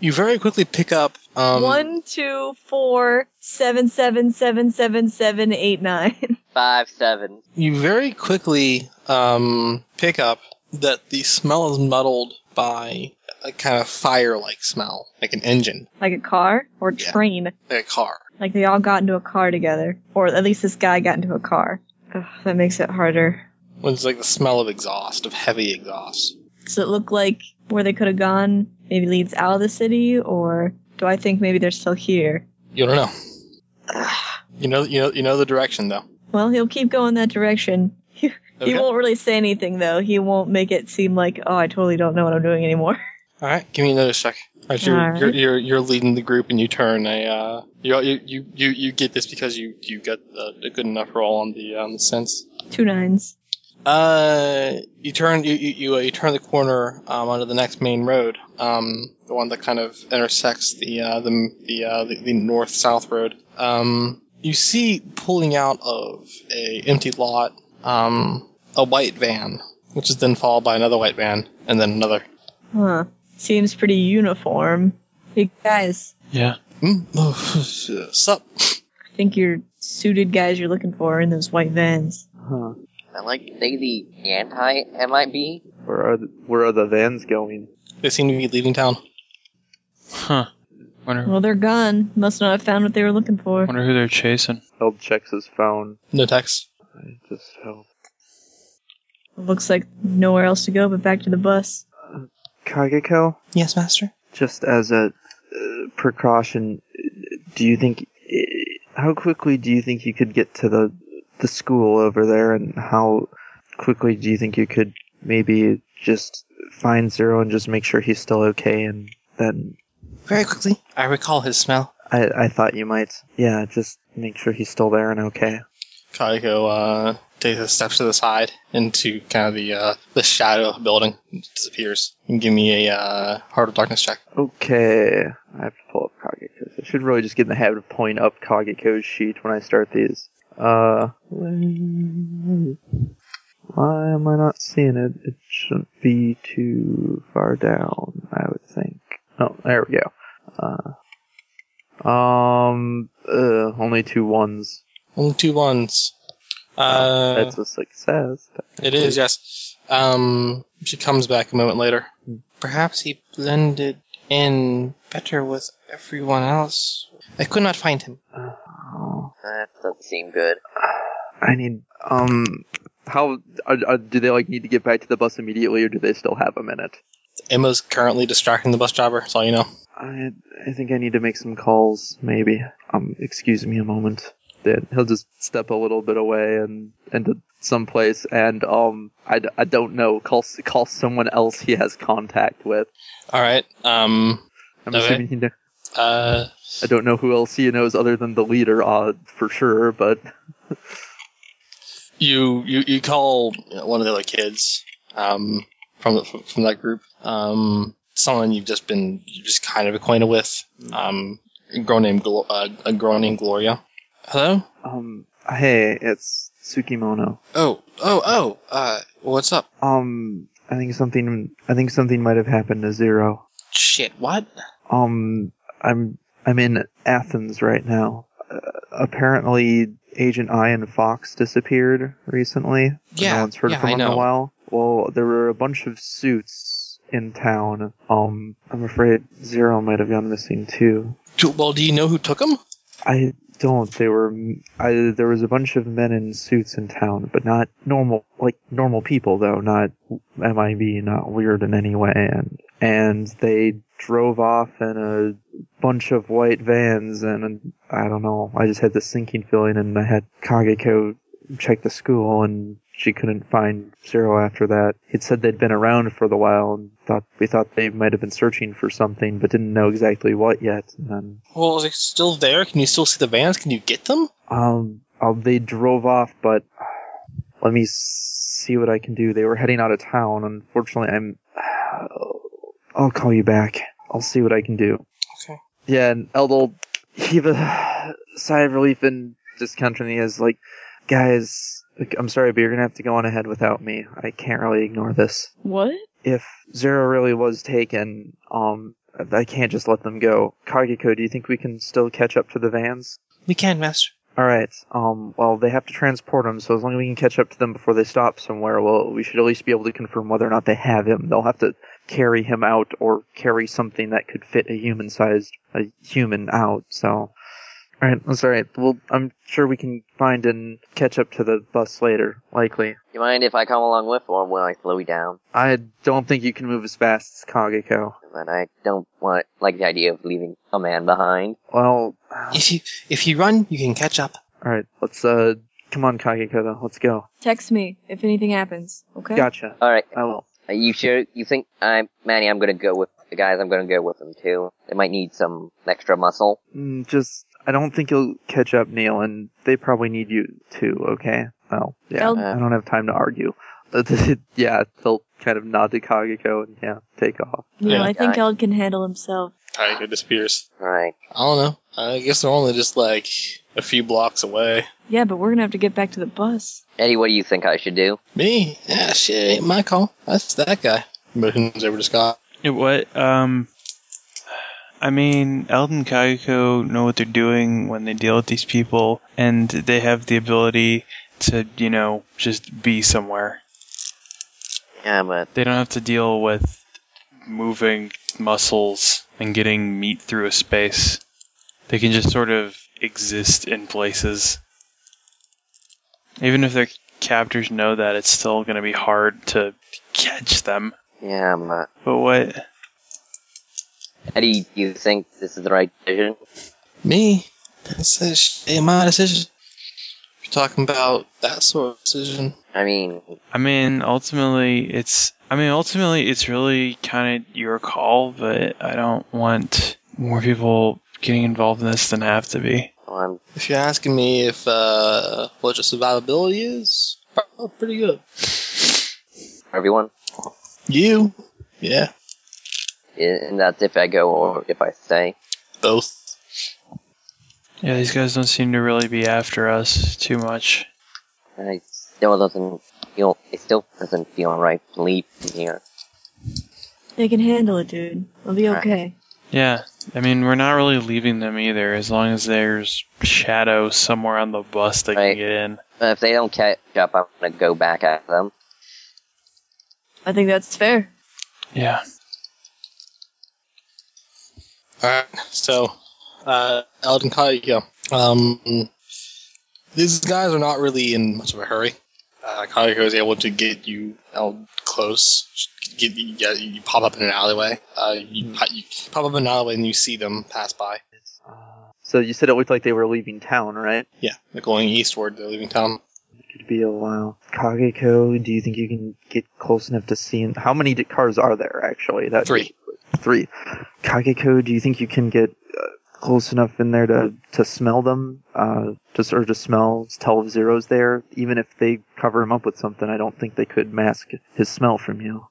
F: you very quickly pick up um
C: One, two, four, seven, seven, seven, seven, seven, eight, nine.
D: Five seven.
F: you very quickly um, pick up that the smell is muddled by a kind of fire-like smell, like an engine,
C: Like a car or a
F: Yeah.
C: train.
F: like a car.
C: Like they all got into a car together, or at least this guy got into a car. Ugh, that makes it harder.
F: It's like the smell of exhaust, of heavy exhaust.
C: Does it look like where they could have gone maybe leads out of the city, or do I think maybe they're still here?
F: You don't know. You know, you know, you know the direction though.
C: Well, he'll keep going that direction.
F: Okay.
C: He won't really say anything though. He won't make it seem like, oh, I totally don't know what I'm doing anymore.
F: All right, give me another check. As you're,
C: All right.
F: you're, you're you're leading the group and you turn a uh, you you you you you get this because you you got a, a good enough roll on the on the sense.
C: Two nines.
F: Uh, you turn you you, you, uh, you turn the corner um, onto the next main road, um, the one that kind of intersects the uh, the the, uh, the, the north south road. Um, you see pulling out of a empty lot um, a white van, which is then followed by another white van and then another.
C: Huh. Seems pretty uniform. Hey guys,
A: Yeah.
F: Mm, oh, sup?
C: I think your suited guys you're looking for are in those white vans.
E: Huh.
D: I like to say the anti MIB.
E: Where are the, where are the vans going?
F: They seem to be leaving town.
A: Huh. Wonder
C: Well, they're gone. Must not have found what they were looking for.
A: wonder who they're chasing.
E: Held checks his phone.
F: No text.
E: I just held.
C: Looks like nowhere else to go but back to the bus.
E: Kageko,
B: Yes, master.
E: just as a uh, precaution, do you think how quickly do you think you could get to the the school over there, and how quickly do you think you could maybe just find Zero and just make sure he's still okay, and then
B: Very quickly, I recall his smell.
E: I I thought you might yeah just make sure he's still there and okay.
F: Kaiko uh, takes a step to the side into kind of the uh, the shadow of a building, and disappears. You can give me a uh, heart of darkness check.
E: Okay, I have to pull up Kageko's. I should really just get in the habit of pulling up Kageko's sheet when I start these. Uh, why am I not seeing it? It shouldn't be too far down, I would think. Oh, there we go. Uh, um, uh, only two ones.
F: Only two ones. Uh,
E: That's a success.
F: it is yes. Um, she comes back a moment later.
B: Perhaps he blended in better with everyone else. I could not find him.
D: Uh,
E: Oh,
D: That doesn't seem good.
E: I need um. uh,
H: How are, are, do they like need to get back to the bus immediately, or do they still have a minute?
F: Emma's currently distracting the bus driver. That's all you know.
E: I I think I need to make some calls, maybe. Um, excuse me a moment.
H: Then he'll just step a little bit away and into some place, and um, I, d- I don't know. Call s- call someone else he has contact with.
F: All right. Um,
H: I'm
F: Okay.
H: assuming he kn-
F: uh,
H: I don't know who else he knows other than the leader, uh, for sure. But
F: you you, you call you know, one of the other kids um, from the, from that group. Um, someone you've just been you're just kind of acquainted with. Um, a girl named Glo- uh, a girl named Gloria. Hello.
E: Um, hey, it's Tsukimono.
F: Oh oh oh. Uh, what's up?
E: Um, I think something I think something might have happened to Zero.
B: Shit, what?
E: Um, I'm I'm in Athens right now. Uh, apparently, Agent I and Fox disappeared recently.
B: Yeah,
E: no one's heard
B: yeah,
E: from
B: I
E: him in
B: know.
E: a while. Well, there were a bunch of suits in town. Um, I'm afraid Zero might have gone missing too.
F: Do- Well, do you know who took him?
E: I don't. They were. I, there was a bunch of men in suits in town, but not normal, like normal people though. Not MIB, not weird in any way. And and they drove off in a bunch of white vans, and I don't know. I just had this sinking feeling, and I had Kageko check the school, and she couldn't find Zero after that. He'd said they'd been around for the while, and thought we thought they might have been searching for something, but didn't know exactly what yet. And then
F: Well, is he still there? Can you still see the vans? Can you get them?
E: Um, um, they drove off, but uh, let me see what I can do. They were heading out of town. Unfortunately, I'm. uh, I'll call you back. I'll see what I can do.
F: Okay.
E: Yeah, and Eldol heave a sigh of relief and discomfort in the is like, guys, like, I'm sorry, but you're gonna have to go on ahead without me. I can't really ignore this.
C: What?
E: If Zero really was taken, um, I can't just let them go. Kagiko, do you think we can still catch up to the vans?
B: We can, master.
E: All right. Um. Well, they have to transport him, so as long as we can catch up to them before they stop somewhere, well, we should at least be able to confirm whether or not they have him. They'll have to carry him out or carry something that could fit a human-sized a human out. So, All right, that's all right. Well, I'm sure we can find and catch up to the bus later, likely.
D: You mind if I come along with, or will I slow you down?
E: I don't think you can move as fast as Kageko.
D: But I don't want like the idea of leaving a man behind.
E: Well,
B: If you if you run, you can catch up.
E: all right, let's uh, come on, Kageko, though. Let's go.
C: Text me if anything happens. Okay.
E: Gotcha.
D: All right,
E: I will.
D: are you sure? You think I'm Manny? I'm gonna go with the guys. I'm gonna go with them too. They might need some extra muscle.
E: Mm, Just, I don't think you'll catch up, Neil, and they probably need you too. Okay. Well, yeah,
C: They'll-
E: I don't have time to argue. yeah, they'll kind of nod to Kageko and yeah, take off.
C: Neil,
F: Yeah.
C: I think
D: Alright.
C: Eld can handle himself.
F: Tiger disappears.
D: All right.
F: I don't know. I guess they're only just like a few blocks away.
C: Yeah, but we're gonna have to get back to the bus.
D: Eddie, what do you think I should do?
F: Me? Yeah, shit, ain't my call. That's that guy. Motions over to Scott.
A: It what? Um, I mean, Elden and Kageko know what they're doing when they deal with these people, and they have the ability to, you know, just be somewhere.
D: Yeah, but
A: They don't have to deal with moving muscles and getting meat through a space. They can just sort of exist in places. Even if their captors know that, it's still going to be hard to catch them.
D: yeah, but
A: But what?
D: Eddie, you think this is the right decision?
F: Me? This is shit, ain't my decision. You're talking about that sort of decision.
D: I mean,
A: I mean, ultimately, it's. I mean, ultimately, it's really kind of your call, but I don't want more people getting involved in this than have to be.
D: well, I'm
F: If you're asking me if uh, what your survivability is, probably pretty good.
D: everyone.
F: You? Yeah,
D: And that's if I go or if I stay.
F: both.
A: Yeah, these guys don't seem to really be after us too much.
D: And it still doesn't feel. It still doesn't feel right to leave from here.
C: They can handle it, dude. We'll be
D: Alright.
C: okay.
A: Yeah, I mean, we're not really leaving them either, as long as there's shadow somewhere on the bus they
D: Right.
A: can get in.
D: But if they don't catch up, I'm gonna go back at them.
C: I think that's fair.
A: Yeah.
F: Alright, so, uh, Eldon Kaigo. Um, these guys are not really in much of a hurry. Uh, Kaigo is able to get you Eld close. Get, you, yeah, you pop up in an alleyway. Uh, you, you pop up in an alleyway and you see them pass by.
E: So you said it looked like they were leaving town, right?
F: Yeah, they're going eastward. They're leaving town.
E: Could be a while. Kageko, do you think you can get close enough to see? him? How many d- cars are there actually? That
F: Three.
E: three. Kageko, do you think you can get uh, close enough in there to to smell them? Uh, just or to smell tell if Zero's there, even if they cover him up with something. I don't think they could mask his smell from you.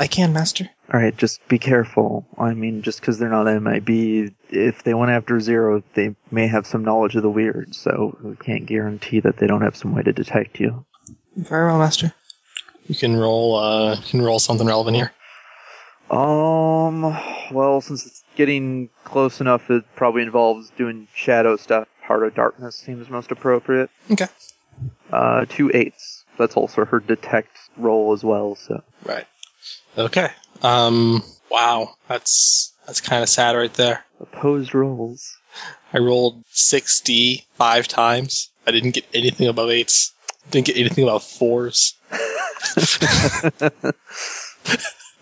B: I can, Master.
E: All right, just be careful. I mean, just because they're not MIB, if they went after Zero, they may have some knowledge of the weird, so we can't guarantee that they don't have some way to detect you.
B: Very well, Master.
F: You can roll. Uh, you can roll something relevant here.
E: Um, well, since it's getting close enough, it probably involves doing shadow stuff. Heart of Darkness seems most appropriate.
F: Okay.
E: Uh, two eights. That's also her detect roll as well, so.
F: Right. Okay. Um. Wow. That's that's kind of sad right there.
E: Opposed rolls.
F: I rolled 6D five times. I didn't get anything above eights. Didn't get anything above fours.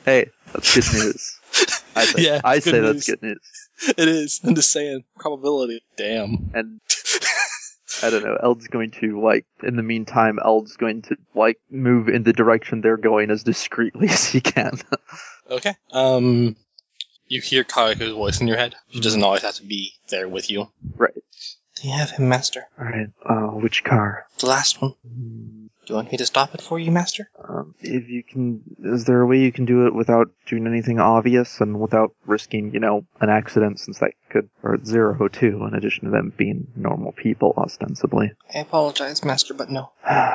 E: hey, that's good news. I say,
F: Yeah,
E: I
F: good
E: say
F: news.
E: that's good news.
F: It is. I'm just saying. Probability. Damn.
E: and I don't know. Eld's going to like. In the meantime, Eld's going to like move in the direction they're going as discreetly as he can.
F: Okay. Um. You hear Kayako's voice in your head. She doesn't always have to be there with you.
B: Do you have him, Master?
E: All right. Uh, which car?
B: The last one.
E: Hmm,
B: Do you want me to stop it for you, Master?
E: Um, if you can, is there a way you can do it without doing anything obvious and without risking, you know, an accident? Since that could, or zero too, in addition to them being normal people ostensibly.
B: I apologize, Master, but no. My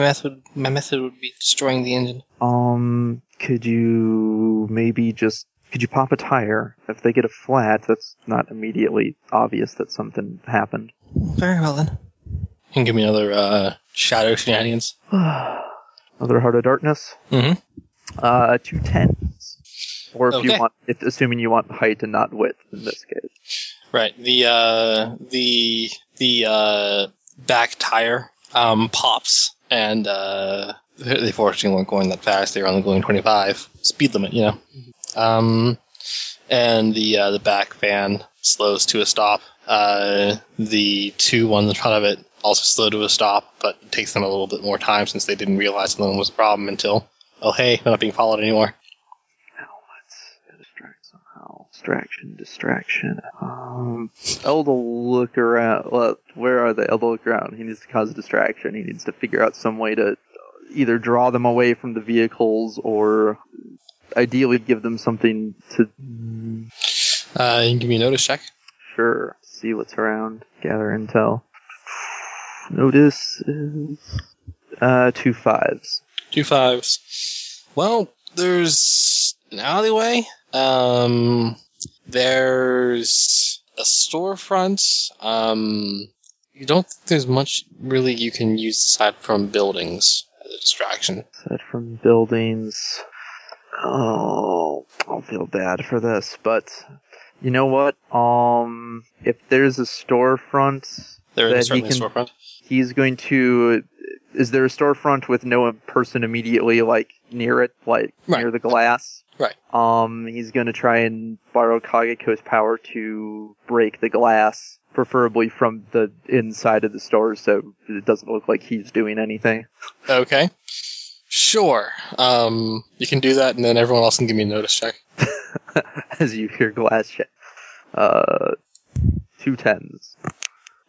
B: method, my method would be destroying the engine.
E: Um, could you maybe just could you pop a tire? If they get a flat, that's not immediately obvious that something happened.
B: Very well then.
F: You can give me another uh, shadow shenanigans.
E: Another heart of darkness.
F: Mhm.
E: Uh, two tens. Or if you
F: Okay.
E: want, if, assuming you want height and not width in this case.
F: Right. The uh, the the uh, back tire um, pops, and uh, they they fortunately weren't going that fast. They were only going 25 speed limit, you know. Um, and the uh, the back van slows to a stop. Uh, the two ones in front of it also slow to a stop, but it takes them a little bit more time since they didn't realize something was a problem until, oh hey, they're not being followed anymore.
E: Now let's distract somehow. Distraction, distraction. Um,
H: Elda look around. Well, where are they? Elda look around. He needs to cause a distraction. He needs to figure out some way to either draw them away from the vehicles or ideally give them something to
F: Uh, you can give me a notice check.
H: sure see what's around.
E: gather intel.
H: Notice is uh, two fives.
F: Two fives. Well, there's an alleyway. Um, there's a storefront. Um, you don't think there's much really you can use aside from buildings as a distraction.
E: Set from buildings. Oh, I'll feel bad for this, but you know what? Um, if there's a storefront,
F: There
E: That
F: is
E: he
F: certainly
E: can-
F: a storefront.
E: he's going to. Is there a storefront with no person immediately like near it, like
F: Right.
E: near the glass?
F: Right.
E: Um, he's going to try and borrow Kageko's power to break the glass, preferably from the inside of the store, so it doesn't look like he's doing anything.
F: Okay. Sure. Um, you can do that, and then everyone else can give me a notice check.
E: As you hear glass shit. Uh,
H: Two tens.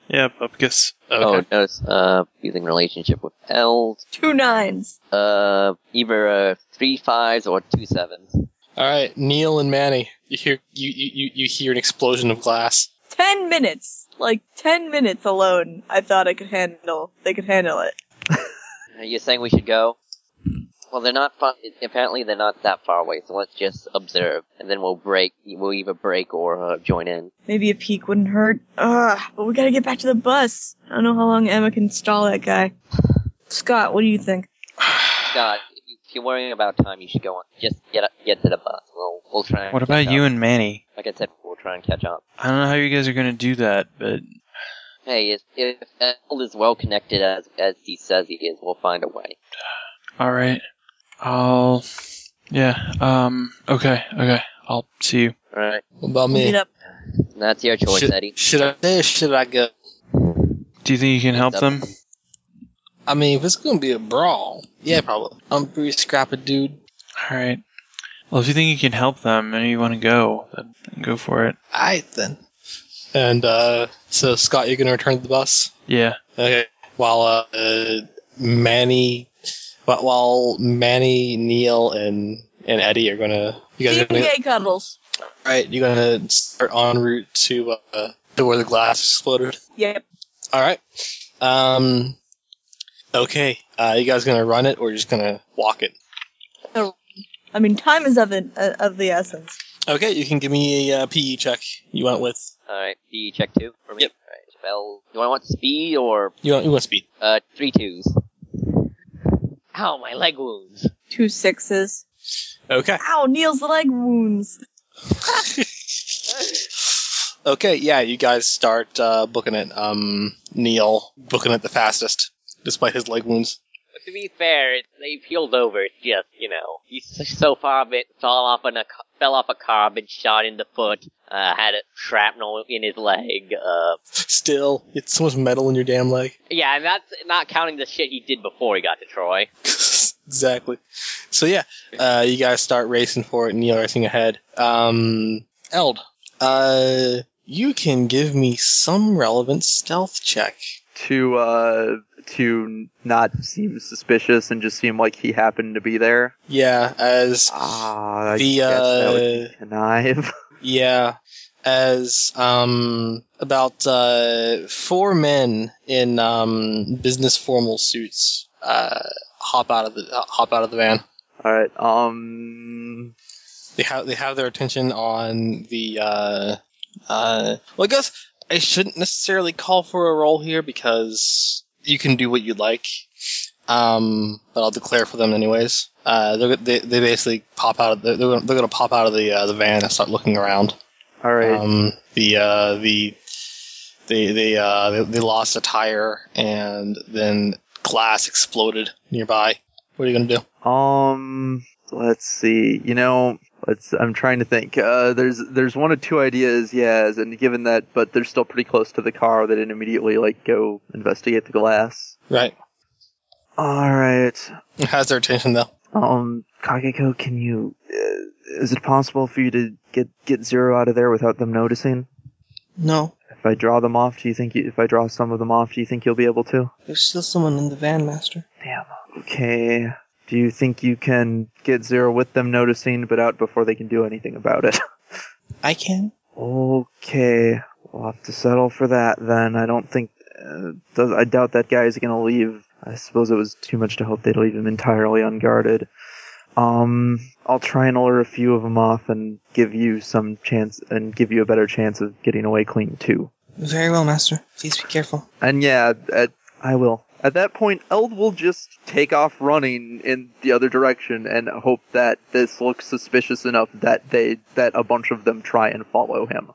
A: Yeah, Bupkis.
D: Oh, notice, uh, using relationship with L,
C: Two nines.
D: uh, either, uh, three fives or two sevens.
E: Oh.
F: All right, Neil and Manny, you hear you, you, you- you hear an explosion of glass.
C: Ten minutes. Like ten minutes alone. I thought I could handle. They could handle it.
D: Are you saying we should go? Well, they're not. Fun- apparently, they're not that far away. So let's just observe, and then we'll break. We'll either break or uh, join in.
C: Maybe a peek wouldn't hurt. Ugh, but we gotta get back to the bus. I don't know how long Emma can stall that guy. Scott, what do you think?
D: God, if, you, if you're worrying about time, you should go on. Just get up, get to the bus. We'll we'll try. And
A: What
D: catch
A: about
D: up.
A: you and Manny?
D: Like I said, we'll try and catch up.
A: I don't know how you guys are going to do that, but
D: Hey, if, if Eld is well connected as as he says he is, we'll find a way.
A: all right. I'll. Yeah. Um. Okay. Okay. I'll see you.
D: All right,
F: What about
C: Meet
F: me?
C: up.
D: that's your choice,
F: Should,
D: Eddie.
F: should I stay or should I go?
A: Do you think you can help them?
F: I mean, if it's gonna be a brawl, yeah, probably. I'm a pretty scrappy dude.
A: All right. Well, if you think you can help them and you want to go, then then go for it.
F: All right then. And uh, so Scott, you're gonna return to the bus.
A: Yeah.
F: Okay. While uh, uh, Manny, while- while Manny, Neil, and and Eddie are gonna, you guys are gonna,
C: PPA cuddles.
F: all right, you're gonna start en route to uh, to where the glass exploded.
C: Yep.
F: All right. Um. Okay. Uh, you guys gonna run it or just gonna walk it?
C: I mean, time is of an, uh, of the essence.
F: Okay. You can give me a uh, PE check. You went with
D: All right, D check two for me.
F: Yep.
D: All right, Bell. Do I want speed or
F: you want you want speed.
D: uh three twos? Ow, my leg wounds.
C: Two sixes.
F: Okay.
C: Ow, Neil's leg wounds.
F: okay. Yeah. You guys start uh, booking it. Um. Neil booking it the fastest, despite his leg wounds.
D: But to be fair, it, they've healed over. It's just, you know, he's so far a bit, fell off on a, ca- fell off a car, been shot in the foot, uh, had a shrapnel in his leg. Uh,
F: Still, it's so much metal in your damn leg.
D: yeah, and that's not counting the shit he did before he got to Troy.
F: exactly. So yeah, uh, you guys start racing for it. Neil racing ahead. Um, Eld, uh, you can give me some relevant stealth check.
H: To uh, to not seem suspicious and just seem like he happened to be there.
F: Yeah, as
H: Ah, I
F: the
H: guess that would
F: uh,
H: connive.
F: yeah, as um about uh four men in um business formal suits uh hop out of the uh, hop out of the van.
H: All right. Um.
F: they have they have their attention on the uh, uh, well I guess I shouldn't necessarily call for a roll here because you can do what you like um, but I'll declare for them anyways uh, they're, they they basically pop out of the, they're, gonna- they're gonna pop out of the uh, the van and start looking around
E: All right.
F: Um, the uh, the they they uh, they, they lost a tire and then glass exploded nearby. What are you gonna do?
E: Um, let's see. You know, let's. I'm trying to think. Uh, there's there's one or two ideas. Yes, and given that, but they're still pretty close to the car. They didn't immediately like go investigate the glass.
F: Right.
E: All right.
F: It has their attention though.
K: Um, Kageko, can you? Uh, is it possible for you to get get zero out of there without them noticing?
B: No,
K: If I draw them off, do you think? You, if I draw some of them off, do you think you'll be able to?
B: there's still someone in the van, Master.
K: Okay.
E: Do you think you can get zero with them noticing, but out before they can do anything about it?
B: I can.
K: Okay. We'll have to settle for that then. I don't think. Uh, does, I doubt that guy is going to leave. I suppose it was too much to hope they'd leave him entirely unguarded. Um, I'll try and order a few of them off and give you some chance and give you a better chance of getting away clean too.
B: Very well, Master. Please be careful.
E: And yeah, at
K: I will.
E: At that point, Eld will just take off running in the other direction and hope that this looks suspicious enough that they that a bunch of them try and follow him.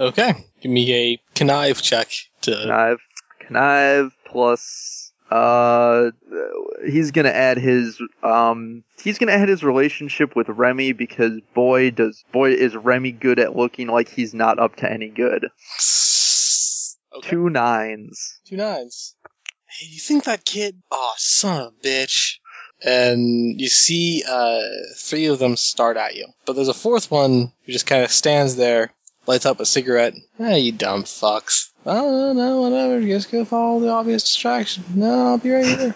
F: Okay. Give me a connive check to
E: Connive, connive plus. Uh, he's gonna add his um. He's gonna add his relationship with Remy because boy does boy is Remy good at looking like he's not up to any good.
F: Okay.
E: Two nines.
F: Two nines. Hey, you think that kid? Oh, son of a bitch. And you see uh, three of them start at you. But there's a fourth one who just kind of stands there, lights up a cigarette. Ah, you dumb fucks. Oh, no, whatever. Just go follow the obvious distraction. No, I'll be right here.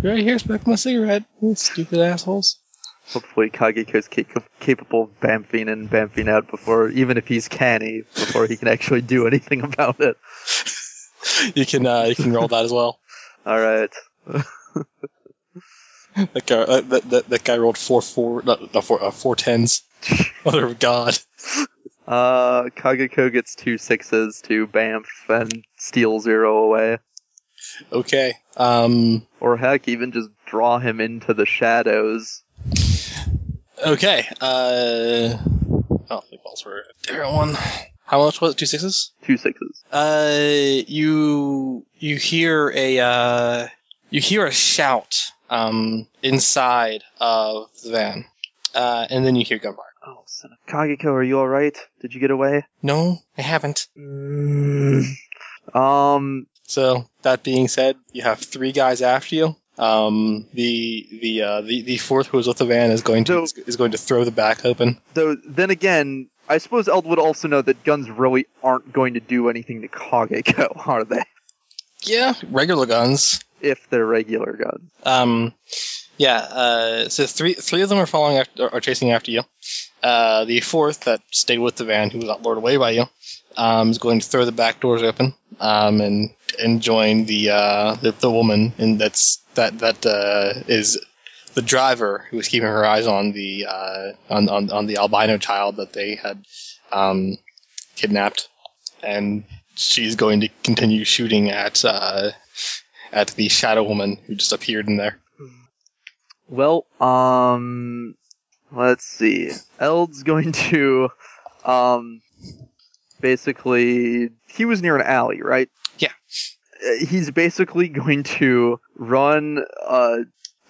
F: Be right here, smoking my cigarette. You Stupid assholes.
E: Hopefully, Kageko's ca- capable of bamfing and bamfing out before, even if he's canny, before he can actually do anything about it.
F: You can uh, you can roll that as well.
E: All right.
F: That guy, uh, that, that, that guy rolled four four, not, not four, uh, four tens. Mother of God.
E: Uh, Kageko gets two sixes to bamf and steal zero away.
F: Okay. Um,
E: Or heck, even just draw him into the shadows.
F: Okay. Uh, oh, the balls were a different one. How much was it? Two sixes.
E: Two sixes.
F: Uh, you you hear a uh, you hear a shout um inside of the van, uh, and then you hear gunfire.
K: Oh, son of Kageko, are you all right? Did you get away?
F: No, I haven't.
K: Mm, um,
F: So that being said, you have three guys after you. Um, the the uh, the, the fourth who was with the van is going to
E: No.
F: is going to throw the back open.
E: Though, then again, I suppose Eld would also know that guns really aren't going to do anything to Kageko, are they?
F: Yeah, regular guns.
E: If they're regular guns.
F: Um, yeah. Uh, so three three of them are following after, are chasing after you. Uh, the fourth that stayed with the van, who was not lured away by you, um, is going to throw the back doors open um, and and join the uh, the, the woman and that's that that uh, is the driver who was keeping her eyes on the uh, on, on on the albino child that they had um, kidnapped, and she's going to continue shooting at. Uh, at the shadow woman who just appeared in there.
E: Well, um, let's see. Eld's going to, um, basically, he was near an alley, right?
F: Yeah.
E: Uh, He's basically going to run, uh,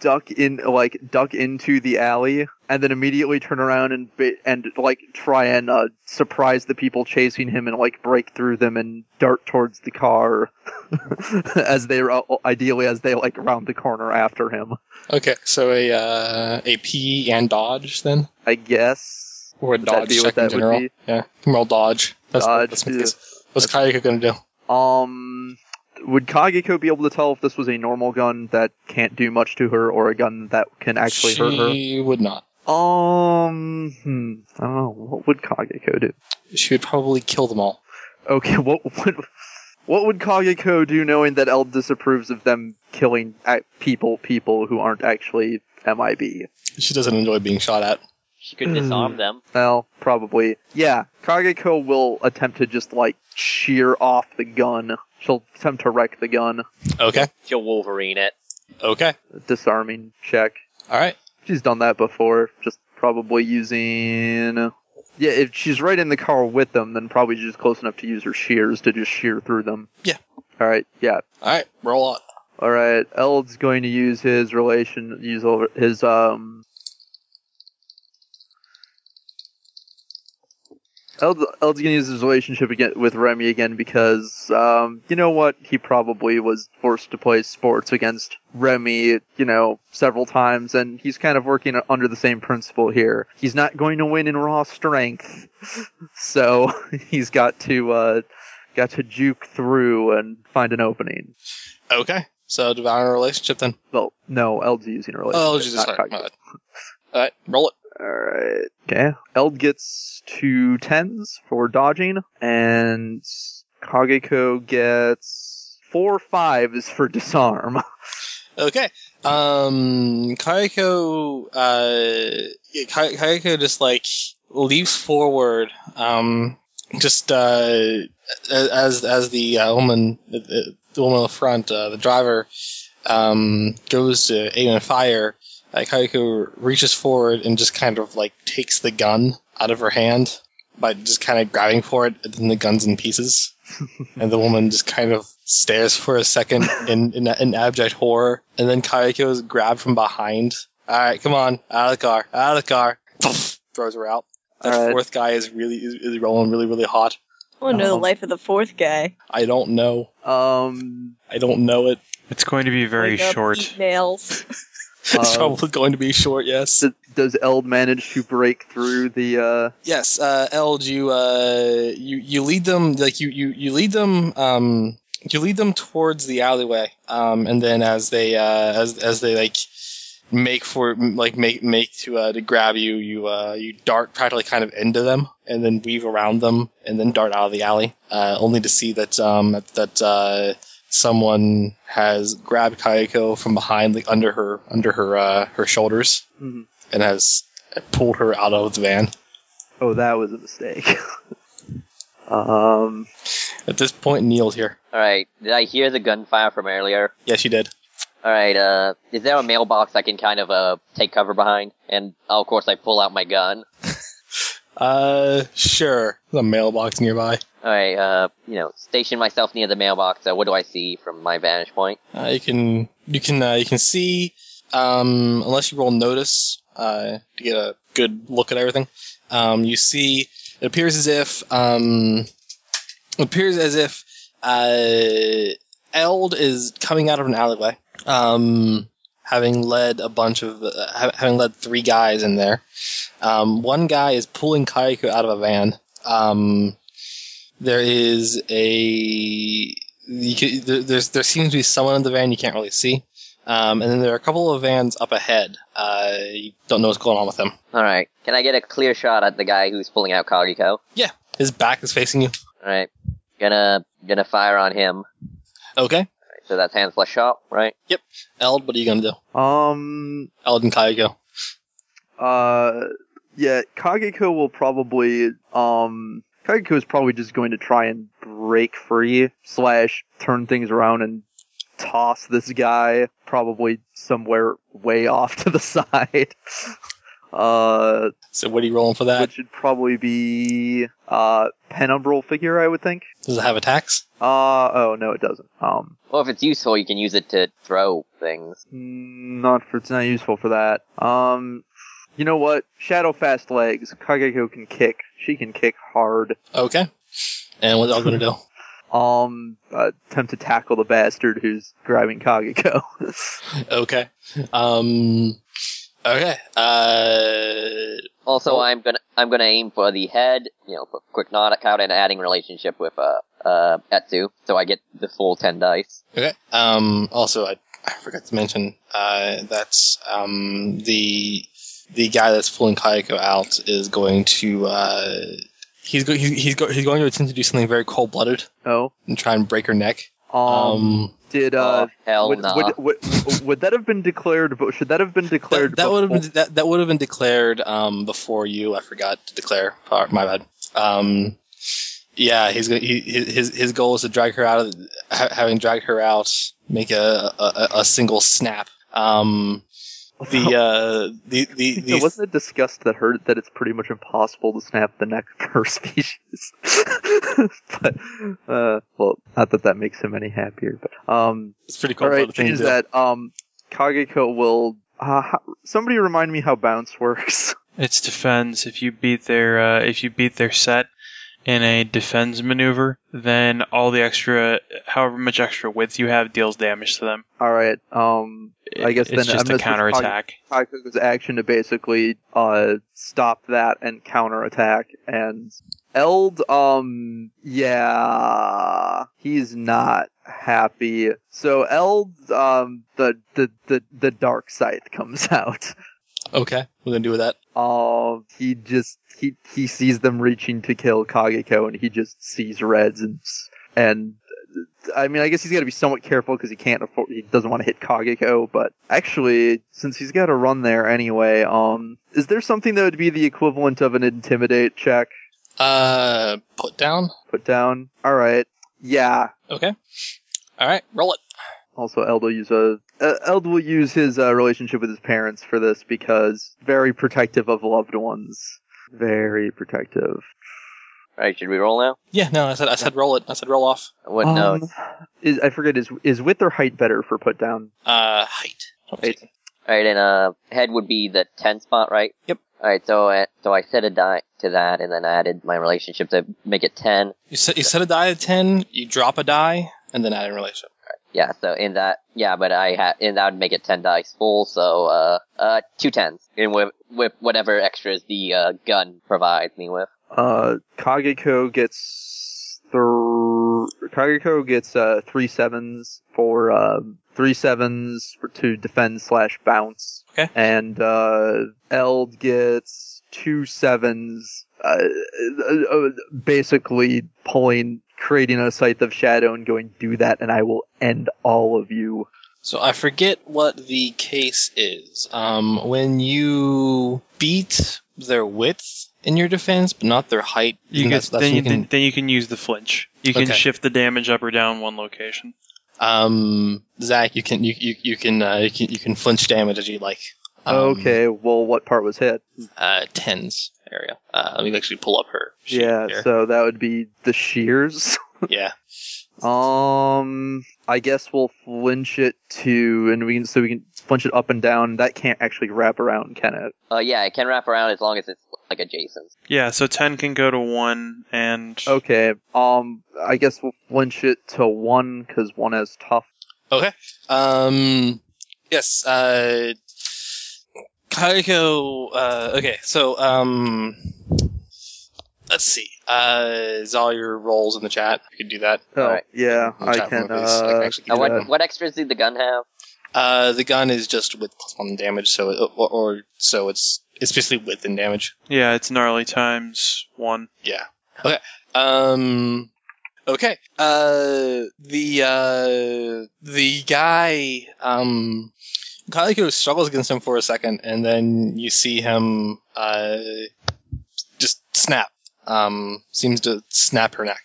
E: duck in, like, duck into the alley, and then immediately turn around and, ba- and, like, try and, uh, surprise the people chasing him and, like, break through them and dart towards the car as they, uh, ideally, as they, like, round the corner after him.
F: Okay, so a uh, a P and dodge then,
E: I guess.
F: or a
E: Would that
F: dodge
E: be what
F: check in
E: that would
F: general.
E: be?
F: Yeah, you can roll dodge. That's,
E: Dodge,
F: That's, that's,
E: yeah.
F: that's, what's Kayako gonna do?
E: Uh, Um, would Kageko be able to tell if this was a normal gun that can't do much to her or a gun that can actually
F: she
E: hurt
F: would not.
E: her? Um, hmm, I don't know. What would Kageko do?
F: She would probably kill them all.
E: Okay, what would what would Kageko do knowing that El disapproves of them killing uh, people people who aren't actually MIB?
F: She doesn't enjoy being shot at.
D: She could disarm them.
E: Well, probably. Yeah, Kageko will attempt to just like shear off the gun. She'll attempt to wreck the gun.
F: Okay,
D: She'll Wolverine it.
F: okay,
E: Disarming check.
F: all right.
E: She's done that before, just Probably using. Yeah, if she's right in the car with them, then probably just close enough to use her shears to just shear through them.
F: Yeah.
E: All right. Yeah.
F: All right, roll on.
E: All right. Eld's going to use his relation. Use over his um. Eld, Eld's gonna use his relationship again with Remy again because um, you know what he probably was forced to play sports against Remy you know several times and he's kind of working under the same principle here he's not going to win in raw strength so he's got to uh, got to juke through and find an opening
F: Okay, so devour a relationship then.
E: well no Eld's using a relationship
F: Oh, Jesus,
E: not
F: sorry.
E: cognitive.
F: my bad. All right, roll it.
E: Alright. Okay. Eld gets two tens for dodging, and Kageko gets four fives for disarm.
F: Okay. Um, Kaiko, uh, yeah, Ka- Kaiko just like leaps forward, um, just, uh, as, as the uh, woman, uh, the woman in the front, uh, the driver, um, goes to aim and fire, uh, Kaiko reaches forward and just kind of like takes the gun out of her hand by just kind of grabbing for it, and then the gun's in pieces. and the woman just kind of stares for a second in, in, in abject horror, and then Kayako is grabbed from behind. All right, come on, out of the car, out of the car. Throws her out. That
E: All right.
F: fourth guy is really is, is rolling really really hot.
C: I want to
A: Oh.
C: know the
F: Um,
C: life of the fourth guy.
F: I don't know.
E: Um,
F: I don't know it.
A: It's going to be very
C: Wake up,
A: short.
C: eat nails.
F: It's
E: Um,
F: probably going to be short. Yes.
E: d- does Eld manage to break through the, uh,
F: Yes, uh, Eld, you uh, you you lead them like you you you lead them um you lead them towards the alleyway um and then as they uh as as they like make for like make make to uh to grab you you uh you dart practically kind of into them and then weave around them and then dart out of the alley uh only to see that um that, that uh someone has grabbed Kayako from behind like under her under her uh her shoulders
E: Mhm.
F: and has pulled her out of the van.
E: oh, that was a mistake. um,
F: At this point, Neil's here.
D: Alright, did I hear the gunfire from earlier?
F: Yes, you did.
D: Alright, uh, is there a mailbox I can kind of, uh, take cover behind? And, oh, of course, I pull out my gun.
F: Uh, sure. There's a mailbox nearby.
D: Alright, uh, you know, station myself near the mailbox. So what do I see from my vantage point?
F: Uh, you can you can uh, you can see um, unless you roll notice uh, to get a good look at everything. Um, you see it appears as if um, it appears as if uh, Eld is coming out of an alleyway, um, having led a bunch of uh, ha- having led three guys in there. Um, one guy is pulling Kaiko out of a van. Um, there is a you can, there, there's, there seems to be someone in the van you can't really see. Um, and then there are a couple of vans up ahead. Uh, you don't know what's going on with them.
D: Alright, can I get a clear shot at the guy who's pulling out Kagiko?
F: His back is facing you.
D: Alright, gonna, gonna fire on him.
F: Okay.
D: So that's hands plus shot, right?
F: Eld, what are you going to do?
E: um,
F: Eld and Kaigo.
E: Uh, yeah, Kageko will probably um Kageko is probably just going to try and break free slash turn things around and toss this guy probably somewhere way off to the side. Uh,
F: So what are you rolling for that?
E: which should probably be uh penumbral figure, I would think.
F: Does it have attacks?
E: Uh oh no, it doesn't. Um,
D: Well, if it's useful, you can use it to throw things.
E: not for it's not useful for that. Um, you know what? Shadow fast legs. Kageko can kick. She can kick hard.
F: Okay. And what's Eld going to do?
E: um uh, attempt to tackle the bastard who's grabbing Kageko.
F: Okay. Um, okay. Uh,
D: Also,
F: Oh.
D: I'm gonna I'm gonna aim for the head, you know, for quick nod out and adding relationship with uh uh Etsu, so I get the full ten dice.
F: Okay. Um, also, I, I forgot to mention uh, that um, the the guy that's pulling Kayako out is going to uh, he's go- he's he's, go- he's going to attempt to do something very cold blooded
E: oh,
F: and try and break her neck.
E: um,
F: Um,
E: did uh,
D: oh, hell
E: would,
D: no.
E: would, would, would that have been declared? But should that have been declared?
F: that, that would have
E: before-
F: been that, that would have been declared um, before you. I forgot to declare. Oh, my bad. Um, yeah, he's go- he, his his goal is to drag her out of ha- having dragged her out, make a a, a- a single snap. Um, the uh, the the,
E: Yeah,
F: the
E: wasn't it discussed that her that it's pretty much impossible to snap the neck per species? but uh, well, not that that makes him any happier. But um,
F: it's pretty cool.
E: all right,
F: thing
E: is
F: to-
E: that um, Kageko will. Uh, how, somebody remind me how bounce works.
A: It's defense. If you beat their uh, if you beat their set in a defense maneuver, then all the extra however much extra width you have deals damage to them.
E: All right. Um, I guess
A: it's
E: then
A: just
E: I'm
A: a
E: just-
A: counterattack.
E: Kageko's action to basically uh stop that and counterattack and Eld. Um, yeah, he's not happy. So Eld, um, the the the the dark scythe comes out.
F: okay, we're gonna do with that.
E: Um, he just he he sees them reaching to kill Kageko, and he just sees reds and and I mean, I guess he's got to be somewhat careful because he can't afford he doesn't want to hit Kageko. But actually, since he's got to run there anyway, um, is there something that would be the equivalent of an intimidate check
F: Uh, put down.
E: put down? All right, yeah.
F: Okay. All right, roll it.
E: Also, Eld will use a uh, Eld will use his uh, relationship with his parents for this because very protective of loved ones, very protective.
D: Alright, should we roll now?
F: Yeah, no, I said I said roll it. I said roll off.
D: What no?
E: Um, Is, I forget is is width or height better for put down?
F: Uh, height.
E: Height.
D: Alright, and uh, head would be the 10 spot, right?
F: Yep.
D: Alright, so I, so I set a die to that and then I added my relationship to make it 10.
F: You set you set a die at ten. You drop a die, and then add in relationship.
D: Yeah, so in that, yeah, but I had, and that would make it 10 dice full, so, uh, uh, two tens. And with, with whatever extras the, uh, gun provides me with.
E: Uh, Kageko gets thr Kageko gets uh three sevens for um three sevens for, to defend slash bounce.
F: Okay.
E: And uh, Eld gets two sevens, uh, uh, uh, basically pulling, creating a scythe of shadow and going, do that, and I will end all of you.
F: So I forget what the case is. Um, when you beat their width in your defense, but not their height,
A: You
F: then
A: can,
F: that's, that's
A: then,
F: when
A: you
F: you
A: then-
F: can.
A: then you can use the flinch. You can
F: Okay.
A: shift the damage up or down one location.
F: Um, Zach, you can you you, you can uh, you can you can flinch damage as you like. Um,
E: okay, well, what part was hit?
F: Uh, tens area. Uh, let me actually pull up her. sheet
E: Yeah,
F: here.
E: so that would be the shears.
F: yeah.
E: Um, I guess we'll flinch it to, and we can so we can flinch it up and down. That can't actually wrap around, can it?
D: Uh, yeah, it can wrap around as long as it's, like, adjacent.
A: Yeah, so ten can go to one and
E: Okay. Um, I guess we'll flinch it to one because one has tough.
F: Um, yes. Uh, Kaiko. Uh, okay, so um, let's see. Uh, is all your rolls in the chat? You can do that.
E: Oh,
D: Alright.
E: yeah,
F: In the
E: I
F: chat
E: can.
F: room, please. I can
E: Uh,
F: actually
D: Now,
F: give
E: yeah.
F: you that.
D: what, what extras did the gun have?
F: Uh, the gun is just with plus one damage, so it, or, or so it's it's basically with and damage.
A: yeah, it's gnarly times one.
F: Yeah. Okay. Um. Okay. Uh. The uh. The guy. Um. Kaliko struggles against him for a second, and then you see him. Uh. Just snap. Um. Seems to snap her neck,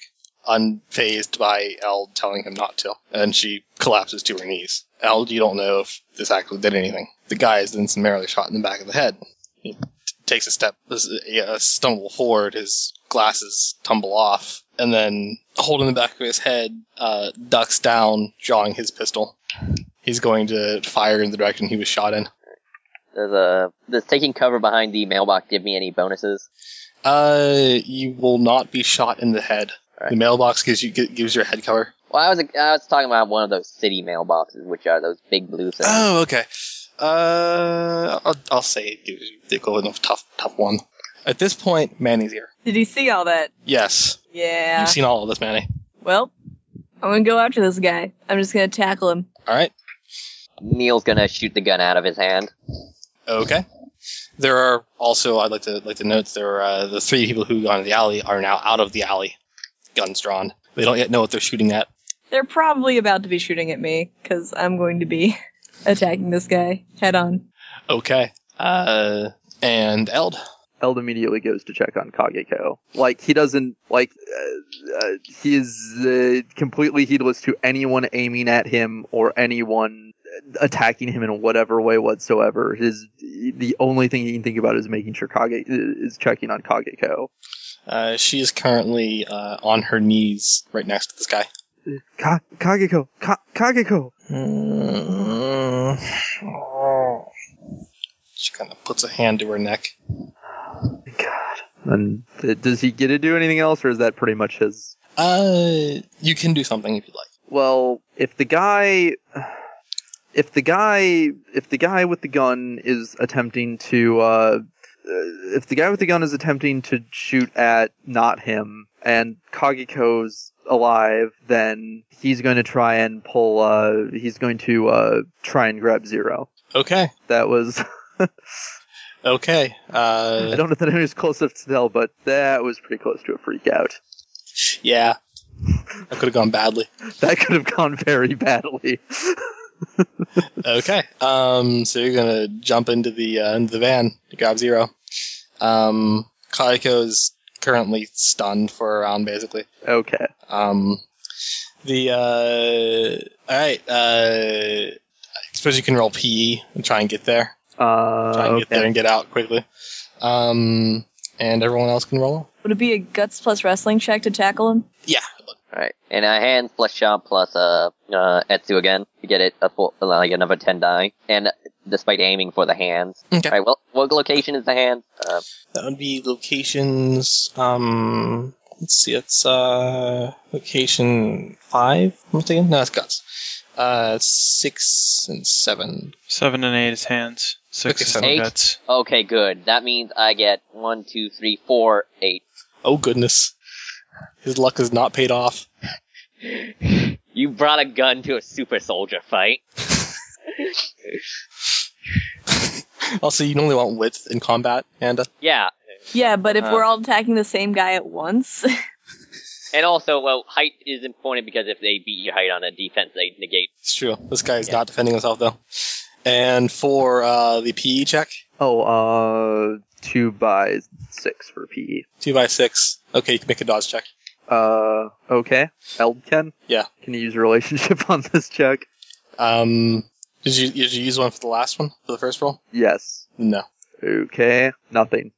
F: unfazed by Eld telling him not to, and she collapses to her knees. Eld, you don't know if this actually did anything. The guy is then summarily shot in the back of the head takes a step, a a stumble forward, his glasses tumble off, and then holding the back of his head, uh, ducks down, drawing his pistol. He's going to fire in the direction he was shot in.
D: Does, uh, does taking cover behind the mailbox give me any bonuses?
F: Uh, you will not be shot in the head.
D: Alright.
F: The mailbox gives you gi- gives your head cover.
D: Well, I was, I was talking about one of those city mailboxes, which are those big blue things.
F: Oh, okay. Uh, I'll, I'll say it gives you the equivalent of tough tough one. At this point, Manny's here.
C: Did he see all that?
F: Yes,
C: Yeah.
F: you've seen all of this, Manny.
C: Well, I'm gonna go after this guy. I'm just gonna tackle him.
F: All right.
D: Neil's gonna shoot the gun out of his hand.
F: Okay. There are also I'd like to like to note there are, uh, the three people who got into the alley are now out of the alley, guns drawn. They don't yet know what they're shooting at.
C: They're probably about to be shooting at me because I'm going to be attacking this guy head on.
F: Okay. Uh, and Eld.
E: Eld immediately goes to check on Kageko. Like he doesn't like uh, uh, he is uh, completely heedless to anyone aiming at him or anyone attacking him in whatever way whatsoever. His the only thing he can think about is making sure Kage is checking on Kageko.
F: Uh, she is currently uh, on her knees right next to this guy.
L: Ka- Kageko, Ka- Kageko.
F: Mm. She kind of puts a hand to her neck.
L: God.
E: And th- does he get to do anything else, or is that pretty much his?
F: Uh, you can do something if you'd like.
E: Well, if the guy, if the guy, if the guy with the gun is attempting to, uh, uh, if the guy with the gun is attempting to shoot at not him and Kagiko's alive, then he's going to try and pull. Uh, he's going to uh, try and grab Zero.
F: Okay.
E: That was.
F: Okay.
E: I
F: Uh,
E: don't know that anyone was close enough to tell, but that was pretty close to a freak out.
F: yeah. That could have gone badly.
E: That could have gone very badly.
F: Okay. Um, so you're gonna jump into the uh, into the van to grab Zero. Um, Kaiko's currently stunned for a round, basically.
E: Okay.
F: Um, the uh, all right. Uh, I suppose you can roll PE and try and get there. Try
E: Uh,
F: and get there
E: okay.
F: and get out quickly. Um, and everyone else can roll.
C: Would it be a guts plus wrestling check to tackle him?
F: Yeah.
D: Alright. And a hand plus shot plus uh uh Etsu again to get it a full, like another ten die. And despite aiming for the hands.
F: Okay.
D: Alright, well what location is the hand? Uh,
F: That would be locations. Um, let's see, it's uh, location five. I'm mistaken. No, it's guts. Uh, it's six and seven.
A: Seven and eight is hands. Six
F: Okay,
A: is
F: so-
A: the
D: Eight.
A: guts.
D: okay, good. That means I get one, two, three, four, eight.
F: Oh goodness, his luck has not paid off.
D: You brought a gun to a super soldier fight.
F: Also, you normally want width in combat, and uh,
D: Yeah.
C: Yeah, but if
D: Uh.
C: we're all attacking the same guy at once,
D: And also, well, height is important because if they beat your height on a defense, they negate.
F: it's true. This guy is
D: Yeah.
F: not defending himself though. And for uh, the PE check,
E: Oh, uh, two by six for E. PE.
F: two by six. Okay, you can make a dodge check.
E: Uh, okay. Eldken?
F: Yeah.
E: Can you use relationship on this check?
F: Um, did you did you use one for the last one for the first roll?
E: Yes.
F: No,
E: Okay. Nothing.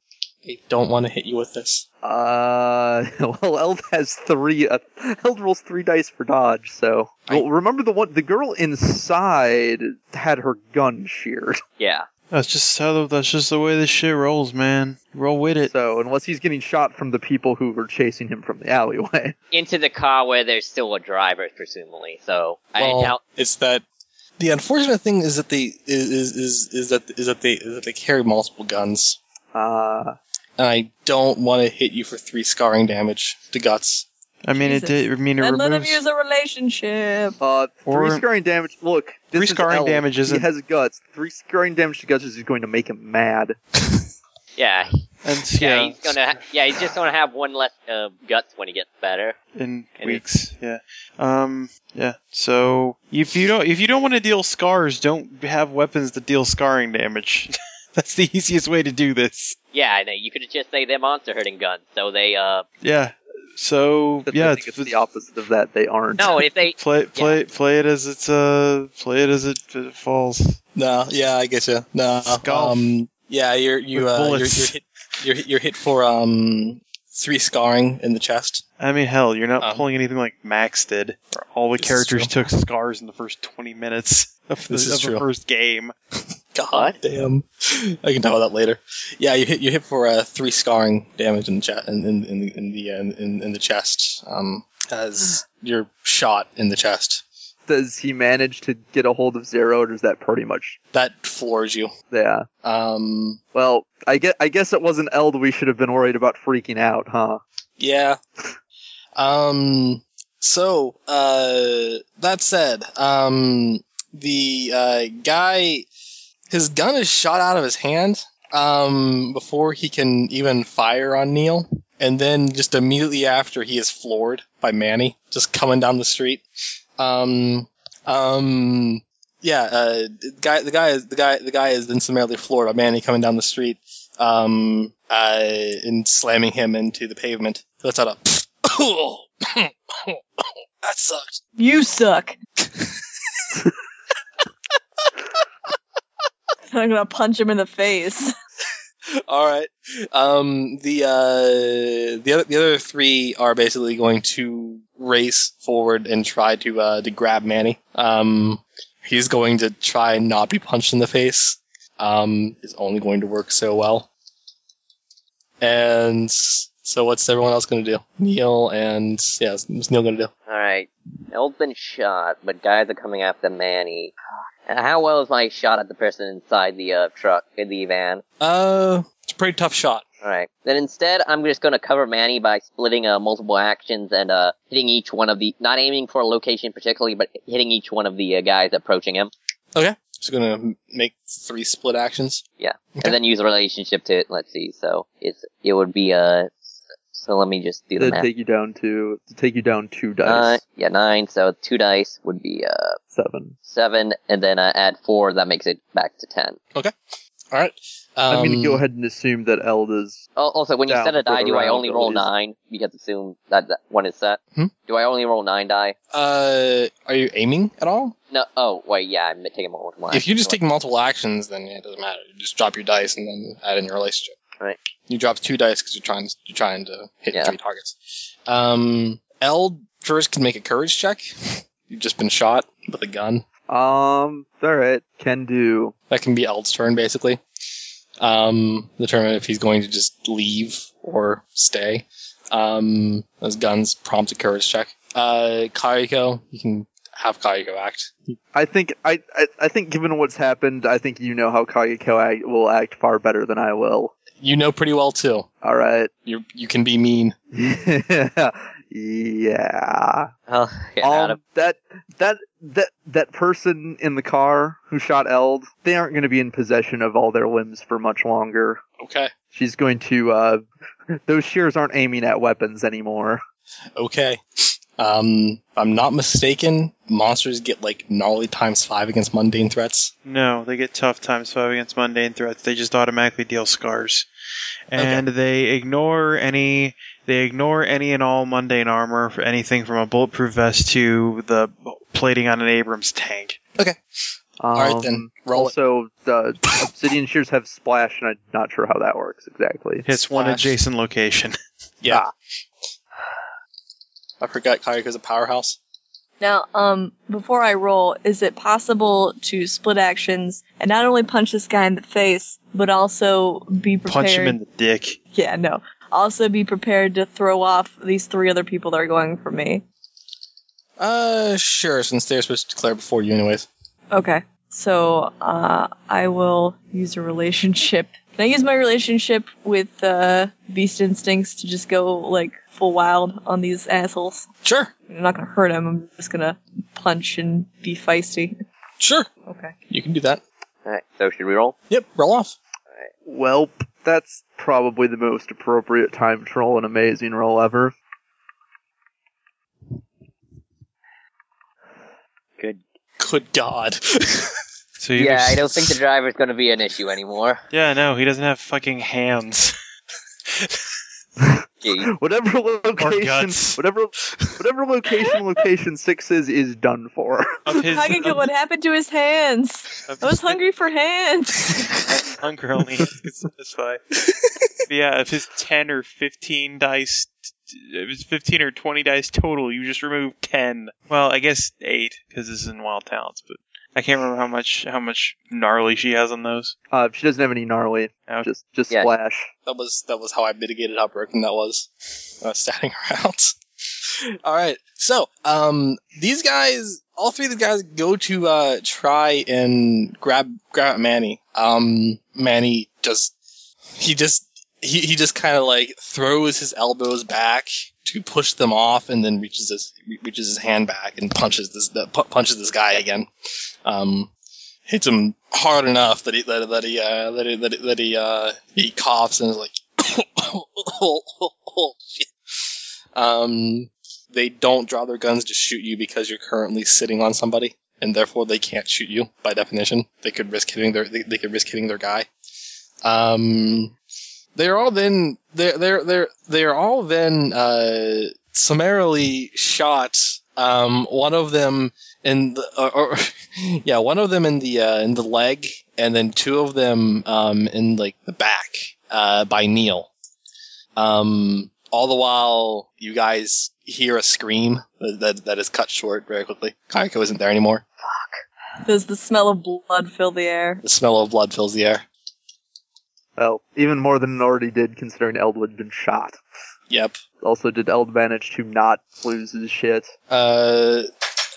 F: I don't want to hit you with this.
E: Uh, well, Eld has three. Uh, Eld rolls three dice for dodge. So,
F: I-
E: well, remember the one. The girl inside had her gun sheared.
D: Yeah.
A: That's just how the, that's just the way this shit rolls, man. Roll with it.
E: So, unless he's getting shot from the people who were chasing him from the alleyway,
D: Into the car where there's still a driver, presumably. So I
F: Well,
D: doubt.
F: it's that the unfortunate thing is that they is is is, is that is that they is that they carry multiple guns,
E: Uh,
F: and I don't want to hit you for three scarring damage to guts.
A: I mean, it
C: Jesus.
A: did. I mean, it
C: and let him
A: removes.
C: use a relationship.
E: uh,
A: Or-
E: three scarring damage. Look, this
A: Three
E: is
A: scarring
E: Eld.
A: damage
E: He
A: isn't-
E: has guts. Three scarring damage to guts is going to make him mad.
D: Yeah.
A: and,
D: Yeah.
A: yeah,
D: He's gonna. Ha- yeah. He's just gonna have one less uh, guts when he gets better.
A: in
D: And
A: weeks. Yeah. Um. Yeah. So if you don't if you don't want to deal scars, don't have weapons that deal scarring damage. That's the easiest way to do this.
D: Yeah. I know. You could just say they're monster hurting guns. So they. uh
A: Yeah. So
E: But I
A: yeah,
E: think
A: it's-
E: it's the opposite of that. They aren't.
D: No. If they.
A: play play play it as it's uh play it as it, it falls.
F: No, yeah, I get you. No,
A: Skull.
F: um, yeah, you're you
A: With
F: uh, you're, you're
A: bullets.
F: hit you're hit- you're hit for um three scarring in the chest.
A: I mean, hell, you're not
F: Um,
A: pulling anything like Max did. Where all the
F: This is
A: characters
F: true.
A: took scars in the first 20 minutes of the,
F: This is
A: of the
F: true.
A: first game.
F: God
D: What?
F: damn! I can talk about that later. Yeah, you hit you hit for uh, three scarring damage in the chest in in in the in the, uh, in, in the chest. Um, as you're shot in the chest,
E: Does he manage to get a hold of Zero, or is that pretty much?
F: that floors you.
E: Yeah.
F: Um,
E: Well, I guess, I guess it wasn't Eld we should have been worried about freaking out, huh?
F: yeah. Um, so, uh, that said, um, the, uh, guy, his gun is shot out of his hand, um, before he can even fire on Neil. And then just immediately after, he is floored by Manny, just coming down the street. Um, um, yeah, uh, the guy, the guy is, the guy, the guy is then summarily floored by Manny coming down the street um, uh, and slamming him into the pavement. He lets out a. that sucked.
C: You suck. I'm gonna punch him in the face.
F: All right. Um, the uh, the other the other three are basically going to race forward and try to uh, to grab Manny. Um, he's going to try and not be punched in the face. Um, it's only going to work so well. And so, what's everyone else going to do? Neil and yeah, what's Neil going to do?
D: Alright. El's been shot, but guys are coming after Manny. And How well is my shot at the person inside the uh, truck, in the van?
F: Uh, it's a pretty tough shot.
D: Alright. Then instead, I'm just gonna cover Manny by splitting uh, multiple actions and uh, hitting each one of the, not aiming for a location particularly, but hitting each one of the uh, guys approaching him.
F: Just going to make three split actions. Okay.
D: And then use a relationship to it. Let's see. So it's, it would be, uh, so let me just do the
H: That'd
D: math.
H: take you down to to take you down two
D: Uh,
H: dice.
D: yeah, nine. So two dice would be, uh,
H: Seven.
D: seven, and then I add four, that makes it back to ten.
F: All right. Um,
H: I'm gonna go ahead and assume that Elda's
D: Al- Also, when you
H: Down
D: set a
H: for
D: die,
H: the
D: do I
H: round
D: only roll
H: abilities.
D: nine? Because assume that, that one is set.
F: Hmm?
D: Do I only roll nine die?
F: Uh, are you aiming at all?
D: No. Oh, wait. Yeah, I'm taking them all with one.
F: If you just take multiple actions, then yeah, it doesn't matter. You just drop your dice and then add in your relationship.
D: Right.
F: You drop two dice because you're trying you're trying to hit
D: Yeah.
F: three targets. Um, L first can make a courage check. You've just been shot with a gun.
H: um. All right, can do.
F: That can be Eld's turn basically. Um, determine if he's going to just leave or stay. Um, those guns prompt a courage check. Uh, Kaiko, you can have Kaiko act.
H: I think I, I I think given what's happened, I think you know how Kageko act, will act far better than I will.
F: You know pretty well too.
H: All right.
F: You you can be mean.
H: yeah.
D: Oh, yeah,
H: Um,
D: out of-
H: that that that that person in the car who shot Eld, they aren't going to be in possession of all their limbs for much longer.
F: Okay.
H: She's going to. uh Those shears aren't aiming at weapons anymore.
F: Okay. Um, if I'm not mistaken, monsters get like gnarly times five against mundane threats.
A: No, they get tough times five against mundane threats. They just automatically deal scars, and they ignore any they ignore any and all mundane armor for anything from a bulletproof vest to the plating on an Abrams tank.
H: Um,
F: All right, then roll it.
H: also, the obsidian shears have splash, and I'm not sure how that works exactly.
A: Hits one
F: Splash.
A: adjacent location.
F: Yeah. I forgot Kayaka's a powerhouse.
C: Now, um, before I roll, is it possible to split actions and not only punch this guy in the face, but also be prepared?
A: Punch him in the dick.
C: Yeah, no. Also be prepared to throw off these three other people that are going for me.
F: Uh, sure. Since they're supposed to declare before you, anyways.
C: Okay. So, uh, I will use a relationship. Can I use my relationship with, uh, Beast Instincts to just go, like, full wild on these assholes?
F: Sure.
C: I'm not gonna hurt him, I'm just gonna punch and be feisty.
F: Sure.
C: Okay.
F: You can do that.
D: Alright, so should we roll?
F: Yep. Roll off.
H: Welp, that's probably the most appropriate time to roll an amazing roll ever.
D: Good.
F: Good God.
A: So you
D: Yeah,
A: just-
D: I don't think the driver's gonna be an issue anymore.
A: Yeah, no, he doesn't have fucking hands.
D: Jeez.
H: Whatever location,
A: guts.
H: whatever, whatever location, location six is is done for.
A: Of his,
C: I can get what happened to his hands.
A: of
C: I
A: his-
C: was hungry for hands.
A: hunger only is satisfied. yeah, if his ten or fifteen dice, if it's fifteen or twenty dice total, you just remove ten. Well, I guess eight because this is in Wild Talents, but I can't remember how much how much gnarly she has on those.
H: Uh, she doesn't have any gnarly,
A: Okay.
H: just just
D: Yeah.
H: splash.
F: that was that was how I mitigated how broken that was. I was standing around. all right. So, um, these guys, all three of these guys, go to uh, try and grab grab at Manny. Um, Manny just he just he, he just kind of like throws his elbows back to push them off, and then reaches his reaches his hand back and punches this pu- punches this guy again. Um, hits him hard enough that he that, that he uh, that he that he, that he, uh, he coughs and is like, oh, shit. Um, they don't draw their guns to shoot you because you're currently sitting on somebody, and therefore they can't shoot you by definition. They could risk hitting their they, they could risk hitting their guy. Um, they're all then they're they're they're they're all then uh, summarily shot Um, one of them in the, or, or, yeah, one of them in the uh, in the leg, and then two of them um, in like the back uh, by Neil. Um, all the while, you guys hear a scream that, that, that is cut short very quickly. Kayako isn't there anymore.
C: Does the smell of blood fill the air?
F: The smell of blood fills the air.
E: Well, even more than it already did, considering Eldwood had been shot.
F: Yep.
E: Also, did Eld manage to not lose his shit?
F: Uh,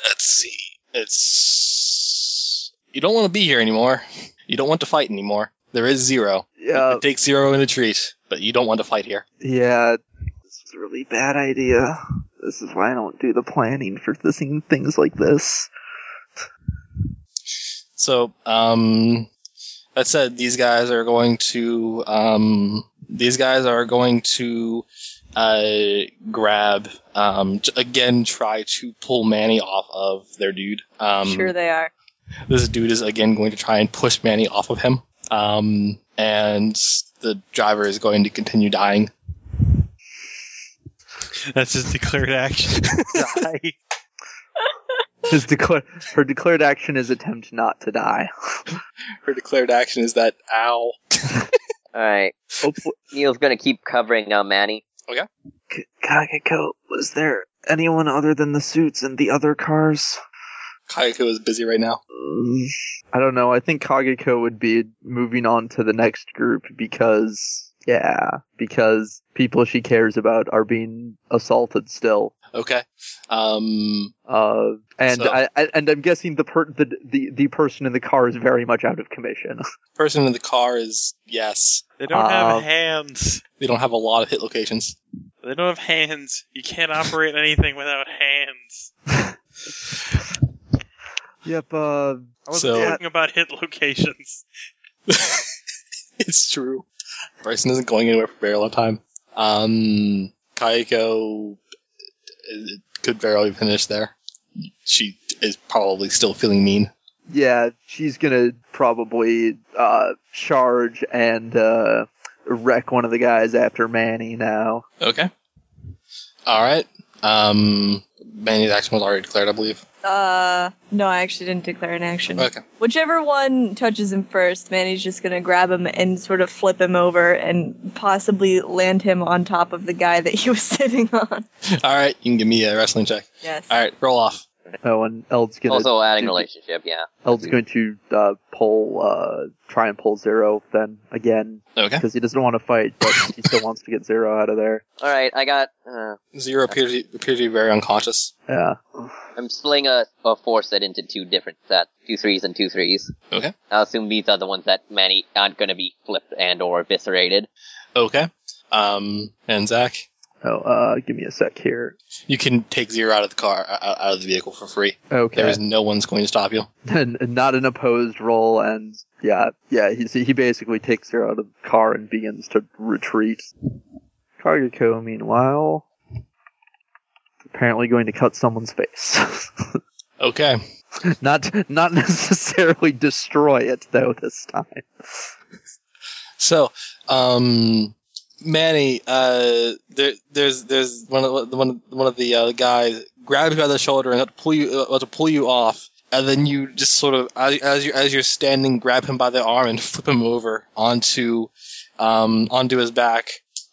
F: let's see. It's you don't want to be here anymore. You don't want to fight anymore. There is zero.
M: Yeah,
F: It takes zero in a treat, but you don't want to fight here.
M: yeah. This is a really bad idea. This is why I don't do the planning for this and things like this.
F: So, um, that said, these guys are going to um, these guys are going to uh, grab um, t- again. Try to pull Manny off of their dude. Um,
C: sure, they are.
F: this dude is again going to try and push Manny off of him. Um, and the driver is going to continue dying.
A: That's his declared action.
E: Die. His declar- her declared action is attempt not to die.
F: Her declared action is that ow.
D: Alright.
E: Hopefully,
D: Neil's gonna keep covering uh, Manny.
M: K- Kageko, was there anyone other than the suits and the other cars?
F: Kayako is busy right now.
M: Mm,
E: I don't know. I think Kageko would be moving on to the next group because, yeah, because people she cares about are being assaulted still.
F: Okay. Um,
E: Uh, and
F: So-
E: I, I and I'm guessing the per the, the the person in the car is very much out of commission.
F: person in the car is yes.
A: They don't have
E: Uh,
A: hands.
F: They don't have a lot of hit locations.
A: They don't have hands. You can't operate anything without hands.
E: Yep. Uh,
A: I was
F: So-
A: talking about hit locations.
F: it's true. Bryson isn't going anywhere for a very long time. Um, Kaiko uh, could barely finish there. She is probably still feeling mean.
E: yeah, she's gonna probably uh charge and uh wreck one of the guys after Manny now.
F: Okay. All right. Um, Manny's action was already declared, I believe.
C: Uh, no, I actually didn't declare an action.
F: Okay.
C: Whichever one touches him first, Manny's just gonna grab him and sort of flip him over and possibly land him on top of the guy that he was sitting on.
F: All right. You can give me a wrestling check.
C: Yes.
F: All right. Roll off.
E: Oh, and Eld's gonna
D: Also adding
E: do-
D: relationship, yeah.
E: Eld's going to uh pull uh try and pull zero then again
F: Okay.
E: because he doesn't want to fight, but he still wants to get zero out of there.
D: Alright, I got, uh,
F: Zero appears to, appears to be very unconscious.
E: Yeah.
D: I'm splitting a, a four set into two different sets, two threes and two threes.
F: Okay.
D: I'll assume these are the ones that Manny aren't gonna be flipped and or eviscerated.
F: Okay. Um, and Zach,
E: Oh, uh, give me a sec here.
F: you can take zero out of the car, out, out of the vehicle for free.
E: Okay.
F: There is no one's going to stop you.
E: and, and not an opposed roll, and yeah, yeah, he he basically takes her out of the car and begins to retreat. Kagako, meanwhile, apparently going to cut someone's face.
F: Okay.
E: not not necessarily destroy it though this time.
F: So, um, Manny, uh, there, there's there's one of the one of- one of the uh, guys grabs you by the shoulder and about to pull you about to pull you off, and then you just sort of as, as you as you're standing, grab him by the arm and flip him over onto um, onto his back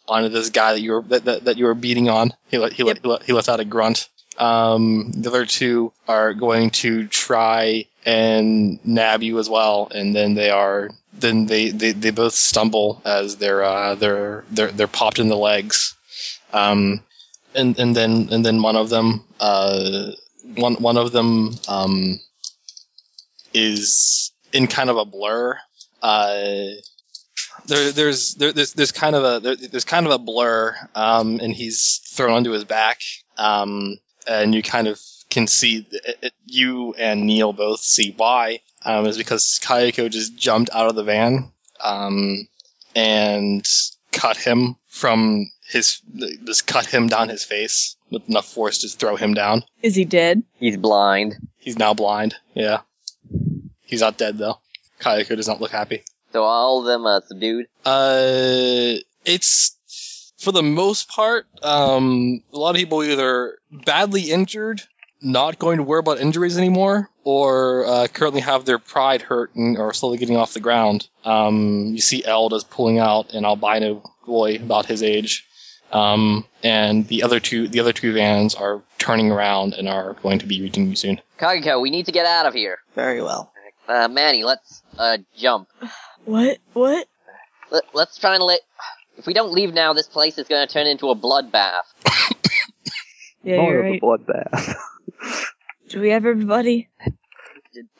F: onto this guy that you were that, that, that you were beating on. He let, he, let, he, let, he lets out a grunt. Um, the other two are going to try and nab you as well, and then they are then they, they, they both stumble as they're uh, they're they're they're popped in the legs, um, and and then and then one of them uh, one one of them um, is in kind of a blur. Uh, there, there's there, there's there's kind of a there, there's kind of a blur, um, and he's thrown onto his back, um, and you kind of can see th- it, it- you and Neil both see why um, is because Kayako just jumped out of the van um, and cut him from his just cut him down his face with enough force to throw him down.
C: Is he dead?
D: He's blind,
F: He's now blind. Yeah, he's not dead though. Kayako does not look happy.
D: so all of them are subdued.
F: Uh, it's for the most part, um, a lot of people either badly injured, not going to worry about injuries anymore, or uh, currently have their pride hurt and are slowly getting off the ground. Um, you see Eld is pulling out an albino boy about his age, um, and the other two the other two vans are turning around and are going to be reaching you soon.
D: Kagiko, we need to get out of here.
N: Very well.
D: Uh, Manny, let's uh, jump.
C: What? What?
D: Let, let's try and let. If we don't leave now, this place is going to turn into a bloodbath.
C: Yeah,
H: More
C: you're
H: of a
C: right.
H: bloodbath.
C: Do we have everybody?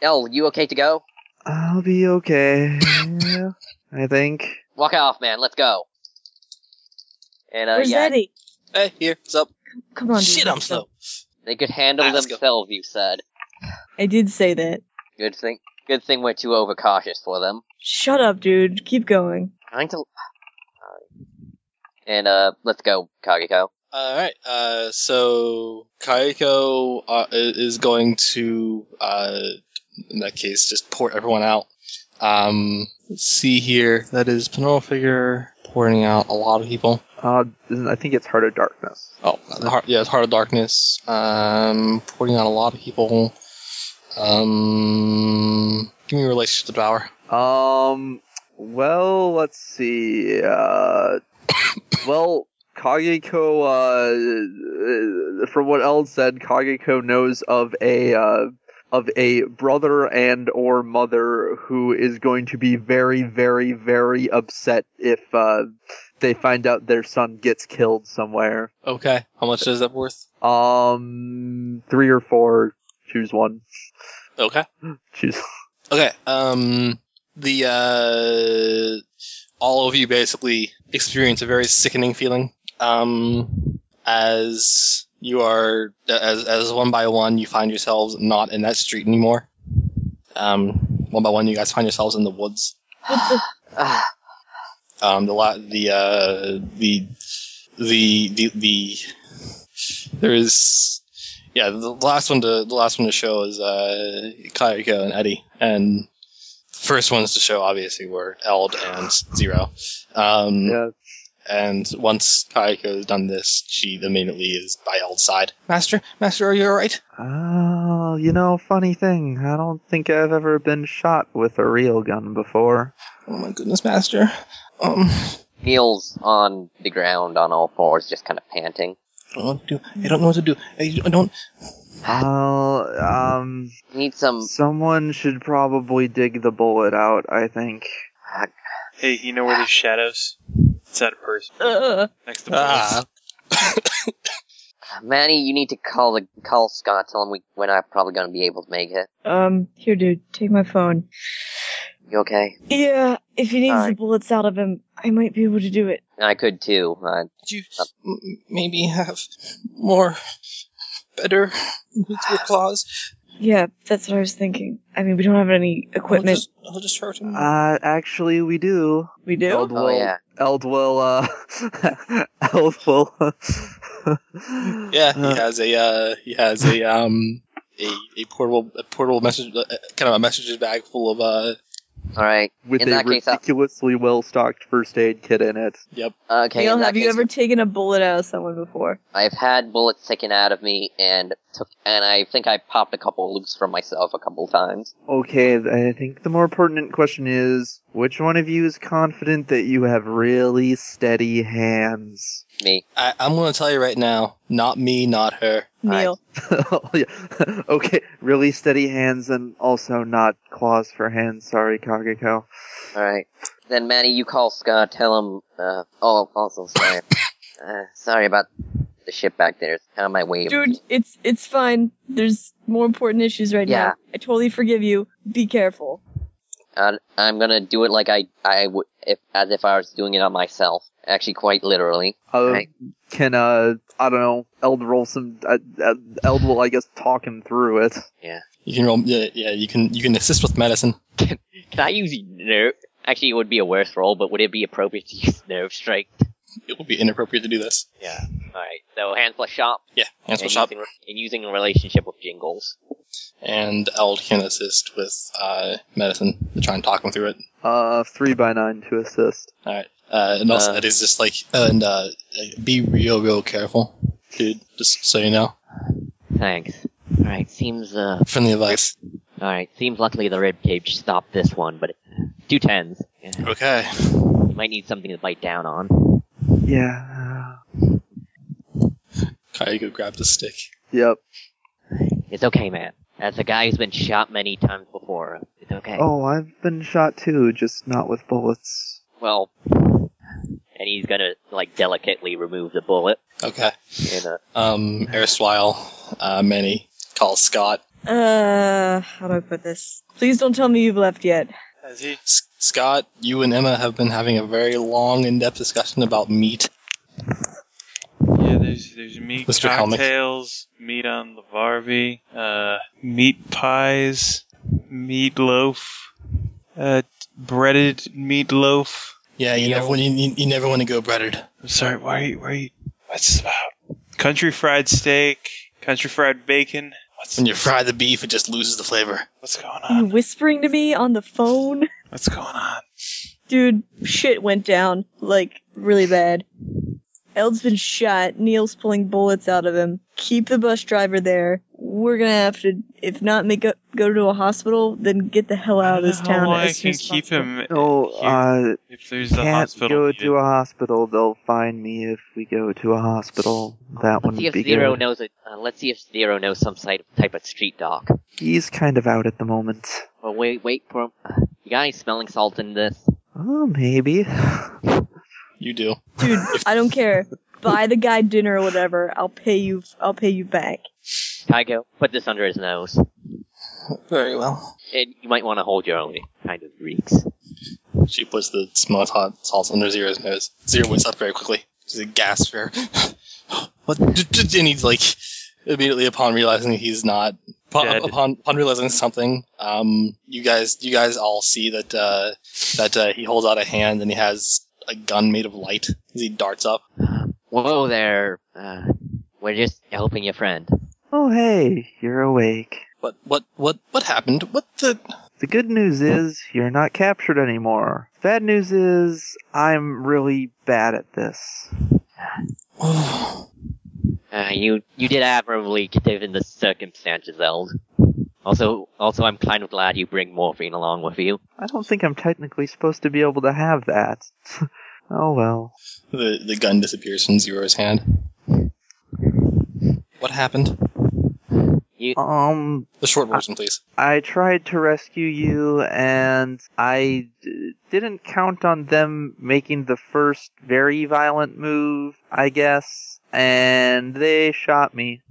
D: El, Oh, you okay to go?
E: I'll be okay. Yeah, I think.
D: Walk off, man. Let's go. And uh,
C: Where's
D: yeah,
C: Eddie?
F: Hey, here, what's up?
C: Come on. dude,
F: Shit, I'm
C: let's
F: slow.
C: go.
D: they could handle
F: Ah, let's go.
D: themselves. You said.
C: I did say that.
D: Good thing. Good thing we're too overcautious for them.
C: Shut up, dude. Keep going.
D: Trying to. And uh, let's go, Kagiko.
F: All right. Uh, so Kaiko uh, i- is going to, uh, in that case, just pour everyone out. Um, let's see here. That is Penal Figure pouring out a lot of people.
H: Uh, I think it's Heart of Darkness.
F: Oh, the heart, yeah, it's Heart of Darkness. Um, pouring out a lot of people. Um, give me a relationship power.
H: Um, well, let's see. Uh, well, Kageko, uh, from what El said, Kageko knows of a, uh, of a brother and or mother who is going to be very, very, very upset if, uh, they find out their son gets killed somewhere.
F: Okay. How much is that worth?
H: Um, three or four. Choose one.
F: Okay.
H: Choose.
F: Okay. Um, the uh, all of you basically experience a very sickening feeling. Um, as you are as as one by one, you find yourselves not in that street anymore. Um, one by one, you guys find yourselves in the woods.
D: Ah,
F: Um, the la- the uh, the the the the there is yeah the last one to the last one to show is uh Kayako and Eddie and the first ones to show obviously were Eld and Zero. Um,
H: Yeah.
F: And once Kayako has done this, she immediately is by Eld's side. Master, master, are you all right?
E: Oh, you know, funny thing. I don't think I've ever been shot with a real gun before.
F: Oh my goodness, master. Um,
D: Kneels on the ground on all fours, just kind of panting.
F: I don't know what to do. I don't know what to do. I don't.
E: I'll, um,
D: Need some.
E: someone should probably dig the bullet out, I think.
A: Hey, you know where there's shadows? It's that purse
C: Ugh.
A: next to
F: Ah.
A: bullets.
D: Manny, you need to call the call Scott. Tell him we we're not probably going to be able to make it.
C: Um, here, dude. Take my phone.
D: You okay?
C: Yeah, if he needs the
D: Alright.
C: bullets out of him, I might be able to do it.
D: I could too. Uh,
F: Could you m- maybe have more better with your claws?
C: Yeah, that's what I was thinking. I mean, we don't have any
F: I'll
C: equipment.
F: just, I'll just hurt him.
E: Uh, actually, we do.
C: We do?
H: Eld
D: oh
H: will-
D: yeah.
H: Eld will, uh, Eld will.
F: yeah, he
E: Uh,
F: has a uh, he has a um a, a portable a portable message uh, kind of a messages bag full of uh
D: All right.
H: with
D: In
H: a
D: that case, I'll-
H: ridiculously well stocked first aid kit in it.
D: Okay. in
C: Neil,
D: that
C: have you
D: case,
C: ever taken a bullet out of someone before?
D: I've had bullets taken out of me, and took, and I think I popped a couple loose from myself a couple times.
E: Okay, I think the more pertinent question is which one of you is confident that you have really steady hands?
D: Me.
F: I, I'm gonna tell you right now, not me, not her.
D: Alright.
C: Neil.
E: Oh, yeah. okay, really steady hands and also not claws for hands. Sorry, Kageko.
D: All right. Then Manny, you call Scott. Tell him. Uh, oh, also sorry. uh, sorry about the ship back there. It's kind of my way. of-
C: Dude, it's it's fine. There's more important issues right
D: Yeah.
C: now. I totally forgive you. Be careful.
D: Uh, I'm gonna do it like I I would if as if I was doing it on myself. Actually, quite literally.
H: Uh,
D: Right.
H: Can uh, I don't know. Eld roll some. Uh, uh, Eld will, I guess, talk him through it.
F: You can roll, yeah, yeah, you can you can assist with medicine.
D: Can I use nerve? Actually, it would be a worse roll, but would it be appropriate to use nerve strike?
F: It would be inappropriate to do this.
D: All right. So hand plus shop.
F: Yeah, hands will shop,
D: Using, and using a relationship with Jingles.
F: and Eld can assist with uh, medicine to try and talk him through it.
H: Uh, three by nine to assist.
F: Uh, and also,
D: Uh,
F: it is just like, and uh, be real, real careful, dude. Just so you know.
D: Thanks. Alright, seems, uh,
F: from the advice.
D: alright, seems luckily the rib cage stopped this one, but it, two tens. Yeah,
F: Okay.
D: you might need something to bite down on.
E: Yeah.
F: Kyogre grabbed the stick.
H: Yep.
D: It's okay, man. As a guy who's been shot many times before, it's okay.
E: Oh, I've been shot too, just not with bullets.
D: Well, and he's gonna, like, delicately remove the bullet.
F: Okay.
D: And, uh,
F: Um, erstwhile, uh, Manny calls Scott.
C: Uh, how do I put this? Please don't tell me you've left yet.
A: Has he?
F: S- Scott, you and Emma have been having a very long, in-depth discussion about meat.
A: Yeah, there's there's meat
F: Mr. Helmick.
A: cocktails, meat on the Varvey, uh, meat pies, meatloaf, uh, breaded meatloaf.
F: Yeah, you
A: Yeah.
F: never want you, you you never want to go breaded.
A: I'm sorry, why are you, why are you, what's this about? Country fried steak, country fried bacon. What's
F: When you fry the beef, it just loses the flavor.
A: what's going
C: Are you
A: on?
C: whispering to me on the phone?
A: What's going on?
C: Dude, shit went down. Like, really bad. Eld's been shot. Neil's pulling bullets out of him. Keep the bus driver there. We're gonna have to, if not make up, go to a hospital, then get the hell out of this
A: I don't know
C: town. Oh,
A: how long
C: as
A: I
C: soon
A: can
C: as
A: keep
C: possible.
A: him.
E: No,
A: here
E: uh,
A: if there's the
E: can't
A: hospital.
E: go
A: needed.
E: to a hospital. They'll find me if we go to a hospital. That
D: let's
E: one
D: see
E: would
D: if
E: be
D: Zero
E: good.
D: knows it. Uh, let's see if Zero knows some side, type of street dog.
E: He's kind of out at the moment.
D: Well, wait, wait for him. You got any smelling salt in this?
E: Oh, maybe.
F: You do.
C: Dude, I don't care. Buy the guy dinner or whatever. I'll pay you. I'll pay you back.
D: Tygo, put this under his nose.
F: Very well.
D: And you might want to hold your own. It kind of reeks.
F: She puts the small hot salts under Zero's nose. Zero wakes up very quickly. She's a gasp for what? And he's like immediately upon realizing he's not. Upon,
A: Dead.
F: upon upon realizing something, um, you guys you guys all see that uh, that uh, he holds out a hand and he has a gun made of light as he darts up.
D: Whoa there. Uh, we're just helping your friend.
E: oh, hey, you're awake.
F: What what what what happened? What the?
E: The good news is you're not captured anymore. Bad news is I'm really bad at this.
D: Uh, you you did admirably given the circumstances, Eld. Also, also, I'm kind of glad you bring morphine along with you.
E: I don't think I'm technically supposed to be able to have that. oh well.
F: The the gun disappears from Zero's hand. What happened?
E: Um,
F: The short version, please.
E: I tried to rescue you and I d- didn't count on them making the first very violent move, I guess, and they shot me.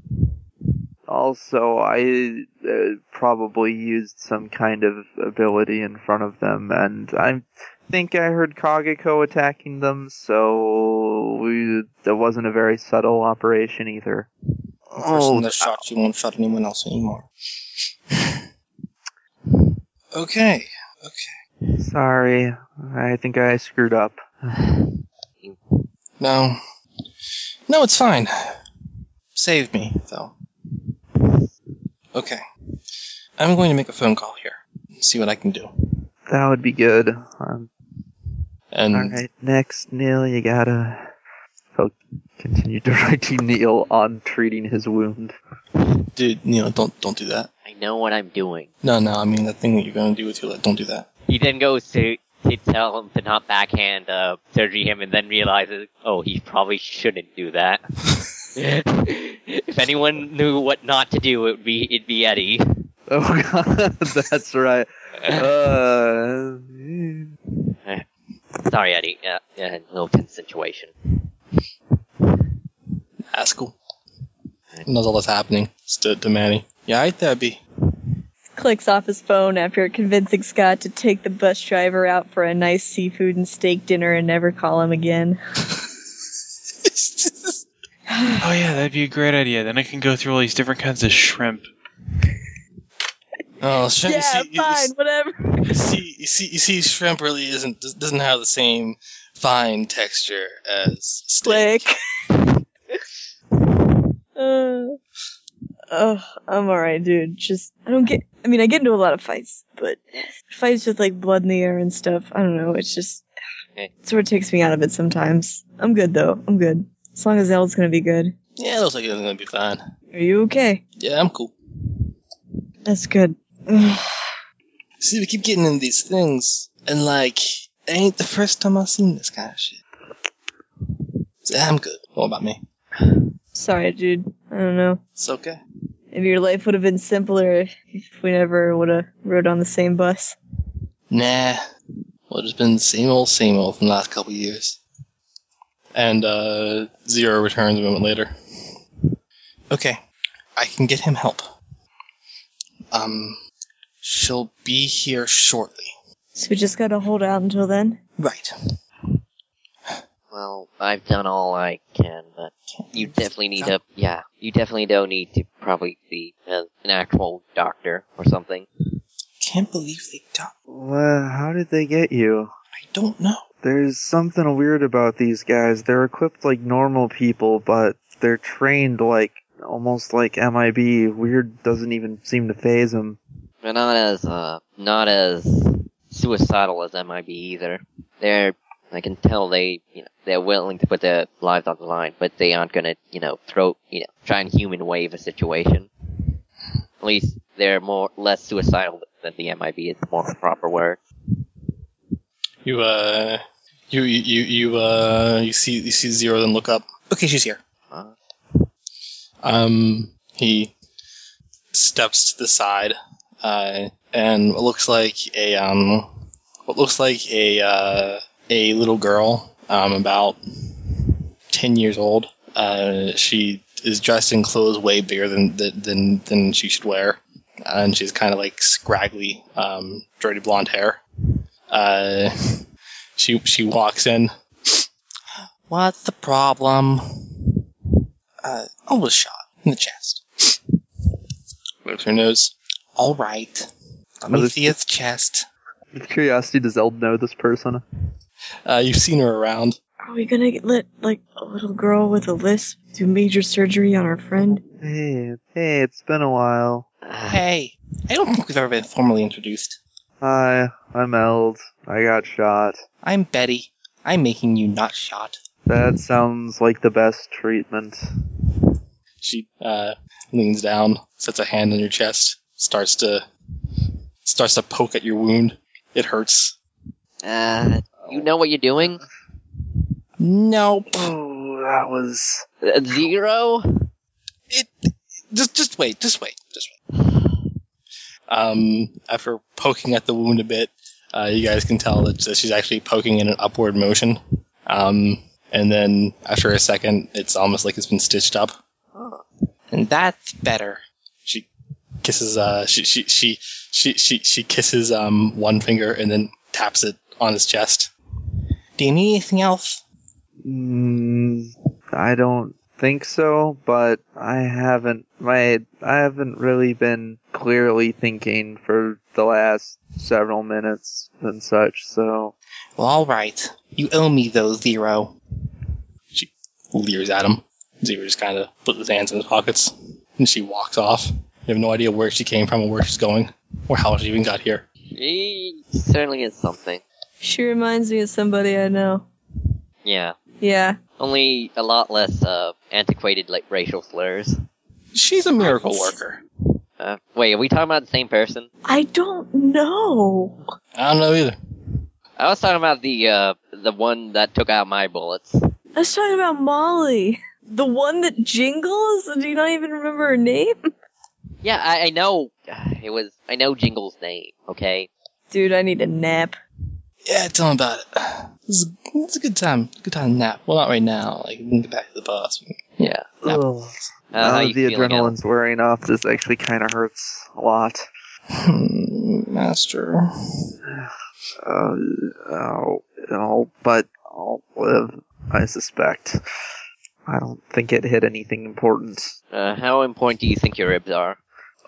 E: Also, I uh, probably used some kind of ability in front of them, and I think I heard Kagako attacking them, so we, that wasn't a very subtle operation either.
F: The person
E: Oh,
F: that shot you won't shot anyone else anymore. okay.
E: sorry. I think I screwed up.
F: No. No, it's fine. Save me, though. Okay. I'm going to make a phone call here. See what I can do.
E: That would be good. Um,
F: And
E: all right, next, Neil, you gotta. He'll continue directing Neil on treating his wound.
F: dude, you know, don't don't do that.
D: I know what I'm doing.
F: No, no. I mean, that thing that you're going to do with your leg. Don't do that.
D: He then goes to to tell him to not backhand uh, surgery him, and then realizes, oh, he probably shouldn't do that. if anyone knew what not to do, it would be it'd be Eddie.
E: Oh god, that's right. Uh,
D: Sorry, Eddie. Yeah, yeah, no tense situation.
F: That's cool. Knows all that's happening. Stood to Manny. Yeah, I Debbie.
C: Clicks off his phone after convincing Scott to take the bus driver out for a nice seafood and steak dinner and never call him again.
A: Oh yeah, that'd be a great idea. Then I can go through all these different kinds of shrimp.
F: Oh, shrimp,
C: yeah,
F: you see,
C: fine, whatever.
F: You, you see, you see, you see, shrimp really isn't doesn't have the same fine texture as steak.
C: Click. uh, oh, I'm alright, dude. Just, I don't get, I mean, I get into a lot of fights, but fights with like blood in the air and stuff, I don't know, it's just,
D: Eh.
C: it sort of takes me out of it sometimes. I'm good though, I'm good. As long as Elle's gonna be good.
F: Yeah, it looks like it's gonna be fine.
C: Are you okay?
F: Yeah, I'm cool.
C: That's good.
F: See, we keep getting in these things, and like, it ain't the first time I've seen this kind of shit. So, I'm good. What about me?
C: Sorry, dude. I don't know.
F: It's okay.
C: Maybe your life would have been simpler if we never would have rode on the same bus.
F: Nah. Well, it's been the same old, same old from the last couple years. And uh, Zero returns a moment later. Okay, I can get him help. Um, she'll be here shortly.
C: So we just gotta hold out until then.
F: Right.
D: Well, I've done all I can, but you definitely need to. Yeah, you definitely don't need to probably be uh, an actual doctor or something.
F: Can't believe they don't.
E: Well, Uh, how did they get you?
F: I don't know.
E: There's something weird about these guys. They're equipped like normal people, but they're trained like almost like MIB. Weird doesn't even seem to phase them.
D: They're not as uh, not as suicidal as MIB either. They're I can tell they you know they're willing to put their lives on the line, but they aren't gonna you know throw you know try and human wave a situation. At least they're more less suicidal than the MIB is more of a proper word.
F: You uh, you you you you, uh, you see you see Zero then look up. Okay, she's here.
D: Uh,
F: Um, he steps to the side, uh, and what looks like a um, what looks like a uh, a little girl, um, about ten years old. Uh, she is dressed in clothes way bigger than than than she should wear, and she's kind of like scraggly, um, dirty blonde hair. Uh, she she walks in. What's the problem? Uh, I was shot in the chest. Looks her nose. All right. Let
H: Oh,
F: me
H: this-
F: see his chest.
H: With curiosity, does Eld know this person?
F: Uh, you've seen her around.
C: Are we gonna get let like a little girl with a lisp do major surgery on our friend?
E: Hey, hey, it's been a while.
F: Hey, I don't think we've ever been formally introduced.
E: Hi, I'm Eld. I got shot.
F: I'm Betty. I'm making you not shot.
E: That sounds like the best treatment.
F: She uh, leans down, sets a hand on your chest, starts to starts to poke at your wound. It hurts.
D: uh, you know what you're doing?
F: Nope.
E: Oh, that was.
D: Uh, Zero.
F: it just just wait, just wait, just wait. Um, after poking at the wound a bit, uh, you guys can tell that that she's actually poking in an upward motion. Um, and then after a second, it's almost like it's been stitched up. And that's better. She kisses. Uh, she she she she she she kisses um one finger and then taps it on his chest. Do you need anything else?
E: Mm, I don't think so, but I haven't my I haven't really been clearly thinking for the last several minutes and such. So
F: Well, all right. You owe me those zero. She leers at him. Zero just kind of puts his hands in his pockets, and she walks off. You have no idea where she came from or where she's going, or how she even got here.
D: She certainly is something.
C: She reminds me of somebody I know.
D: Yeah.
C: Yeah.
D: Only a lot less uh, antiquated like racial slurs.
F: She's a miracle worker.
D: Uh, wait, are we talking about the same person?
C: I don't know.
F: I don't know either.
D: I was talking about the uh, the one that took out my bullets.
C: I was talking about Molly. The one that jingles? Do you not even remember her name?
D: Yeah, I, I know. It was I know Jingle's name. Okay.
C: Dude, I need a nap.
F: Yeah, tell him about it. This is, it's a good time. Good time to nap. Well, not right now. Like, we can get back to the bus.
D: Yeah. Yeah.
E: ugh.
D: Uh, how
E: now
D: you
E: that the
D: feeling, Alan?
E: adrenaline's wearing off, this actually kind of hurts a lot.
F: Hmm, Master.
E: Uh, I'll, I'll, but I'll live. I suspect. I don't think it hit anything important.
D: Uh, how important do you think your ribs are?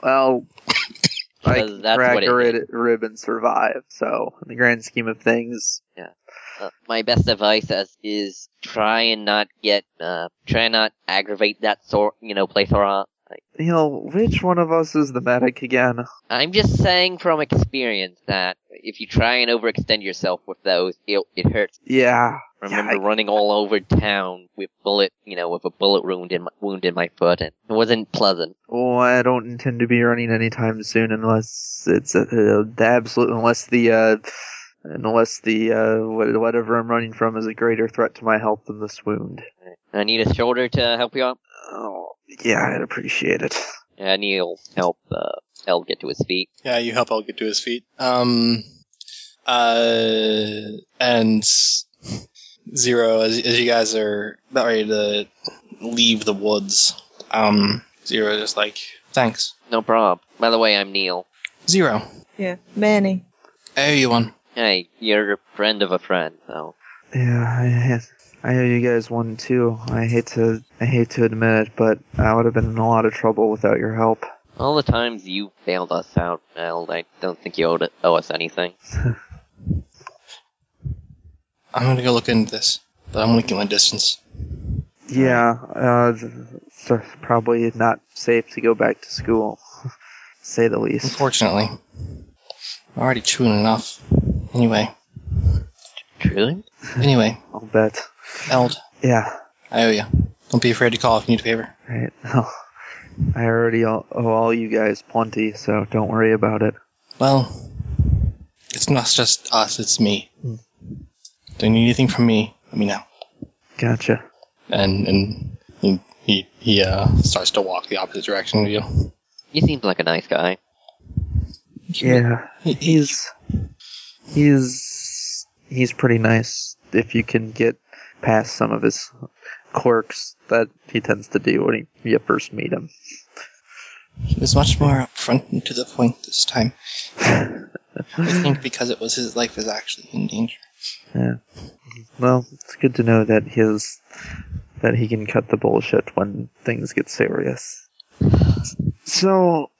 E: Well, I
D: Because
E: can
D: that's
E: crack
D: what it
E: a rid- rib and survive. So, in the grand scheme of things,
D: Uh, my best advice is, is try and not get uh, try and not aggravate that sort you know plethora
E: Neil, which one of us is the medic again?
D: I'm just saying from experience that if you try and overextend yourself with those, it, it hurts.
E: Yeah.
D: Remember
E: I-
D: running all over town with bullet, you know, with a bullet wound in my, wound in my foot, and it wasn't pleasant.
E: Well, Oh, I don't intend to be running anytime soon unless it's uh, the absolute, unless the, uh, unless the, uh, wha- whatever I'm running from is a greater threat to my health than this wound.
D: I need a shoulder to help you out.
E: Oh, yeah, I'd appreciate it.
D: Uh, Neil, help uh, El get to his feet.
F: Yeah, you help El get to his feet. Um, uh, and Zero, as, as you guys are about ready to leave the woods, um, Zero is just like, thanks.
D: No problem. By the way, I'm Neil.
F: Zero,
C: Yeah, Manny.
F: I owe you one.
D: Hey, you're a friend of a friend, so
E: Yeah, I, I owe you guys one too. I hate to, I hate to admit it, but I would have been in a lot of trouble without your help.
D: all the times you bailed us out, El, I don't think you owe, to, owe us anything.
F: I'm gonna go look into this, but I'm gonna keep my distance.
E: Yeah, uh, th- th- probably not safe to go back to school, say the least.
F: Unfortunately, I'm already chewing enough. Anyway,
D: Truly?
F: anyway,
E: I'll bet.
F: Eld,
E: Yeah.
F: I owe you. Don't be afraid to call if you need a favor.
E: Right. Well, I already owe owe all you guys plenty, so don't worry about it.
F: Well, it's not just us, it's me. Don't need anything from me, let me know.
E: Gotcha.
F: And and he he, he uh, starts to walk the opposite direction of you.
D: You seem like a nice guy.
E: Yeah.
F: He, he's
E: He's he's he's pretty nice if you can get past some of his quirks that he tends to do when he, you first meet him.
F: he was much more upfront and to the point this time. I think because it was his life is actually in danger.
E: Well, it's good to know that his that he can cut the bullshit when things get serious. So,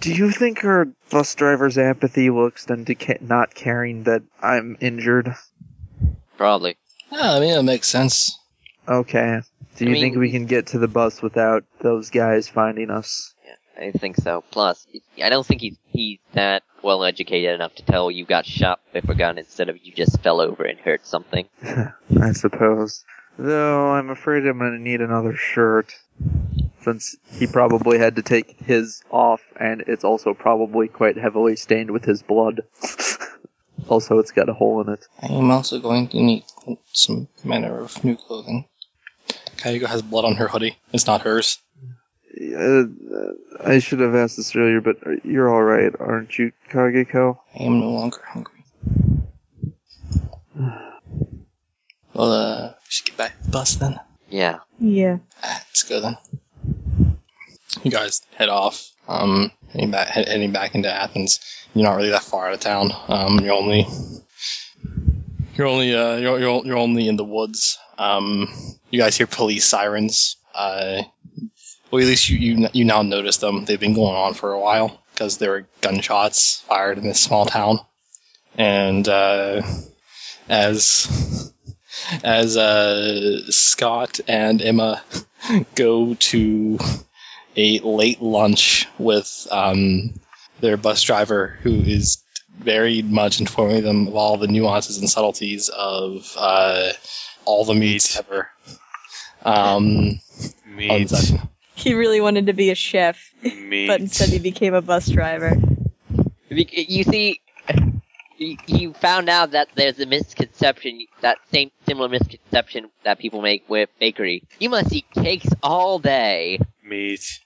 E: do you think our bus driver's apathy will extend to ca- not caring that I'm injured?
D: Probably.
F: Ah, Yeah, I mean that makes sense.
E: Okay. Do you
D: I mean-
E: think we can get to the bus without those guys finding us?
D: Yeah, I think so. Plus, I don't think he's, he's that well educated enough to tell you got shot with a gun instead of you just fell over and hurt something.
E: I suppose. Though I'm afraid I'm going to need another shirt. Since he probably had to take his off, and it's also probably quite heavily stained with his blood. also, it's got a hole in it.
F: I am also going to need some manner of new clothing. Kyoko has blood on her hoodie. It's not hers.
E: Uh, I should have asked this earlier, but you're alright, aren't you, Kageko?
F: I am no longer hungry. Well, uh, we should get back to the bus then.
D: Yeah.
C: Yeah.
F: Ah, Let's go then. You guys head off, um, heading back, head, heading back into Athens. You're not really that far out of town. Um, you're only, you're only, uh, you're, you're, you're only in the woods. Um, you guys hear police sirens. Uh, well, at least you, you, you now notice them. They've been going on for a while because there were gunshots fired in this small town. And, uh, as, as, uh, Scott and Emma go to a late lunch with um, their bus driver, who is very much informing them of all the nuances and subtleties of uh, all the meats ever. Um, on
A: Meat.
F: Sunday.
C: He really wanted to be a chef, but instead he
A: Meat.
C: became a bus driver.
D: You you see, you you found out that there's a misconception, that same similar misconception that people make with bakery. You must eat cakes all day.
A: Meat.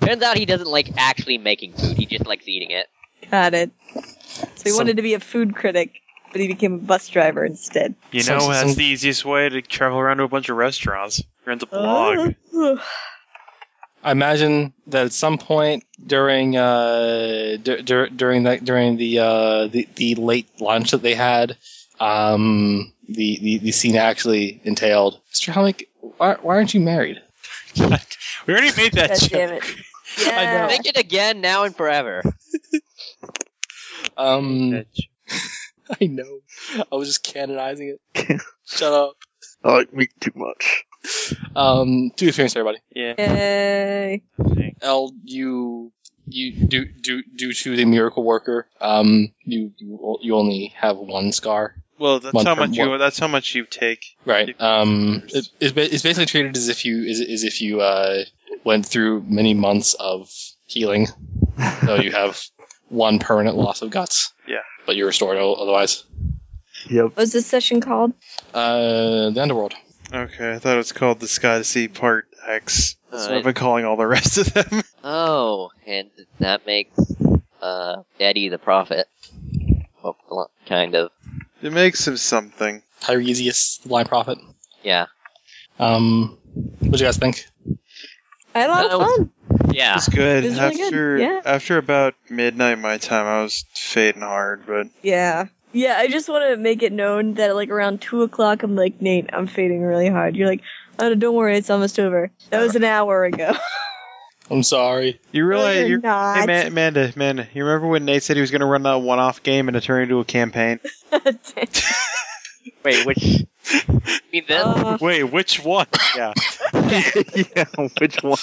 D: Turns out he doesn't like actually making food, he just likes eating it.
C: Got it. So he
F: Some-
C: wanted to be a food critic, but he became a bus driver instead.
A: You
F: Some-
A: know,
F: some-
A: that's the easiest way to travel around to a bunch of restaurants. Rent a blog.
C: Oh.
F: I imagine that at some point during uh, dur- dur- during that during the, uh, the the late lunch that they had, um, the, the the scene actually entailed. Mr. Helmick, why, why aren't you married?
A: we already made that
C: God
A: joke.
C: damn it. Yeah.
D: Make it again, now and forever.
F: Um, I know. I was just canonizing it. Shut up.
E: I like meat too much.
F: Um, two experience, everybody.
A: Yeah.
C: Yay.
A: I think.
F: L, you you do do due to the miracle worker. Um, you you, you only have one scar.
A: Well, that's
F: One
A: how
F: per-
A: much you.
F: one-
A: That's how much you take.
F: Right. Um, it, it's ba- it's basically treated as if you is as if you uh, went through many months of healing, so you have one permanent loss of guts.
A: Yeah.
F: But you're restored o- otherwise.
H: Yep.
C: What was this session called?
F: Uh, the underworld.
A: Okay, I thought it was called the Sky to See Part X. That's what
D: Alright.
A: I've been calling all the rest of them.
D: Oh, and that makes uh Eddie the prophet. Well, lo- kind of.
A: it makes him something.
F: Tiresias, the blind prophet.
D: Yeah.
F: Um, what do you guys think?
C: I had a lot
D: That
C: of
D: was-
C: fun.
D: Yeah.
A: It's good.
C: It was really good,
A: after
C: yeah.
A: after about midnight my time, I was fading hard, but
C: Yeah. Yeah, I just want to make it known that like around two o'clock, I'm like Nate, I'm fading really hard. You're like, oh, no, don't worry, it's almost over. That was an hour ago.
F: I'm sorry.
A: you realize
C: you're
A: you're.
C: not.
A: Hey, Ma- Amanda, Amanda, you remember when Nate said he was going to run that one-off game and it turned into a campaign?
D: Wait, which? You mean this?
C: Uh,
A: Wait, which one? Yeah.
E: yeah, which one?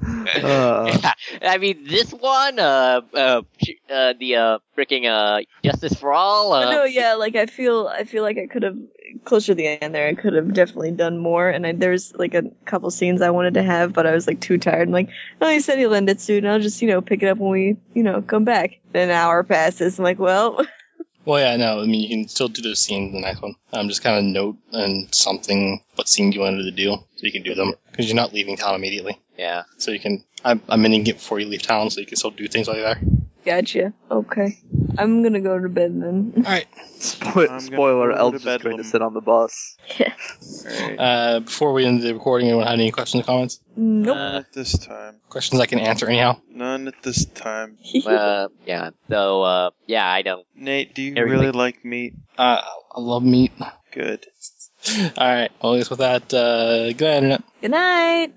E: Uh,
D: yeah. I mean this one. Uh, uh, ch- uh the uh freaking uh justice for all.
C: But
D: Uh,
C: no, yeah, like I feel, I feel like I could have closer to the end there. I could have definitely done more, and I, there's like a couple scenes I wanted to have, but I was like too tired. I'm like, oh, he said he'll end it soon. I'll just, you know, pick it up when we, you know, come back. Then an hour passes. I'm like, well,
F: Well, yeah, no. I mean, you can still do those scenes in the next one. Um, just kind of note and something what scene you wanted to do, so you can do them because you're not leaving town immediately.
D: yeah.
F: So you can. I'm, I'm ending it before you leave town, so you can still do things while you're there.
C: gotcha. Okay, I'm gonna go to bed then.
F: All right.
H: Spoil-
A: I'm gonna
H: spoiler,
A: go to
H: El's just going
A: Bedlam.
H: to sit on the bus.
F: Uh, before we end the recording, anyone had any questions or comments?
C: Nope.
A: None at this time.
F: Questions I can answer anyhow.
A: None at this time.
D: Uh, yeah. So uh, yeah, I don't.
A: Nate, do you
D: Everything.
A: really like meat?
F: Uh, I love meat. All
A: Good.
F: right. Well, I guess with that, uh, good night, internet.
C: Good night.